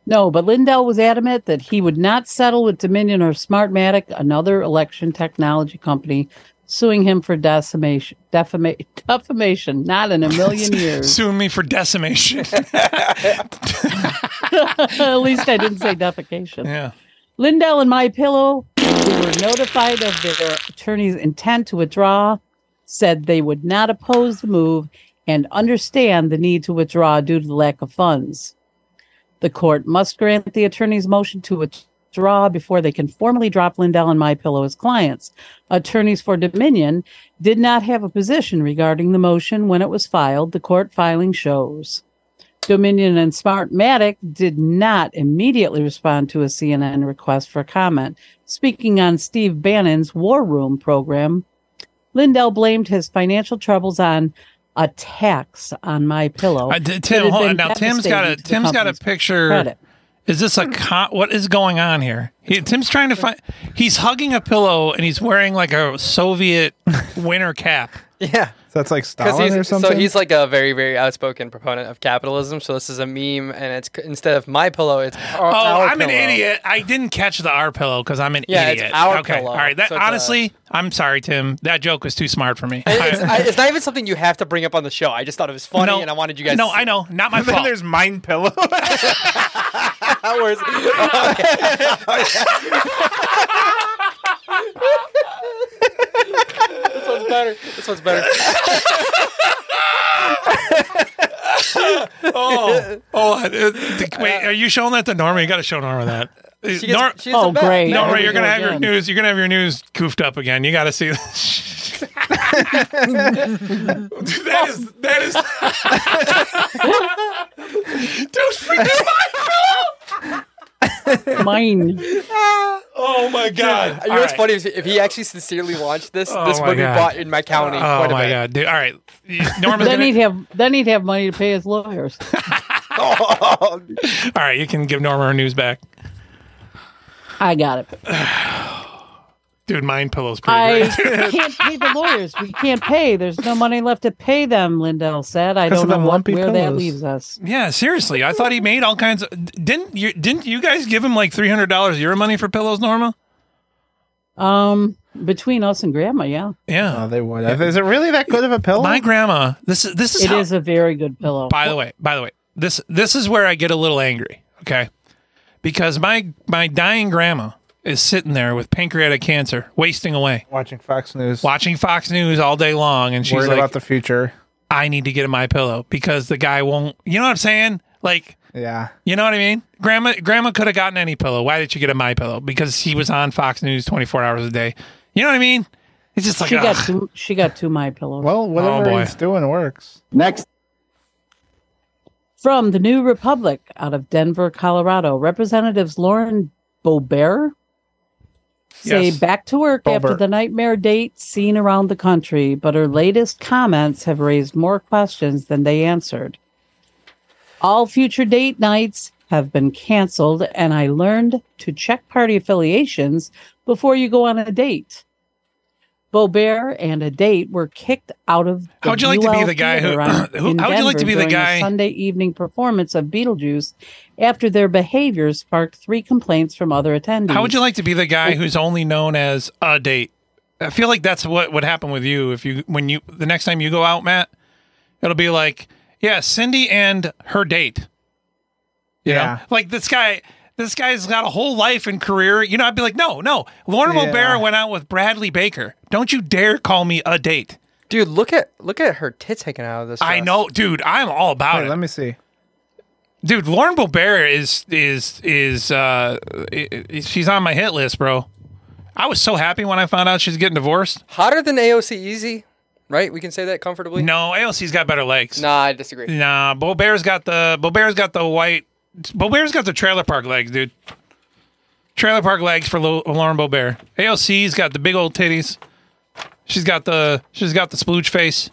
[SPEAKER 5] No, but Lindell was adamant that he would not settle with Dominion or Smartmatic, another election technology company, suing him for decimation, defamation, defamation. Not in a million years.
[SPEAKER 2] Sue me for decimation.
[SPEAKER 5] At least I didn't say defecation.
[SPEAKER 2] Yeah.
[SPEAKER 5] Lindell and My Pillow, who were notified of their attorney's intent to withdraw, said they would not oppose the move and understand the need to withdraw due to the lack of funds. The court must grant the attorney's motion to withdraw before they can formally drop Lindell and My Pillow as clients. Attorneys for Dominion did not have a position regarding the motion when it was filed. The court filing shows. Dominion and Smartmatic did not immediately respond to a CNN request for comment. Speaking on Steve Bannon's War Room program, Lindell blamed his financial troubles on attacks on my pillow.
[SPEAKER 2] Uh, d- Tim, hold on. Now Tim's got a Tim's got a picture.
[SPEAKER 5] credit.
[SPEAKER 2] Is this a con- what is going on here? He, Tim's trying to find. He's hugging a pillow and he's wearing like a Soviet winter cap.
[SPEAKER 4] Yeah,
[SPEAKER 3] so that's like
[SPEAKER 4] Because
[SPEAKER 3] Stalin or
[SPEAKER 4] he's
[SPEAKER 3] something.
[SPEAKER 4] so he's like a very very outspoken proponent of capitalism. So this is a meme, and it's c- instead of my pillow, it's our,
[SPEAKER 2] Oh,
[SPEAKER 4] our
[SPEAKER 2] I'm an
[SPEAKER 4] pillow.
[SPEAKER 2] idiot. I didn't catch the R pillow because I'm an
[SPEAKER 4] Yeah, it's
[SPEAKER 2] idiot.
[SPEAKER 4] our
[SPEAKER 2] okay,
[SPEAKER 4] pillow.
[SPEAKER 2] all right. That
[SPEAKER 4] So it's a-
[SPEAKER 2] honestly, i I'm sorry, Tim. That joke was too smart for me.
[SPEAKER 4] It's, I, it's not even something you have to bring up on the show. I just thought it was funny,
[SPEAKER 2] No.
[SPEAKER 4] and I wanted you guys.
[SPEAKER 2] No,
[SPEAKER 4] to
[SPEAKER 2] I know. Not my Then fault. there's
[SPEAKER 3] mind pillow.
[SPEAKER 4] Hours. this one's better. This one's better.
[SPEAKER 2] oh, oh! uh, d- Wait, are you showing that to Norma? You got to show Norma that.
[SPEAKER 4] She gets-
[SPEAKER 2] Nor-
[SPEAKER 4] she gets Oh, a bet. great.
[SPEAKER 2] Norma,
[SPEAKER 4] Here
[SPEAKER 2] you're
[SPEAKER 4] we go
[SPEAKER 2] gonna have your
[SPEAKER 4] again.
[SPEAKER 2] news. You're gonna have your news goofed up again. You got to see. this. that is that is. Don't forget my
[SPEAKER 5] pillow. Mine.
[SPEAKER 2] Oh my god!
[SPEAKER 4] You know
[SPEAKER 2] All
[SPEAKER 4] what's
[SPEAKER 2] right.
[SPEAKER 4] funny is if he actually sincerely launched this,
[SPEAKER 2] Oh
[SPEAKER 4] this
[SPEAKER 2] my
[SPEAKER 4] would be
[SPEAKER 2] God.
[SPEAKER 4] bought in my county.
[SPEAKER 2] Oh
[SPEAKER 4] quite
[SPEAKER 2] my
[SPEAKER 4] a bit.
[SPEAKER 2] god, dude! All right, Norma's
[SPEAKER 5] Then
[SPEAKER 2] gonna,
[SPEAKER 5] he'd have then he'd have money to pay his lawyers.
[SPEAKER 2] all right, you can give Norma her news back,
[SPEAKER 5] I got it.
[SPEAKER 2] dude. Mine pillow's pretty
[SPEAKER 5] I
[SPEAKER 2] great.
[SPEAKER 5] can't pay the lawyers. We can't pay. There's no money left to pay them. Lindell said. I
[SPEAKER 2] 'Cause
[SPEAKER 5] don't
[SPEAKER 2] of
[SPEAKER 5] know
[SPEAKER 2] them
[SPEAKER 5] what-
[SPEAKER 2] lumpy
[SPEAKER 5] where that
[SPEAKER 2] pillows.
[SPEAKER 5] leaves us.
[SPEAKER 2] Yeah, seriously. I thought he made all kinds of. Didn't you? Didn't you guys give him like three hundred dollars your money for pillows, Norma?
[SPEAKER 5] Um, between us and Grandma, yeah.
[SPEAKER 2] Yeah,
[SPEAKER 3] Uh, they would. Is it really that good of a pillow?
[SPEAKER 2] My grandma. This is this is.
[SPEAKER 5] It
[SPEAKER 2] how-
[SPEAKER 5] is a very good pillow.
[SPEAKER 2] By the way, by the way, this this is where I get a little angry. Okay, because my my dying grandma is sitting there with pancreatic cancer, wasting away,
[SPEAKER 3] watching Fox News,
[SPEAKER 2] watching Fox News all day long, and she's
[SPEAKER 3] Worried
[SPEAKER 2] like,
[SPEAKER 3] about the future.
[SPEAKER 2] "I need to get in my pillow because the guy won't." You know what I'm saying? Like.
[SPEAKER 3] Yeah.
[SPEAKER 2] You know what I mean? Grandma grandma could have gotten any pillow. Why did you get a my pillow? Because he was on Fox News 24 hours a day. You know what I mean? It's just like
[SPEAKER 5] she got
[SPEAKER 2] ugh. Oh,
[SPEAKER 5] two. She got two my pillows.
[SPEAKER 3] Well, whatever
[SPEAKER 2] boy.
[SPEAKER 3] he's doing works.
[SPEAKER 5] Next. From the New Republic out of Denver, Colorado, Representatives Lauren Boebert say
[SPEAKER 9] Yes.
[SPEAKER 5] back to work after
[SPEAKER 9] Boebert.
[SPEAKER 5] the nightmare date seen around the country, but her latest comments have raised more questions than they answered. All future date nights have been canceled, and I learned to check party affiliations before you go on a date. Bobert and a date were kicked out of. the
[SPEAKER 2] How'd you like to be
[SPEAKER 5] UL
[SPEAKER 2] the guy who-
[SPEAKER 5] Theater on-
[SPEAKER 2] who-
[SPEAKER 5] in
[SPEAKER 2] how'd you like to
[SPEAKER 5] Denver
[SPEAKER 2] be the
[SPEAKER 5] during a
[SPEAKER 2] guy-
[SPEAKER 5] Sunday evening performance of Beetlejuice after their behavior sparked three complaints from other attendees.
[SPEAKER 2] How would you like to be the
[SPEAKER 4] Oh.
[SPEAKER 2] guy who's only known as a date? I feel like that's what would happen with you if you when you the next time you go out, Matt. It'll be like, yeah, Cindy and her date. You
[SPEAKER 3] Yeah.
[SPEAKER 2] know? Like this guy this guy's got a whole life and career. You know, I'd be like, no, no. Lauren
[SPEAKER 4] Yeah.
[SPEAKER 2] O'Bara went out with Bradley Baker. Don't you dare call me a date.
[SPEAKER 4] Dude, look at look at her tits hanging out of this.
[SPEAKER 2] I know, dude. I'm all about it. Let
[SPEAKER 3] me see.
[SPEAKER 2] Dude, Lauren Bobert is is is uh i- i- she's on my hit list, bro. I was so happy when I found out she's getting divorced.
[SPEAKER 4] Hotter than AOC Easy, right? We can say that comfortably.
[SPEAKER 2] No, AOC's got better legs.
[SPEAKER 4] Nah, I disagree.
[SPEAKER 2] Nah, Bobert's got the Bobert's got the white Bobert's got the trailer park legs, dude. Trailer park legs for Lo- Lauren Bobert. AOC's got the big old titties. She's got the she's got the splooge face.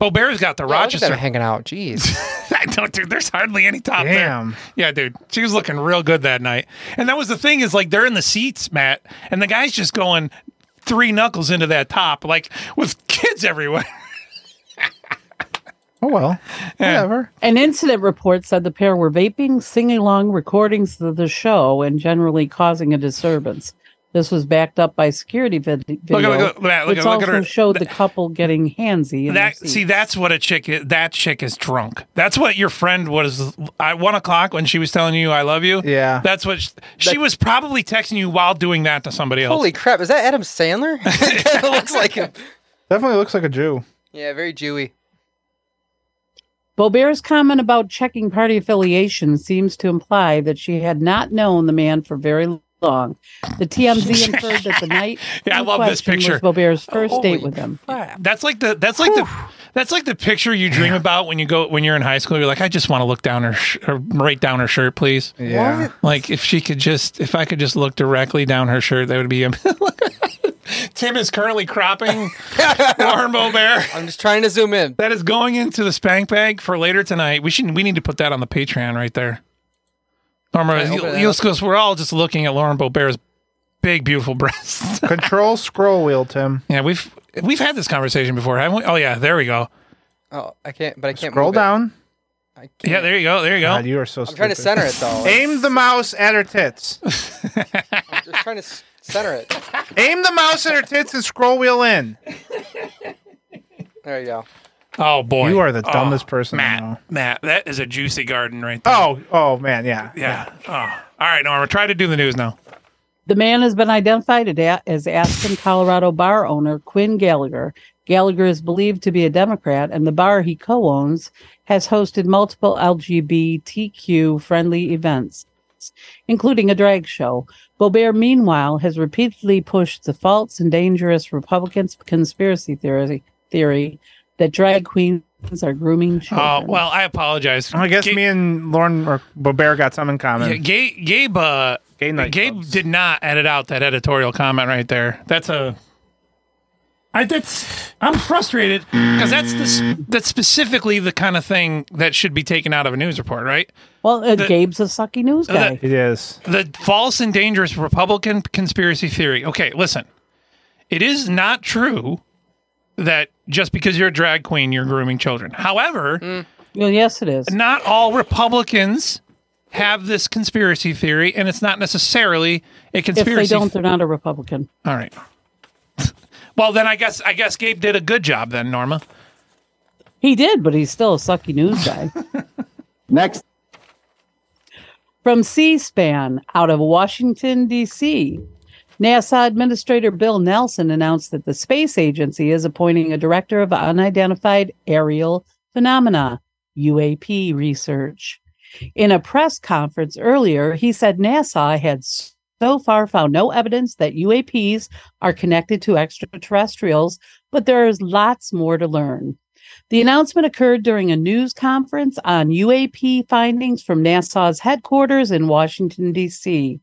[SPEAKER 2] Bo Bear's got the
[SPEAKER 4] look at them
[SPEAKER 2] Rochester
[SPEAKER 4] hanging out. Jeez.
[SPEAKER 2] I don't, dude. There's hardly any top Damn. Yeah, dude. She was looking real good that night. And that was the thing is like they're in the seats, Matt, and the guy's just going three knuckles into that top, like with kids everywhere.
[SPEAKER 3] Oh well. Whatever.
[SPEAKER 5] An incident report said the pair were vaping, singing along recordings of the show, and generally causing a disturbance. This was backed up by security vid- video,
[SPEAKER 2] Look at- look at- look at- look
[SPEAKER 5] which
[SPEAKER 2] at- look at
[SPEAKER 5] also
[SPEAKER 2] her.
[SPEAKER 5] showed the couple getting handsy. In
[SPEAKER 2] That
[SPEAKER 5] their
[SPEAKER 2] see, that's what a chick is. That chick is drunk. That's what your friend was at one o'clock when she was telling you "I love you."
[SPEAKER 3] Yeah.
[SPEAKER 2] that's what she, she was probably texting you while doing that to somebody else.
[SPEAKER 4] Holy crap! Is that Adam Sandler? it looks like him.
[SPEAKER 3] Definitely looks like a Jew.
[SPEAKER 4] Yeah, very Jewy.
[SPEAKER 5] Bobert's comment about checking party affiliation seems to imply that she had not known the man for very long. The TMZ inferred that the night
[SPEAKER 2] Yeah, I
[SPEAKER 5] in
[SPEAKER 2] love this
[SPEAKER 5] question
[SPEAKER 2] picture. Oh,
[SPEAKER 5] was Bobert's first
[SPEAKER 2] Holy
[SPEAKER 5] date with him.
[SPEAKER 2] That's like the that's like the that's like the picture you dream about when you go when you're in high school. You're like, I just want to look down her sh- or right down her shirt, please.
[SPEAKER 3] Yeah. What?
[SPEAKER 2] Like if she could just if I could just look directly down her shirt, that would be. Tim is currently cropping Lauren Bear.
[SPEAKER 4] I'm just trying to zoom in.
[SPEAKER 2] That is going into the spank bag for later tonight. We should we need to put that on the Patreon right there. Norma,
[SPEAKER 3] Okay,
[SPEAKER 2] you,
[SPEAKER 3] open it
[SPEAKER 2] you-
[SPEAKER 3] up.
[SPEAKER 2] because we're all just looking at Lauren Bobert's big, beautiful breasts.
[SPEAKER 3] Control scroll wheel, Tim.
[SPEAKER 2] Yeah, we've we've had this conversation before, haven't we? Oh yeah, there we go.
[SPEAKER 4] Oh, I can't. But I can't.
[SPEAKER 3] Scroll
[SPEAKER 4] move it.
[SPEAKER 3] down.
[SPEAKER 2] Yeah, there you go. There you go.
[SPEAKER 3] God, you are so.
[SPEAKER 4] I'm trying to center it though.
[SPEAKER 3] Aim the mouse at her tits.
[SPEAKER 4] I'm just trying to s- center it.
[SPEAKER 3] Aim the mouse at her tits and scroll wheel in.
[SPEAKER 4] There you go.
[SPEAKER 2] Oh boy,
[SPEAKER 3] You are the
[SPEAKER 2] Oh,
[SPEAKER 3] dumbest person
[SPEAKER 2] Matt.
[SPEAKER 3] I know.
[SPEAKER 2] Matt, that is a juicy garden right there.
[SPEAKER 3] Oh, oh man, yeah.
[SPEAKER 2] yeah. Oh, all right, Norma. Try to do the news now.
[SPEAKER 5] The man has been identified at a- as Aspen, Colorado bar owner Quinn Gallagher. Gallagher is believed to be a Democrat, and the bar he co owns has hosted multiple LGBTQ friendly events, including a drag show. Bobert, meanwhile, has repeatedly pushed the false and dangerous Republican conspiracy theory, theory that drag queens are grooming children.
[SPEAKER 2] Oh well, I apologize.
[SPEAKER 3] I guess me and Lauren or Bobert got something in common.
[SPEAKER 2] Yeah, Gabe, Gabe, uh, Gabe did not edit out that editorial comment right there. That's a. I that's I'm frustrated because that's the s- that's specifically the kind of thing that should be taken out of a news report, right?
[SPEAKER 5] Well, uh,
[SPEAKER 2] The-
[SPEAKER 5] Gabe's a sucky news
[SPEAKER 2] Uh,
[SPEAKER 5] guy.
[SPEAKER 3] It is.
[SPEAKER 2] The false and dangerous Republican conspiracy theory. Okay, listen. It is not true that just because you're a drag queen, you're grooming children. However,
[SPEAKER 5] Mm. well, yes, it is.
[SPEAKER 2] Not all Republicans have this conspiracy theory, and it's not necessarily a
[SPEAKER 5] if
[SPEAKER 2] conspiracy.
[SPEAKER 5] they don't, they're not a Republican.
[SPEAKER 2] all right. well, then I guess I guess Gabe did a good job then, Norma.
[SPEAKER 5] He did, but he's still a sucky news guy. Next. From C SPAN out of Washington, D.C., NASA Administrator Bill Nelson announced that the space agency is appointing a director of unidentified aerial phenomena, UAP, research. In a press conference earlier, he said NASA had so far found no evidence that UAPs are connected to extraterrestrials, but there is lots more to learn. The announcement occurred during a news conference on UAP findings from NASA's headquarters in Washington, D.C.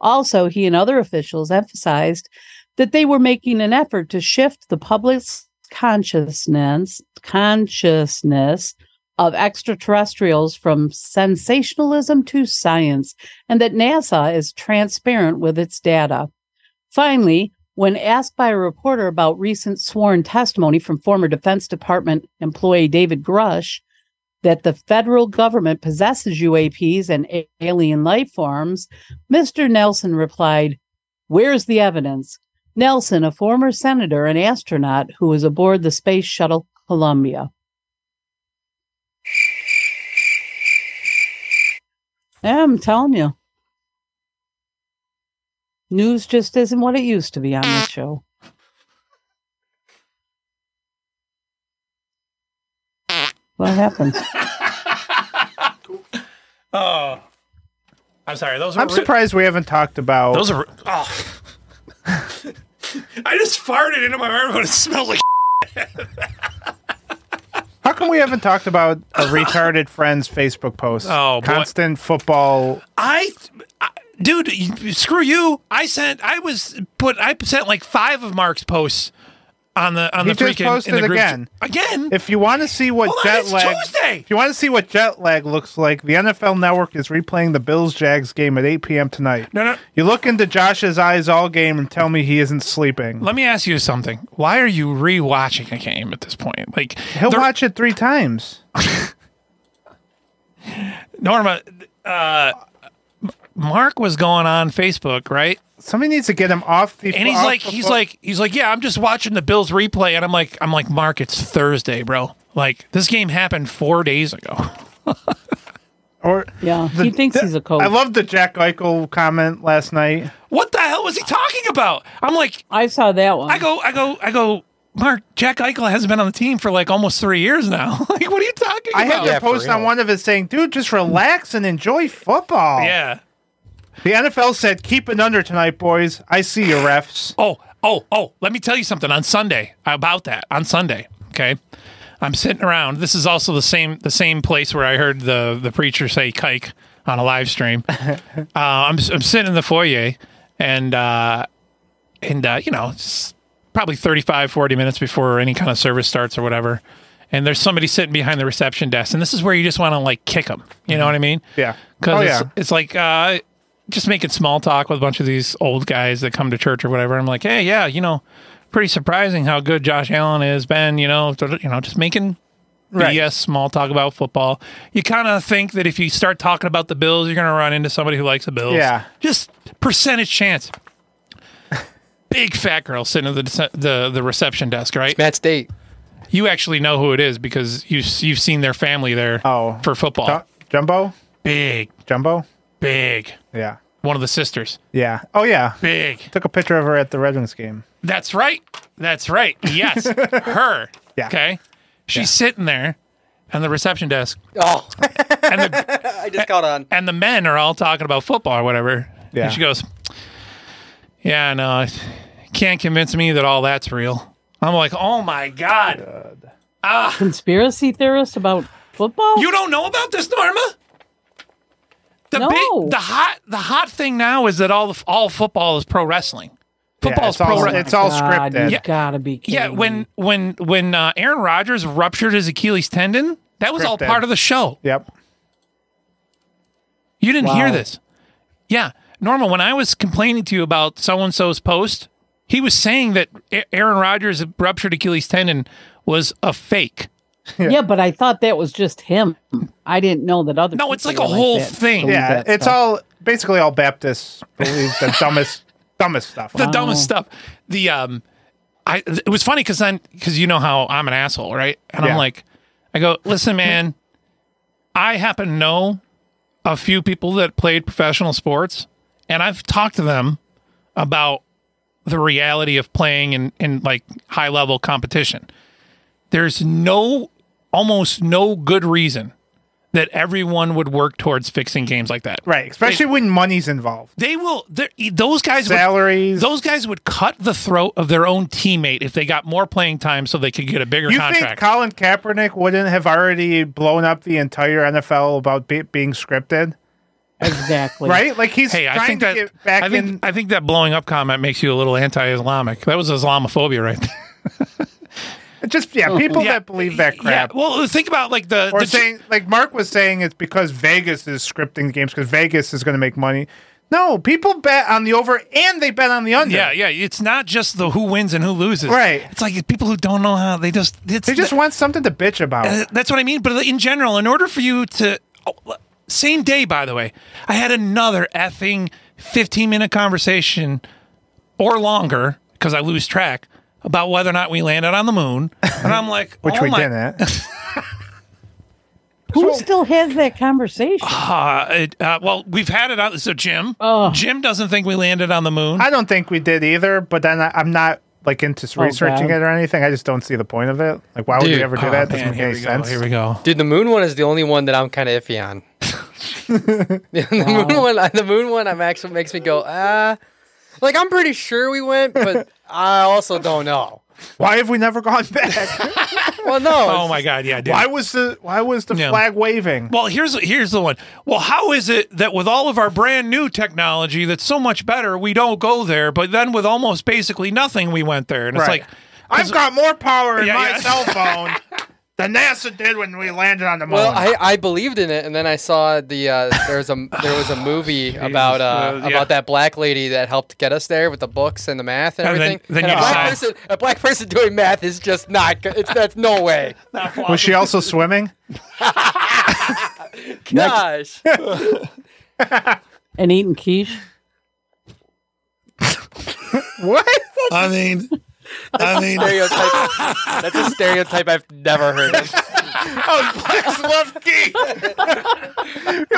[SPEAKER 5] Also, he and other officials emphasized that they were making an effort to shift the public's consciousness consciousness of extraterrestrials from sensationalism to science and that NASA is transparent with its data. Finally, when asked by a reporter about recent sworn testimony from former Defense Department employee David Grush that the federal government possesses UAPs and a- alien life forms, Mr. Nelson replied, Where's the evidence? Nelson, a former senator and astronaut who was aboard the space shuttle Columbia. Yeah, I'm telling you. News just isn't what it used to be on this show. What happens?
[SPEAKER 2] Oh, I'm sorry. Those were
[SPEAKER 3] I'm surprised we haven't talked about
[SPEAKER 2] Those are. Oh. I just farted into my microphone. It smelled like.
[SPEAKER 3] How come we haven't talked about a retarded friend's Facebook post?
[SPEAKER 2] Oh, boy.
[SPEAKER 3] constant football.
[SPEAKER 2] I, I dude, you- screw you. I sent, I was put, I sent like five of Mark's posts on the on
[SPEAKER 3] he
[SPEAKER 2] the
[SPEAKER 3] just
[SPEAKER 2] freaking
[SPEAKER 3] posted
[SPEAKER 2] in the group chat.
[SPEAKER 3] again.
[SPEAKER 2] Again.
[SPEAKER 3] If you want to see what
[SPEAKER 2] Hold on,
[SPEAKER 3] jet
[SPEAKER 2] it's
[SPEAKER 3] lag,
[SPEAKER 2] Tuesday!
[SPEAKER 3] if you want to see what jet lag looks like, the NFL Network is replaying the Bills Jags game at 8 p.m. tonight.
[SPEAKER 2] No, no.
[SPEAKER 3] You look into Josh's eyes all game and tell me he isn't sleeping.
[SPEAKER 2] Let me ask you something. Why are you rewatching a game at this point? Like
[SPEAKER 3] He'll watch it three times.
[SPEAKER 2] Norma, uh, Mark was going on Facebook, right?
[SPEAKER 3] Somebody needs to get him off the.
[SPEAKER 2] And he's
[SPEAKER 3] off
[SPEAKER 2] like,
[SPEAKER 3] the
[SPEAKER 2] he's
[SPEAKER 3] fo-
[SPEAKER 2] like, he's like, yeah, I'm just watching the Bills replay, and I'm like, I'm like, Mark, it's Thursday, bro. Like this game happened four days ago.
[SPEAKER 3] or
[SPEAKER 5] yeah, he thinks he's a coach.
[SPEAKER 3] I love the Jack Eichel comment last night.
[SPEAKER 2] What the hell was he talking about? I'm like,
[SPEAKER 5] I saw that one.
[SPEAKER 2] I go, I go, I go. Mark, Jack Eichel hasn't been on the team for like almost three years now. like, what are you talking
[SPEAKER 3] I
[SPEAKER 2] about?
[SPEAKER 3] had to post on one of it saying, "Dude, just relax and enjoy football."
[SPEAKER 2] Yeah.
[SPEAKER 3] The NFL said, "Keep it under tonight, boys. I see you, refs."
[SPEAKER 2] Oh, oh, oh, let me tell you something on Sunday about that. On Sunday, okay? I'm sitting around. This is also the same the same place where I heard the the preacher say kike on a live stream. uh, I'm I'm sitting in the foyer and uh and uh, you know, it's probably 35 40 minutes before any kind of service starts or whatever. And there's somebody sitting behind the reception desk and this is where you just want to like kick them. You know what I mean?
[SPEAKER 3] Mm-hmm. Yeah.
[SPEAKER 2] Because
[SPEAKER 3] Oh,
[SPEAKER 2] it's,
[SPEAKER 3] yeah.
[SPEAKER 2] it's like uh, just making small talk with a bunch of these old guys that come to church or whatever. I'm like, hey, yeah, you know, pretty surprising how good Josh Allen has been. You know, sort of, you know, just making
[SPEAKER 3] Right.
[SPEAKER 2] BS small talk about football. You kind of think that if you start talking about the Bills, you're going to run into somebody who likes the Bills.
[SPEAKER 3] Yeah.
[SPEAKER 2] just percentage chance. Big fat girl sitting at the dece- the, the reception desk, right? Matt State. You actually know who it is because you you've seen their family there. Oh, for football.
[SPEAKER 3] Ju- Jumbo,
[SPEAKER 2] big
[SPEAKER 3] Jumbo,
[SPEAKER 2] big.
[SPEAKER 3] Yeah.
[SPEAKER 2] One of the sisters.
[SPEAKER 3] yeah. Oh yeah,
[SPEAKER 2] Big.
[SPEAKER 3] Took a picture of her at the Red Wings game.
[SPEAKER 2] That's right. That's right. Yes. Her.
[SPEAKER 3] Yeah.
[SPEAKER 2] Okay. She's sitting there on the reception desk.
[SPEAKER 4] Oh,
[SPEAKER 2] And the,
[SPEAKER 4] I just caught on.
[SPEAKER 2] and the men are all talking about football or whatever.
[SPEAKER 4] Yeah.
[SPEAKER 2] And she goes, Yeah, no, you can't convince me that all that's real. I'm like, Oh my God. Ah.
[SPEAKER 5] Conspiracy theorist about football?
[SPEAKER 2] You don't know about this, Norma? The
[SPEAKER 5] No.
[SPEAKER 2] big, the hot, the hot thing now is that all the, all football is pro wrestling. Football is
[SPEAKER 3] it's all-
[SPEAKER 2] pro. wrestling.
[SPEAKER 3] it's all Oh my God, scripted. you
[SPEAKER 2] Yeah,
[SPEAKER 5] gotta be kidding.
[SPEAKER 2] yeah. When when when uh, Aaron Rodgers ruptured his Achilles tendon, that was all
[SPEAKER 3] Scripted.
[SPEAKER 2] part of the show.
[SPEAKER 3] Yep.
[SPEAKER 2] You didn't
[SPEAKER 3] Wow.
[SPEAKER 2] hear this. Yeah, Norma. When I was complaining to you about so and so's post, he was saying that A- Aaron Rodgers' ruptured Achilles tendon was a fake.
[SPEAKER 5] Yeah. but I thought that was just him. I didn't know that other.
[SPEAKER 2] No, it's
[SPEAKER 5] people
[SPEAKER 2] like a
[SPEAKER 5] were
[SPEAKER 2] whole
[SPEAKER 5] that.
[SPEAKER 2] thing.
[SPEAKER 5] Believe
[SPEAKER 3] yeah,
[SPEAKER 5] that
[SPEAKER 3] it's
[SPEAKER 5] stuff.
[SPEAKER 3] all basically all Baptists believe the dumbest, dumbest stuff.
[SPEAKER 2] the
[SPEAKER 5] Oh.
[SPEAKER 2] dumbest stuff. The um, I it was funny because then because you know how I'm an asshole, right? And
[SPEAKER 3] Yeah.
[SPEAKER 2] I'm like, I go, listen, man, I happen to know a few people that played professional sports, and I've talked to them about the reality of playing in in like high level competition. There's no almost no good reason that everyone would work towards fixing games like that.
[SPEAKER 3] Right, especially when money's involved.
[SPEAKER 2] They will. they're- e, Those guys.
[SPEAKER 3] Salaries.
[SPEAKER 2] Would, those guys would cut the throat of their own teammate if they got more playing time, so they could get a bigger
[SPEAKER 3] You think
[SPEAKER 2] contract.
[SPEAKER 3] Colin Kaepernick wouldn't have already blown up the entire NFL about be- being scripted?
[SPEAKER 5] Exactly.
[SPEAKER 3] Right? Like he's
[SPEAKER 2] hey,
[SPEAKER 3] trying
[SPEAKER 2] I think
[SPEAKER 3] to
[SPEAKER 2] that
[SPEAKER 3] get back
[SPEAKER 2] I think
[SPEAKER 3] in.
[SPEAKER 2] I think that blowing up comment makes you a little anti-Islamic. That was Islamophobia, right? There.
[SPEAKER 3] Just yeah, people
[SPEAKER 2] Yeah.
[SPEAKER 3] that believe that crap.
[SPEAKER 2] Well, think about like the
[SPEAKER 3] or
[SPEAKER 2] the-
[SPEAKER 3] saying like Mark was saying it's because Vegas is scripting the games because Vegas is going to make money. No, people bet on the over and they bet on the under.
[SPEAKER 2] Yeah, yeah. It's not just the who wins and who loses.
[SPEAKER 3] Right.
[SPEAKER 2] It's like people who don't know how they just it's
[SPEAKER 3] They just want something to bitch about.
[SPEAKER 2] Uh, that's what I mean. But in general, in order for you to oh, same day, by the way, I had another effing fifteen minute conversation or longer because I lose track about whether or not we landed on the moon, and I'm like,
[SPEAKER 3] Which
[SPEAKER 2] oh
[SPEAKER 3] we
[SPEAKER 2] my-
[SPEAKER 3] didn't.
[SPEAKER 5] Who still has that conversation?
[SPEAKER 2] Uh, it, uh, well, we've had it on. So Jim, Jim doesn't think we landed on the moon.
[SPEAKER 3] I don't think we did either, but then I, I'm not like into
[SPEAKER 2] Oh,
[SPEAKER 3] researching
[SPEAKER 2] God.
[SPEAKER 3] it or anything. I just don't see the point of it. Like, why would
[SPEAKER 4] Dude.
[SPEAKER 3] you ever do
[SPEAKER 4] Oh,
[SPEAKER 3] that?
[SPEAKER 4] man,
[SPEAKER 3] Doesn't make
[SPEAKER 4] here
[SPEAKER 3] any
[SPEAKER 4] we go,
[SPEAKER 3] sense.
[SPEAKER 4] here
[SPEAKER 2] we go.
[SPEAKER 4] Dude, the moon one is the only one that I'm kind of iffy on. the moon one, the moon one, I'm actually makes me go ah. like I'm pretty sure we went, but I also don't know.
[SPEAKER 3] Why have we never gone back?
[SPEAKER 4] well, no.
[SPEAKER 2] Oh my god, yeah. Dude.
[SPEAKER 3] Why was the why was the
[SPEAKER 2] Yeah.
[SPEAKER 3] flag waving?
[SPEAKER 2] Well, here's here's the one. Well, how is it that with all of our brand new technology that's so much better, we don't go there, but then with almost basically nothing, we went there, and it's
[SPEAKER 3] Right.
[SPEAKER 2] like,
[SPEAKER 3] I've got more power in
[SPEAKER 2] Yeah,
[SPEAKER 3] my
[SPEAKER 2] yeah.
[SPEAKER 3] cell phone than NASA did when we landed on the moon.
[SPEAKER 4] Well, I, I believed in it, and then I saw the uh, there was a there was a movie about uh,
[SPEAKER 2] Uh, yeah.
[SPEAKER 4] about that black lady that helped get us there with the books and the math and
[SPEAKER 2] And then-
[SPEAKER 4] everything.
[SPEAKER 2] then
[SPEAKER 4] And
[SPEAKER 2] you
[SPEAKER 4] a black
[SPEAKER 2] decided-
[SPEAKER 4] person a black person doing math is just not. go- It's that's no way.
[SPEAKER 3] was she also swimming?
[SPEAKER 4] Gosh.
[SPEAKER 5] and eating quiche.
[SPEAKER 3] what?
[SPEAKER 16] I mean, I mean,
[SPEAKER 4] stereotype. That's a stereotype I've never heard of.
[SPEAKER 3] oh, blacks love quiche.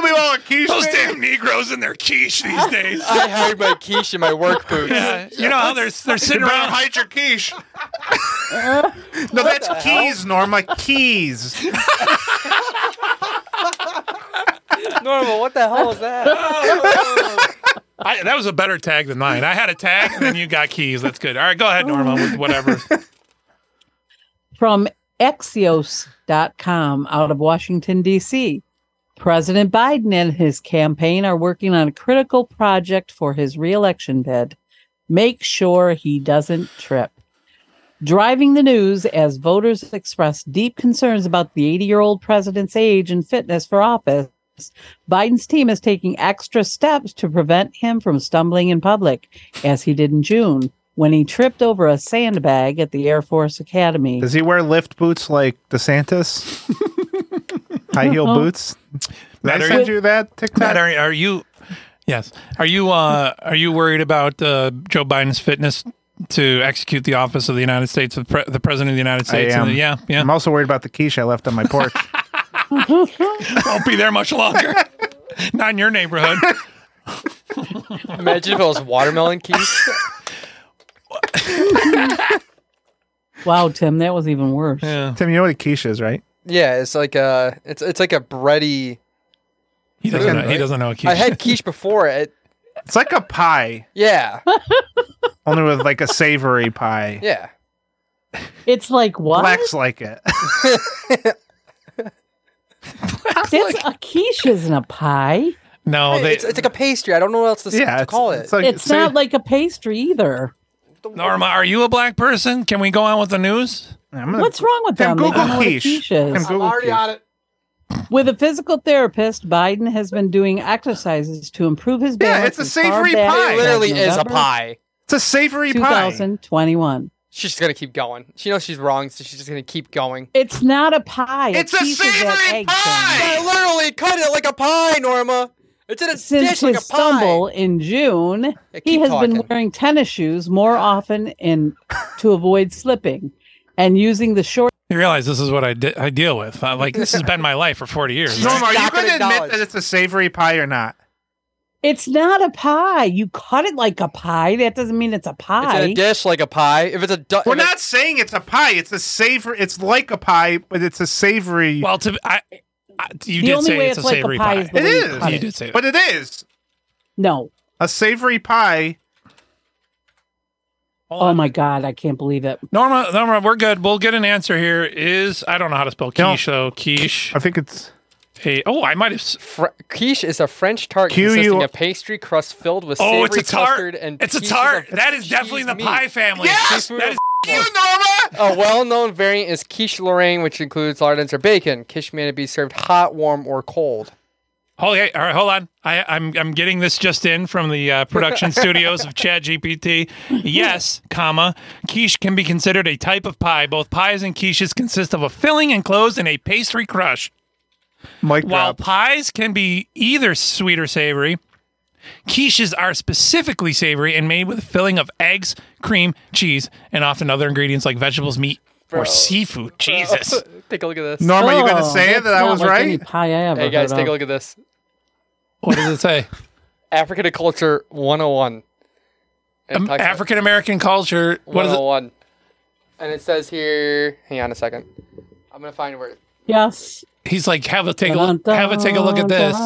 [SPEAKER 3] we all a quiche.
[SPEAKER 2] Those damn Negroes and their quiche these days.
[SPEAKER 4] I hide my quiche in my work boots.
[SPEAKER 2] Yeah, you know how they're they're sitting
[SPEAKER 3] Brown,
[SPEAKER 2] around.
[SPEAKER 3] hide your quiche. no, that's keys, Norma. Keys.
[SPEAKER 4] Normal. What the hell is that?
[SPEAKER 2] I, that was a better tag than mine. I had a tag, and then you got keys. That's good. All right, go ahead, Norma. With whatever.
[SPEAKER 5] from Axios.com out of Washington, D.C. President Biden and his campaign are working on a critical project for his reelection bid. Make sure he doesn't trip. Driving the news as voters express deep concerns about the 80 year old president's age and fitness for office, Biden's team is taking extra steps to prevent him from stumbling in public, as he did in June when he tripped over a sandbag at the Air Force Academy.
[SPEAKER 3] Does he wear lift boots like DeSantis? High heel boots? Did I
[SPEAKER 2] Matt, are
[SPEAKER 3] send you that TikTok?
[SPEAKER 2] Matt, are, are you? Yes. Are you? Uh, are you worried about uh, Joe Biden's fitness to execute the office of the United States, of pre- the President of the United
[SPEAKER 3] I
[SPEAKER 2] States?
[SPEAKER 3] am.
[SPEAKER 2] And the- yeah, yeah.
[SPEAKER 3] I'm also worried about the quiche I left on my porch.
[SPEAKER 2] Won't be there much longer. Not in your neighborhood.
[SPEAKER 4] Imagine if it was watermelon quiche.
[SPEAKER 5] Wow, Tim, that was even worse.
[SPEAKER 3] Tim, you know what a quiche is, right?
[SPEAKER 4] Yeah, it's like a it's it's like a bready.
[SPEAKER 2] He
[SPEAKER 3] doesn't know- he doesn't know a quiche.
[SPEAKER 4] I had quiche before it.
[SPEAKER 3] It's like a pie,
[SPEAKER 4] Yeah,
[SPEAKER 3] only with like a savory pie.
[SPEAKER 4] yeah.
[SPEAKER 5] It's like what?
[SPEAKER 3] Blacks like it.
[SPEAKER 5] That's a quiche isn't a pie.
[SPEAKER 2] No,
[SPEAKER 4] it's, it's like a pastry. I don't know what else to, s- to call it.
[SPEAKER 5] it's not like a pastry either.
[SPEAKER 2] Norma, are you a black person? Can we go on with the news?
[SPEAKER 5] What's wrong with them?
[SPEAKER 2] Tim,
[SPEAKER 5] They
[SPEAKER 2] Google
[SPEAKER 5] don't know what a
[SPEAKER 2] quiche.
[SPEAKER 5] quiche is.
[SPEAKER 2] Tim, Google I'm already quiche. on
[SPEAKER 4] it.
[SPEAKER 5] With a physical therapist, Biden has been doing exercises to improve his balance.
[SPEAKER 3] Yeah, it's a
[SPEAKER 5] as far
[SPEAKER 3] savory
[SPEAKER 5] back
[SPEAKER 3] pie.
[SPEAKER 5] as November
[SPEAKER 3] It's a savory pie.
[SPEAKER 5] 2021.
[SPEAKER 4] She's just gonna keep going. She knows she's wrong, so she's just gonna keep going.
[SPEAKER 5] It's not a pie.
[SPEAKER 4] It's a
[SPEAKER 5] quiche is that egg thing.
[SPEAKER 4] I literally cut it like a pie, Norma. It's in a
[SPEAKER 5] Since
[SPEAKER 4] dish like
[SPEAKER 5] his
[SPEAKER 4] a pie.
[SPEAKER 5] stumble in June, he
[SPEAKER 4] keep
[SPEAKER 5] has been
[SPEAKER 4] talking.
[SPEAKER 5] wearing tennis shoes more often in to avoid slipping, and using the short.
[SPEAKER 2] You realize this is what I, de- I deal with. Uh, like this has been my life for forty years.
[SPEAKER 3] Norma, are you
[SPEAKER 4] Stop
[SPEAKER 3] going
[SPEAKER 4] it
[SPEAKER 3] to
[SPEAKER 4] at
[SPEAKER 3] admit
[SPEAKER 4] dollars.
[SPEAKER 3] that it's a savory pie or not?
[SPEAKER 5] It's not a pie. You cut it like a pie. That doesn't mean it's a
[SPEAKER 4] It's in
[SPEAKER 5] pie.
[SPEAKER 4] a dish like a pie. If it's a du-
[SPEAKER 3] We're
[SPEAKER 4] if it-
[SPEAKER 3] not saying it's a pie. It's a savory. It's like a pie, but it's a savory.
[SPEAKER 2] Well, to I, I, you
[SPEAKER 5] The
[SPEAKER 2] did
[SPEAKER 5] only
[SPEAKER 2] say
[SPEAKER 5] way
[SPEAKER 2] it's a
[SPEAKER 5] it's like a
[SPEAKER 2] savory
[SPEAKER 5] pie
[SPEAKER 2] pie.
[SPEAKER 5] is the way you
[SPEAKER 3] it is.
[SPEAKER 2] You did say that.
[SPEAKER 3] but it is
[SPEAKER 5] no.
[SPEAKER 3] a savory pie.
[SPEAKER 5] Oh my god, I can't believe it.
[SPEAKER 2] Norma, Norma, we're good. We'll get an answer here. Is I don't know how to spell quiche though. Quiche. I
[SPEAKER 3] think it's.
[SPEAKER 2] Hey, oh, I might have. s-
[SPEAKER 4] Fr- quiche is a French tart
[SPEAKER 2] Q U-
[SPEAKER 4] consisting of pastry crust filled with
[SPEAKER 2] Oh,
[SPEAKER 4] savory
[SPEAKER 2] it's a tart.
[SPEAKER 4] custard and
[SPEAKER 2] It's a
[SPEAKER 4] pieces
[SPEAKER 2] tart.
[SPEAKER 4] of
[SPEAKER 2] That is definitely in the pie family.
[SPEAKER 4] Yes!
[SPEAKER 2] That is
[SPEAKER 4] A well-known variant is quiche Lorraine, which includes lardons or bacon. Quiche may be served hot, warm, or cold.
[SPEAKER 2] Okay, all right, hold on. I, I'm I'm getting this just in from the uh, production studios of ChatGPT. Yes, comma quiche can be considered a type of pie. Both pies and quiches consist of a filling enclosed in a pastry crust.
[SPEAKER 3] Mike
[SPEAKER 2] While pies can be either sweet or savory, quiches are specifically savory and made with a filling of eggs, cream, cheese, and often other ingredients like vegetables, meat, or seafood. Jesus.
[SPEAKER 4] take a look at this.
[SPEAKER 2] Norma, you gonna say
[SPEAKER 5] Oh, that's
[SPEAKER 2] that I
[SPEAKER 5] not
[SPEAKER 2] was
[SPEAKER 5] like
[SPEAKER 2] right?
[SPEAKER 5] any pie I ever
[SPEAKER 4] Hey guys,
[SPEAKER 5] heard
[SPEAKER 4] take a
[SPEAKER 5] of.
[SPEAKER 4] look at this.
[SPEAKER 2] What does it say?
[SPEAKER 4] African culture 101.
[SPEAKER 2] Um, African American culture. What is it?
[SPEAKER 4] 101. And it says here, hang on a second. I'm going to find where
[SPEAKER 5] Yes.
[SPEAKER 2] He's like, have a take a look, have a take a look at this.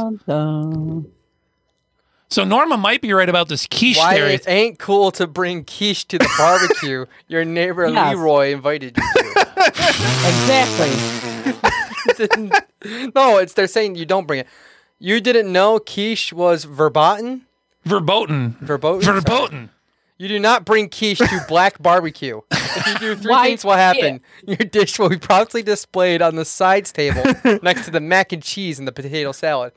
[SPEAKER 2] So Norma might be right about this quiche
[SPEAKER 4] Why
[SPEAKER 2] theory.
[SPEAKER 4] it ain't cool to bring quiche to the barbecue your neighbor
[SPEAKER 2] Yes.
[SPEAKER 4] Leroy invited you
[SPEAKER 5] to.
[SPEAKER 4] exactly. no, it's they're saying you don't bring it. You didn't know quiche was verboten?
[SPEAKER 2] Verboten.
[SPEAKER 4] Verboten.
[SPEAKER 2] Verboten.
[SPEAKER 4] You do not bring quiche to black barbecue. If you do, three
[SPEAKER 5] Why
[SPEAKER 4] things will happen. Your dish will be promptly displayed on the sides table next to the mac and cheese and the potato salad.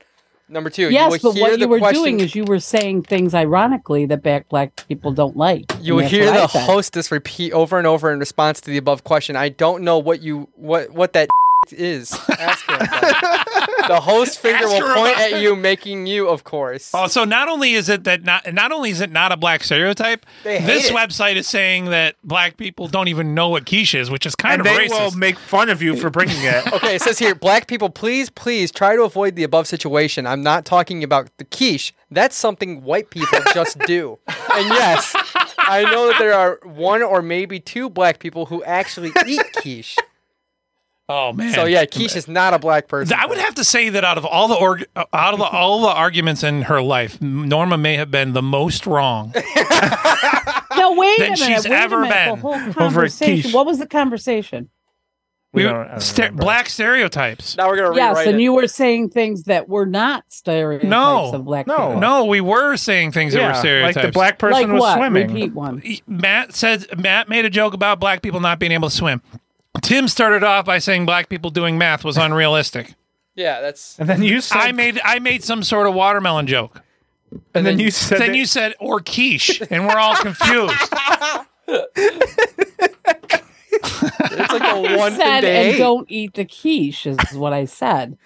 [SPEAKER 4] Number two, you will
[SPEAKER 5] yes, but
[SPEAKER 4] hear
[SPEAKER 5] what
[SPEAKER 4] the
[SPEAKER 5] you were
[SPEAKER 4] question
[SPEAKER 5] doing is you were saying things ironically that back black people don't like.
[SPEAKER 4] You
[SPEAKER 5] And
[SPEAKER 4] will
[SPEAKER 5] that's
[SPEAKER 4] hear
[SPEAKER 5] what I
[SPEAKER 4] the
[SPEAKER 5] said.
[SPEAKER 4] hostess repeat over and over in response to the above question. I don't know what you what what that is. Ask her about it. the host finger
[SPEAKER 2] Ask
[SPEAKER 4] will
[SPEAKER 2] her
[SPEAKER 4] point
[SPEAKER 2] about
[SPEAKER 4] at you, making you, of course.
[SPEAKER 2] Oh, so not only is it that not not only is it not a black stereotype,
[SPEAKER 4] They hate
[SPEAKER 2] this
[SPEAKER 4] it.
[SPEAKER 2] website is saying that black people don't even know what quiche is, which is kind
[SPEAKER 4] And
[SPEAKER 2] of
[SPEAKER 4] they
[SPEAKER 2] racist.
[SPEAKER 4] will
[SPEAKER 3] make fun of you for bringing it.
[SPEAKER 4] okay, it says here, black people, please, please try to avoid the above situation. I'm not talking about the quiche. That's something white people just do. And yes, I know that there are one or maybe two black people who actually eat quiche.
[SPEAKER 2] Oh man.
[SPEAKER 4] So yeah, quiche is not a black person.
[SPEAKER 2] I would have to say that out of all the org- uh, out of the, all the arguments in her life, Norma may have been the most wrong.
[SPEAKER 5] No, wait
[SPEAKER 2] than
[SPEAKER 5] a minute.
[SPEAKER 2] she's
[SPEAKER 5] wait
[SPEAKER 2] ever
[SPEAKER 5] a minute.
[SPEAKER 2] been
[SPEAKER 5] the whole
[SPEAKER 2] over at
[SPEAKER 5] conversation.
[SPEAKER 2] quiche.
[SPEAKER 5] What was the conversation?
[SPEAKER 2] We ster- black stereotypes.
[SPEAKER 4] Now we're gonna
[SPEAKER 5] Yes, and you were saying things that were not stereotypes
[SPEAKER 2] no,
[SPEAKER 5] of black
[SPEAKER 2] no,
[SPEAKER 5] people.
[SPEAKER 2] no. We were saying things
[SPEAKER 5] Yeah,
[SPEAKER 2] that
[SPEAKER 5] like
[SPEAKER 2] were
[SPEAKER 5] the
[SPEAKER 2] stereotypes.
[SPEAKER 5] black person Like was what? swimming. Repeat one.
[SPEAKER 2] Matt said Matt made a joke about black people not being able to swim. Tim started off by saying black people doing math was unrealistic.
[SPEAKER 4] Yeah, that's.
[SPEAKER 3] And then you said,
[SPEAKER 2] I made I made some sort of watermelon joke.
[SPEAKER 3] And then you said
[SPEAKER 2] Then
[SPEAKER 3] that-
[SPEAKER 2] you said or quiche, and we're all confused.
[SPEAKER 4] it's like
[SPEAKER 5] I said, and don't eat the quiche is what I said.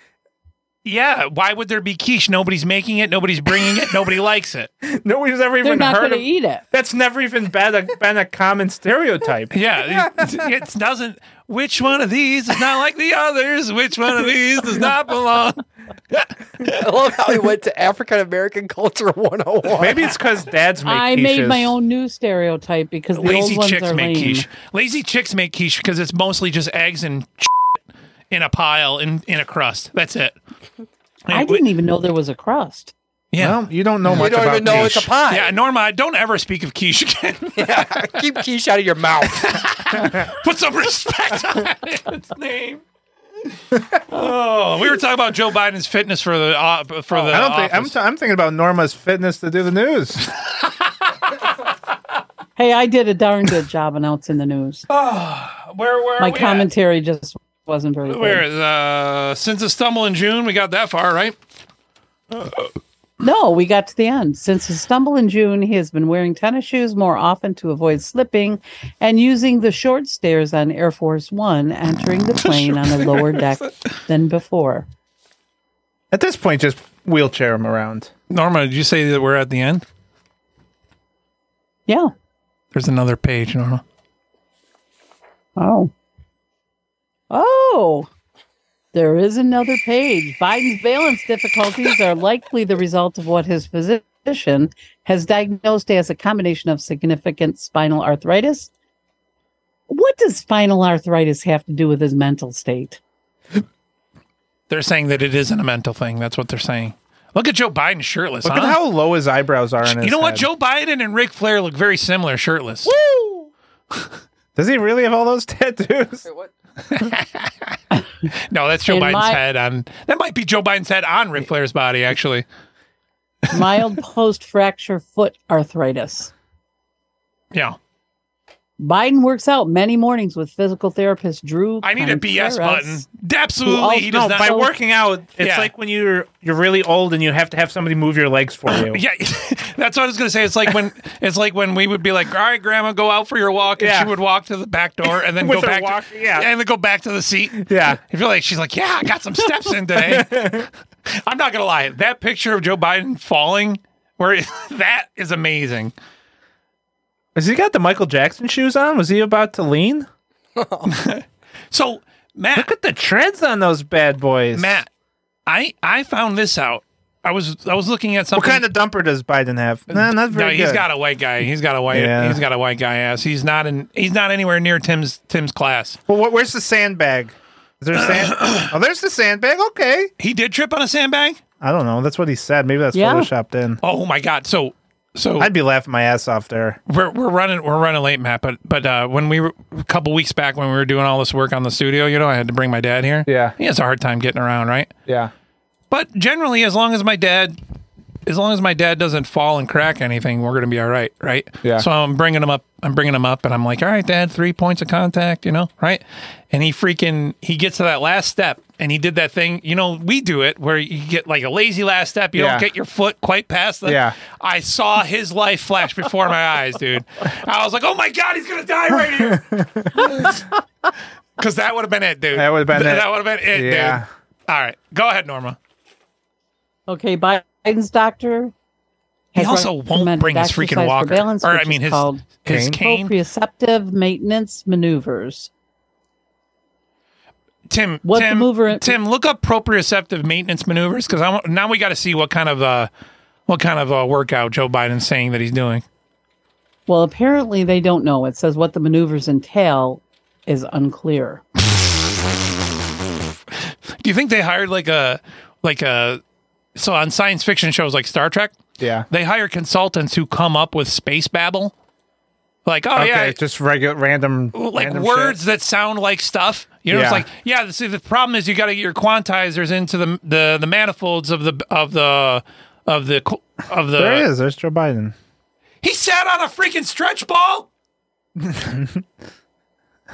[SPEAKER 2] Yeah, why would there be quiche? Nobody's making it. Nobody's bringing it. Nobody likes it.
[SPEAKER 3] Nobody's ever
[SPEAKER 2] They're
[SPEAKER 3] even
[SPEAKER 2] not
[SPEAKER 3] heard
[SPEAKER 2] gonna
[SPEAKER 3] of
[SPEAKER 5] eat it.
[SPEAKER 3] That's never even been a, been a common stereotype.
[SPEAKER 2] Yeah, it, it doesn't. Which one of these is not like the others? Which one of these does not belong?
[SPEAKER 4] I love how he went to African American Culture 101.
[SPEAKER 3] Maybe it's because dads
[SPEAKER 5] I made my own new stereotype because the
[SPEAKER 2] Lazy
[SPEAKER 5] old ones
[SPEAKER 2] chicks
[SPEAKER 5] are
[SPEAKER 2] make
[SPEAKER 5] lame.
[SPEAKER 2] quiche. Lazy chicks make quiche because it's mostly just eggs and in a pile in in a crust. That's it.
[SPEAKER 5] I didn't even know there was a crust.
[SPEAKER 2] Yeah,
[SPEAKER 3] you don't know
[SPEAKER 5] You much don't about even know it's quiche. a pie.
[SPEAKER 2] Yeah, Norma, don't ever speak of quiche again.
[SPEAKER 4] Keep quiche out of your mouth.
[SPEAKER 2] Put some respect on its name. Oh, we were talking about Joe Biden's fitness for the uh, for the.
[SPEAKER 3] I don't think I'm,
[SPEAKER 2] office.
[SPEAKER 3] t- I'm thinking about Norma's fitness to do the news.
[SPEAKER 5] Hey, I did a darn good job announcing the news.
[SPEAKER 2] where where are
[SPEAKER 5] My
[SPEAKER 2] we at?
[SPEAKER 5] commentary just wasn't very
[SPEAKER 2] Where
[SPEAKER 5] good.
[SPEAKER 2] is uh, since the stumble in June, we got that far, right?
[SPEAKER 5] No, we got to the end. Since his stumble in June, he has been wearing tennis shoes more often to avoid slipping and using the short stairs on Air Force One, entering the plane on a lower deck than before.
[SPEAKER 3] At this point, just wheelchair him around.
[SPEAKER 2] Norma, did you say that we're at the end?
[SPEAKER 5] Yeah.
[SPEAKER 2] There's another page, Norma.
[SPEAKER 5] Oh. Oh. There is another page. Biden's balance difficulties are likely the result of what his physician has diagnosed as a combination of significant spinal arthritis. What does spinal arthritis have to do with his mental state?
[SPEAKER 2] They're saying that it isn't a mental thing. That's what they're saying. Look at Joe Biden shirtless.
[SPEAKER 3] Look
[SPEAKER 2] huh?
[SPEAKER 3] at how low his eyebrows are. In
[SPEAKER 2] you
[SPEAKER 3] his
[SPEAKER 2] know what?
[SPEAKER 3] head.
[SPEAKER 2] Joe Biden and Ric Flair look very similar shirtless.
[SPEAKER 3] Does he really have all those tattoos?
[SPEAKER 2] No, that's Joe
[SPEAKER 5] In
[SPEAKER 2] Biden's
[SPEAKER 5] my-
[SPEAKER 2] head on. That might be Joe Biden's head on Ric Flair's body, actually.
[SPEAKER 5] Mild post fracture foot arthritis.
[SPEAKER 2] Yeah.
[SPEAKER 5] Biden works out many mornings with physical therapist Drew.
[SPEAKER 2] I need a BS button.
[SPEAKER 5] Contreras.
[SPEAKER 2] Absolutely, he does
[SPEAKER 3] no,
[SPEAKER 2] not.
[SPEAKER 3] by working out, it's
[SPEAKER 2] Yeah.
[SPEAKER 3] like when you're you're really old and you have to have somebody move your legs for you.
[SPEAKER 2] Yeah, that's what I was gonna say. It's like when it's like when we would be like, "All right, Grandma, go out for your walk," and
[SPEAKER 3] Yeah.
[SPEAKER 2] she would walk to the back door and then
[SPEAKER 3] With
[SPEAKER 2] go
[SPEAKER 3] her
[SPEAKER 2] back,
[SPEAKER 3] walk-
[SPEAKER 2] to,
[SPEAKER 3] yeah.
[SPEAKER 2] and then go back to the seat.
[SPEAKER 3] Yeah.
[SPEAKER 2] I feel like she's like, "Yeah, I got some steps in today." I'm not gonna lie, that picture of Joe Biden falling, where that is amazing.
[SPEAKER 3] Has he got the Michael Jackson shoes on? Was he about to lean?
[SPEAKER 2] so, Matt,
[SPEAKER 3] look at the treads on those bad boys.
[SPEAKER 2] Matt, I I found this out. I was I was looking at
[SPEAKER 3] what
[SPEAKER 2] something.
[SPEAKER 3] kind of dumper does Biden have? No, not very
[SPEAKER 2] no, he's
[SPEAKER 3] good.
[SPEAKER 2] got a white guy. He's got a white.
[SPEAKER 3] Yeah.
[SPEAKER 2] He's got a white guy ass. He's not in. He's not anywhere near Tim's Tim's class.
[SPEAKER 3] Well, wh- where's the sandbag? Is there sand? oh, there's the sandbag. Okay.
[SPEAKER 2] He did trip on a sandbag.
[SPEAKER 3] I don't know. That's what he said. Maybe that's
[SPEAKER 2] Yeah.
[SPEAKER 3] photoshopped in.
[SPEAKER 2] Oh my god! So so
[SPEAKER 3] I'd be laughing my ass off there.
[SPEAKER 2] we're we're running we're running late, Matt. But but uh, when we were a couple weeks back when we were doing all this work on the studio, you know, I had to bring my dad here.
[SPEAKER 3] Yeah.
[SPEAKER 2] he has a hard time getting around, right?
[SPEAKER 3] Yeah.
[SPEAKER 2] But generally, as long as my dad as long as my dad doesn't fall and crack anything, we're gonna be all right, right? Yeah. So I'm bringing him up. I'm bringing him up, and I'm like, all right, dad, three points of contact, you know, right? And he freaking he gets to that last step, and he did that thing, you know, we do it where you get like a lazy last step, you
[SPEAKER 3] Yeah.
[SPEAKER 2] don't get your foot quite past the.
[SPEAKER 3] Yeah.
[SPEAKER 2] I saw his life flash before my eyes, dude. I was like, oh my god, he's gonna die right here. Because that would have been it, dude. That
[SPEAKER 3] would have been it.
[SPEAKER 2] That would have been it,
[SPEAKER 3] Yeah.
[SPEAKER 2] dude. All right, go ahead, Norma.
[SPEAKER 5] Okay, Biden's doctor.
[SPEAKER 2] He
[SPEAKER 5] has
[SPEAKER 2] also won't
[SPEAKER 5] recommended
[SPEAKER 2] bring his freaking
[SPEAKER 5] exercise
[SPEAKER 2] walker.
[SPEAKER 5] surveillance,
[SPEAKER 2] Or, I
[SPEAKER 5] which
[SPEAKER 2] mean,
[SPEAKER 5] is
[SPEAKER 2] his-
[SPEAKER 5] called
[SPEAKER 2] his cane?
[SPEAKER 5] Proprioceptive maintenance maneuvers.
[SPEAKER 2] Tim,
[SPEAKER 5] What
[SPEAKER 2] Tim,
[SPEAKER 5] maneuver-
[SPEAKER 2] Tim, look up proprioceptive maintenance maneuvers because I want, now we got to see what kind of uh, what kind of uh, workout Joe Biden's saying that he's doing.
[SPEAKER 5] Well, apparently they don't know. It says what the maneuvers entail is unclear.
[SPEAKER 2] Do you think they hired like a like a so on science fiction shows like Star Trek?
[SPEAKER 3] Yeah.
[SPEAKER 2] They hire consultants who come up with space babble, like oh
[SPEAKER 3] okay,
[SPEAKER 2] yeah,
[SPEAKER 3] just regular random
[SPEAKER 2] like
[SPEAKER 3] random
[SPEAKER 2] words
[SPEAKER 3] shit.
[SPEAKER 2] that sound like stuff. You know,
[SPEAKER 3] Yeah.
[SPEAKER 2] it's like yeah. See, the problem is you got to get your quantizers into the the the manifolds of the of the of the co- of the.
[SPEAKER 3] there he is. There's Joe Biden.
[SPEAKER 2] He sat on a freaking stretch ball.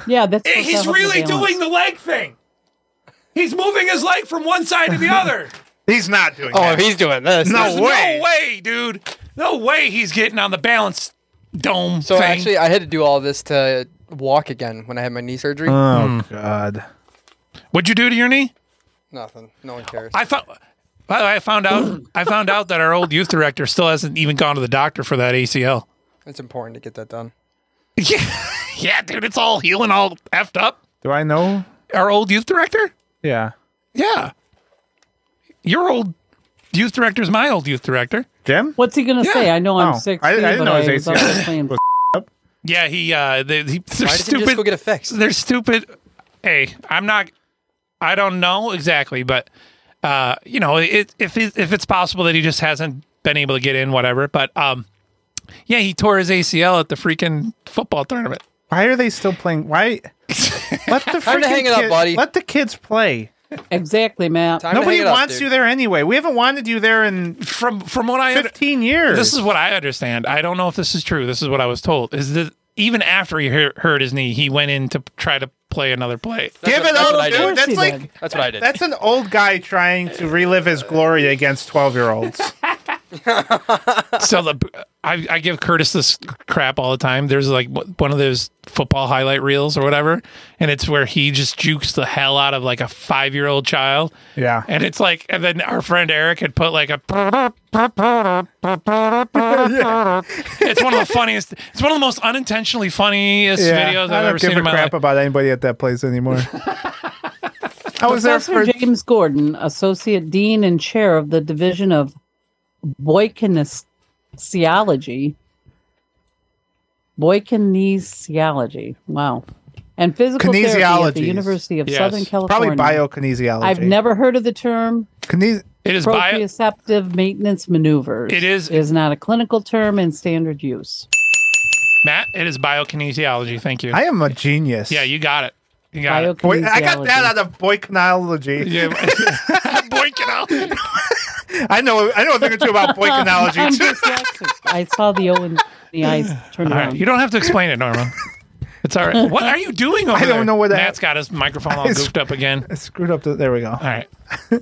[SPEAKER 5] Yeah, that's
[SPEAKER 2] Eh,
[SPEAKER 5] supposed to
[SPEAKER 2] He's
[SPEAKER 5] help with
[SPEAKER 2] really
[SPEAKER 5] balance.
[SPEAKER 2] doing the leg thing. He's moving his leg from one side to the other.
[SPEAKER 3] He's not doing.
[SPEAKER 2] Oh,
[SPEAKER 3] that.
[SPEAKER 2] he's
[SPEAKER 7] doing
[SPEAKER 3] this. No
[SPEAKER 2] There's
[SPEAKER 3] way.
[SPEAKER 2] No way, dude. No way. He's getting on the balance dome.
[SPEAKER 4] So
[SPEAKER 2] thing.
[SPEAKER 4] actually, I had to do all this to walk again when I had my knee surgery.
[SPEAKER 2] Hmm.
[SPEAKER 3] Oh God.
[SPEAKER 2] What'd you do to your knee?
[SPEAKER 4] Nothing. No one cares.
[SPEAKER 2] I found. By the way, I found out. I found out that our old youth director still hasn't even gone to the doctor for that ACL.
[SPEAKER 4] It's important to get that done.
[SPEAKER 2] Yeah, dude, it's all healing, all effed up.
[SPEAKER 3] Do I know?
[SPEAKER 2] Our old youth director.
[SPEAKER 3] Yeah.
[SPEAKER 2] Yeah. Your old youth director is my old youth director.
[SPEAKER 3] Jim?
[SPEAKER 5] What's he gonna say? I know I'm
[SPEAKER 2] Oh,
[SPEAKER 5] six.
[SPEAKER 2] I- I didn't know his
[SPEAKER 5] was
[SPEAKER 2] ACL
[SPEAKER 5] also playing
[SPEAKER 2] Yeah, he. Uh, they, he they're
[SPEAKER 4] Why does he
[SPEAKER 2] stupid.
[SPEAKER 4] just go get a fix?
[SPEAKER 2] They're stupid. Hey, I'm not. I don't know exactly, but uh, you know, it, if it, if it's possible that he just hasn't been able to get in, whatever. But um, yeah, he tore his ACL at the freaking football tournament.
[SPEAKER 3] Why are they still playing? Why? Let the
[SPEAKER 4] Time
[SPEAKER 3] freaking
[SPEAKER 4] to hang it up,
[SPEAKER 3] kid-
[SPEAKER 4] buddy.
[SPEAKER 3] Let the kids play.
[SPEAKER 5] Exactly, Matt.
[SPEAKER 3] Nobody wants you there anyway. We haven't wanted you there in
[SPEAKER 2] from from what I under-
[SPEAKER 3] 15 years.
[SPEAKER 2] This is what I understand. I don't know if this is true. This is what I was told. Is that even after he hurt, hurt his knee, he went in to p- try to play another play.
[SPEAKER 3] Give it up, dude. That's like
[SPEAKER 7] That's what I did.
[SPEAKER 3] That's an old guy trying to relive his glory against 12 year olds.
[SPEAKER 2] so the I, I give Curtis this crap all the time. There's like w- one of those football highlight reels or whatever, and it's where he just jukes the hell out of like a five year old child.
[SPEAKER 3] Yeah.
[SPEAKER 2] And it's like, and then our friend Eric had put like a. It's one of the funniest. It's one of the most unintentionally funniest videos I've
[SPEAKER 3] I don't
[SPEAKER 2] ever
[SPEAKER 3] give
[SPEAKER 2] seen
[SPEAKER 3] a
[SPEAKER 2] in my
[SPEAKER 3] crap
[SPEAKER 2] life.
[SPEAKER 3] about anybody at that place anymore. I was there
[SPEAKER 5] Professor
[SPEAKER 3] for
[SPEAKER 5] James Gordon, Associate Dean and Chair of the Division of Boykinesiology. Boykinesiology. Wow. And physical therapy at the
[SPEAKER 3] kinesiology.
[SPEAKER 5] University of Southern California.
[SPEAKER 3] Probably biokinesiology.
[SPEAKER 5] I've never heard of the term.
[SPEAKER 3] Kines-
[SPEAKER 2] It is bio-
[SPEAKER 5] proprioceptive maintenance maneuvers.
[SPEAKER 2] It is-
[SPEAKER 5] is not a clinical term in standard use.
[SPEAKER 2] Matt, it is biokinesiology. Thank you.
[SPEAKER 3] I am a genius.
[SPEAKER 2] Yeah, you got it. You got it.
[SPEAKER 3] Boy, I got that out of boykinology.
[SPEAKER 2] Yeah. Boykinology.
[SPEAKER 3] I know. I know a thing or two about
[SPEAKER 5] I'm
[SPEAKER 3] boykinology. too.
[SPEAKER 5] dyslexic. I saw the O in the eyes turn
[SPEAKER 2] All
[SPEAKER 5] around.
[SPEAKER 2] right. You don't have to explain it, Norma. It's all right. What are you doing over
[SPEAKER 3] I don't
[SPEAKER 2] there?
[SPEAKER 3] know where that-
[SPEAKER 2] Matt's got his microphone all
[SPEAKER 3] I
[SPEAKER 2] goofed up again.
[SPEAKER 3] I screwed up. The, there we go. All
[SPEAKER 2] right.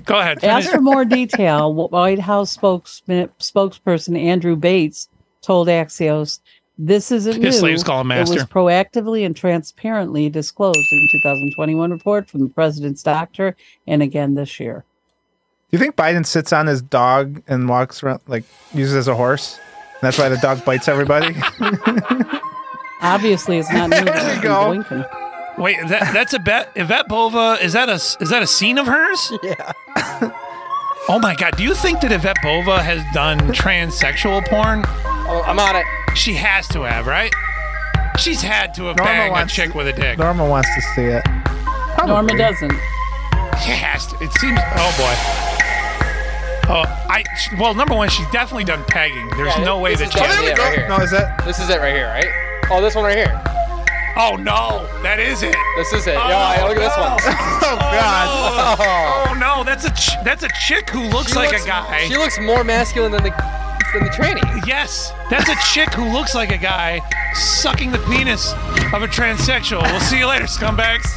[SPEAKER 2] Go ahead.
[SPEAKER 5] As
[SPEAKER 2] finish.
[SPEAKER 5] for more detail, White House spokesman, spokesperson Andrew Bates told Axios, "This isn't
[SPEAKER 2] His
[SPEAKER 5] new.
[SPEAKER 2] slaves call him
[SPEAKER 5] It
[SPEAKER 2] master.
[SPEAKER 5] was proactively and transparently disclosed in 2021 report from the president's doctor, and again this year.
[SPEAKER 3] Do you think Biden sits on his dog and walks around like uses it as a horse? And that's why the dog bites everybody.
[SPEAKER 5] Obviously, it's not new. there
[SPEAKER 3] you go.
[SPEAKER 2] Wait, that, that's a bet. Yvette Bova. Is that a s- is that a scene of hers?
[SPEAKER 4] Yeah.
[SPEAKER 2] oh my God! Do you think that Yvette Bova has done transsexual porn?
[SPEAKER 4] Oh, I'm on it.
[SPEAKER 2] She has to have, right? She's had to have
[SPEAKER 3] Norma
[SPEAKER 2] banged a
[SPEAKER 3] wants-
[SPEAKER 2] chick with a dick.
[SPEAKER 3] Norma wants to see it.
[SPEAKER 5] Norma doesn't.
[SPEAKER 2] She has to. It seems. Oh boy. Oh, I. she- Well, number one, she's definitely done pegging. There's
[SPEAKER 4] Yeah,
[SPEAKER 2] no way
[SPEAKER 4] this is
[SPEAKER 2] that she.
[SPEAKER 4] the idea right here.
[SPEAKER 3] No, is that
[SPEAKER 4] This is it right here, right? Oh, this one right here.
[SPEAKER 2] Oh no, that is it.
[SPEAKER 4] This is it. Yeah, look at this one.
[SPEAKER 2] Oh
[SPEAKER 4] God.
[SPEAKER 2] Oh, no, that's a ch- that's a chick who looks
[SPEAKER 4] She
[SPEAKER 2] like
[SPEAKER 4] looks-
[SPEAKER 2] a guy.
[SPEAKER 4] she looks more masculine than the than the tranny.
[SPEAKER 2] Yes, that's a chick who looks like a guy sucking the penis of a transsexual. We'll see you later, scumbags.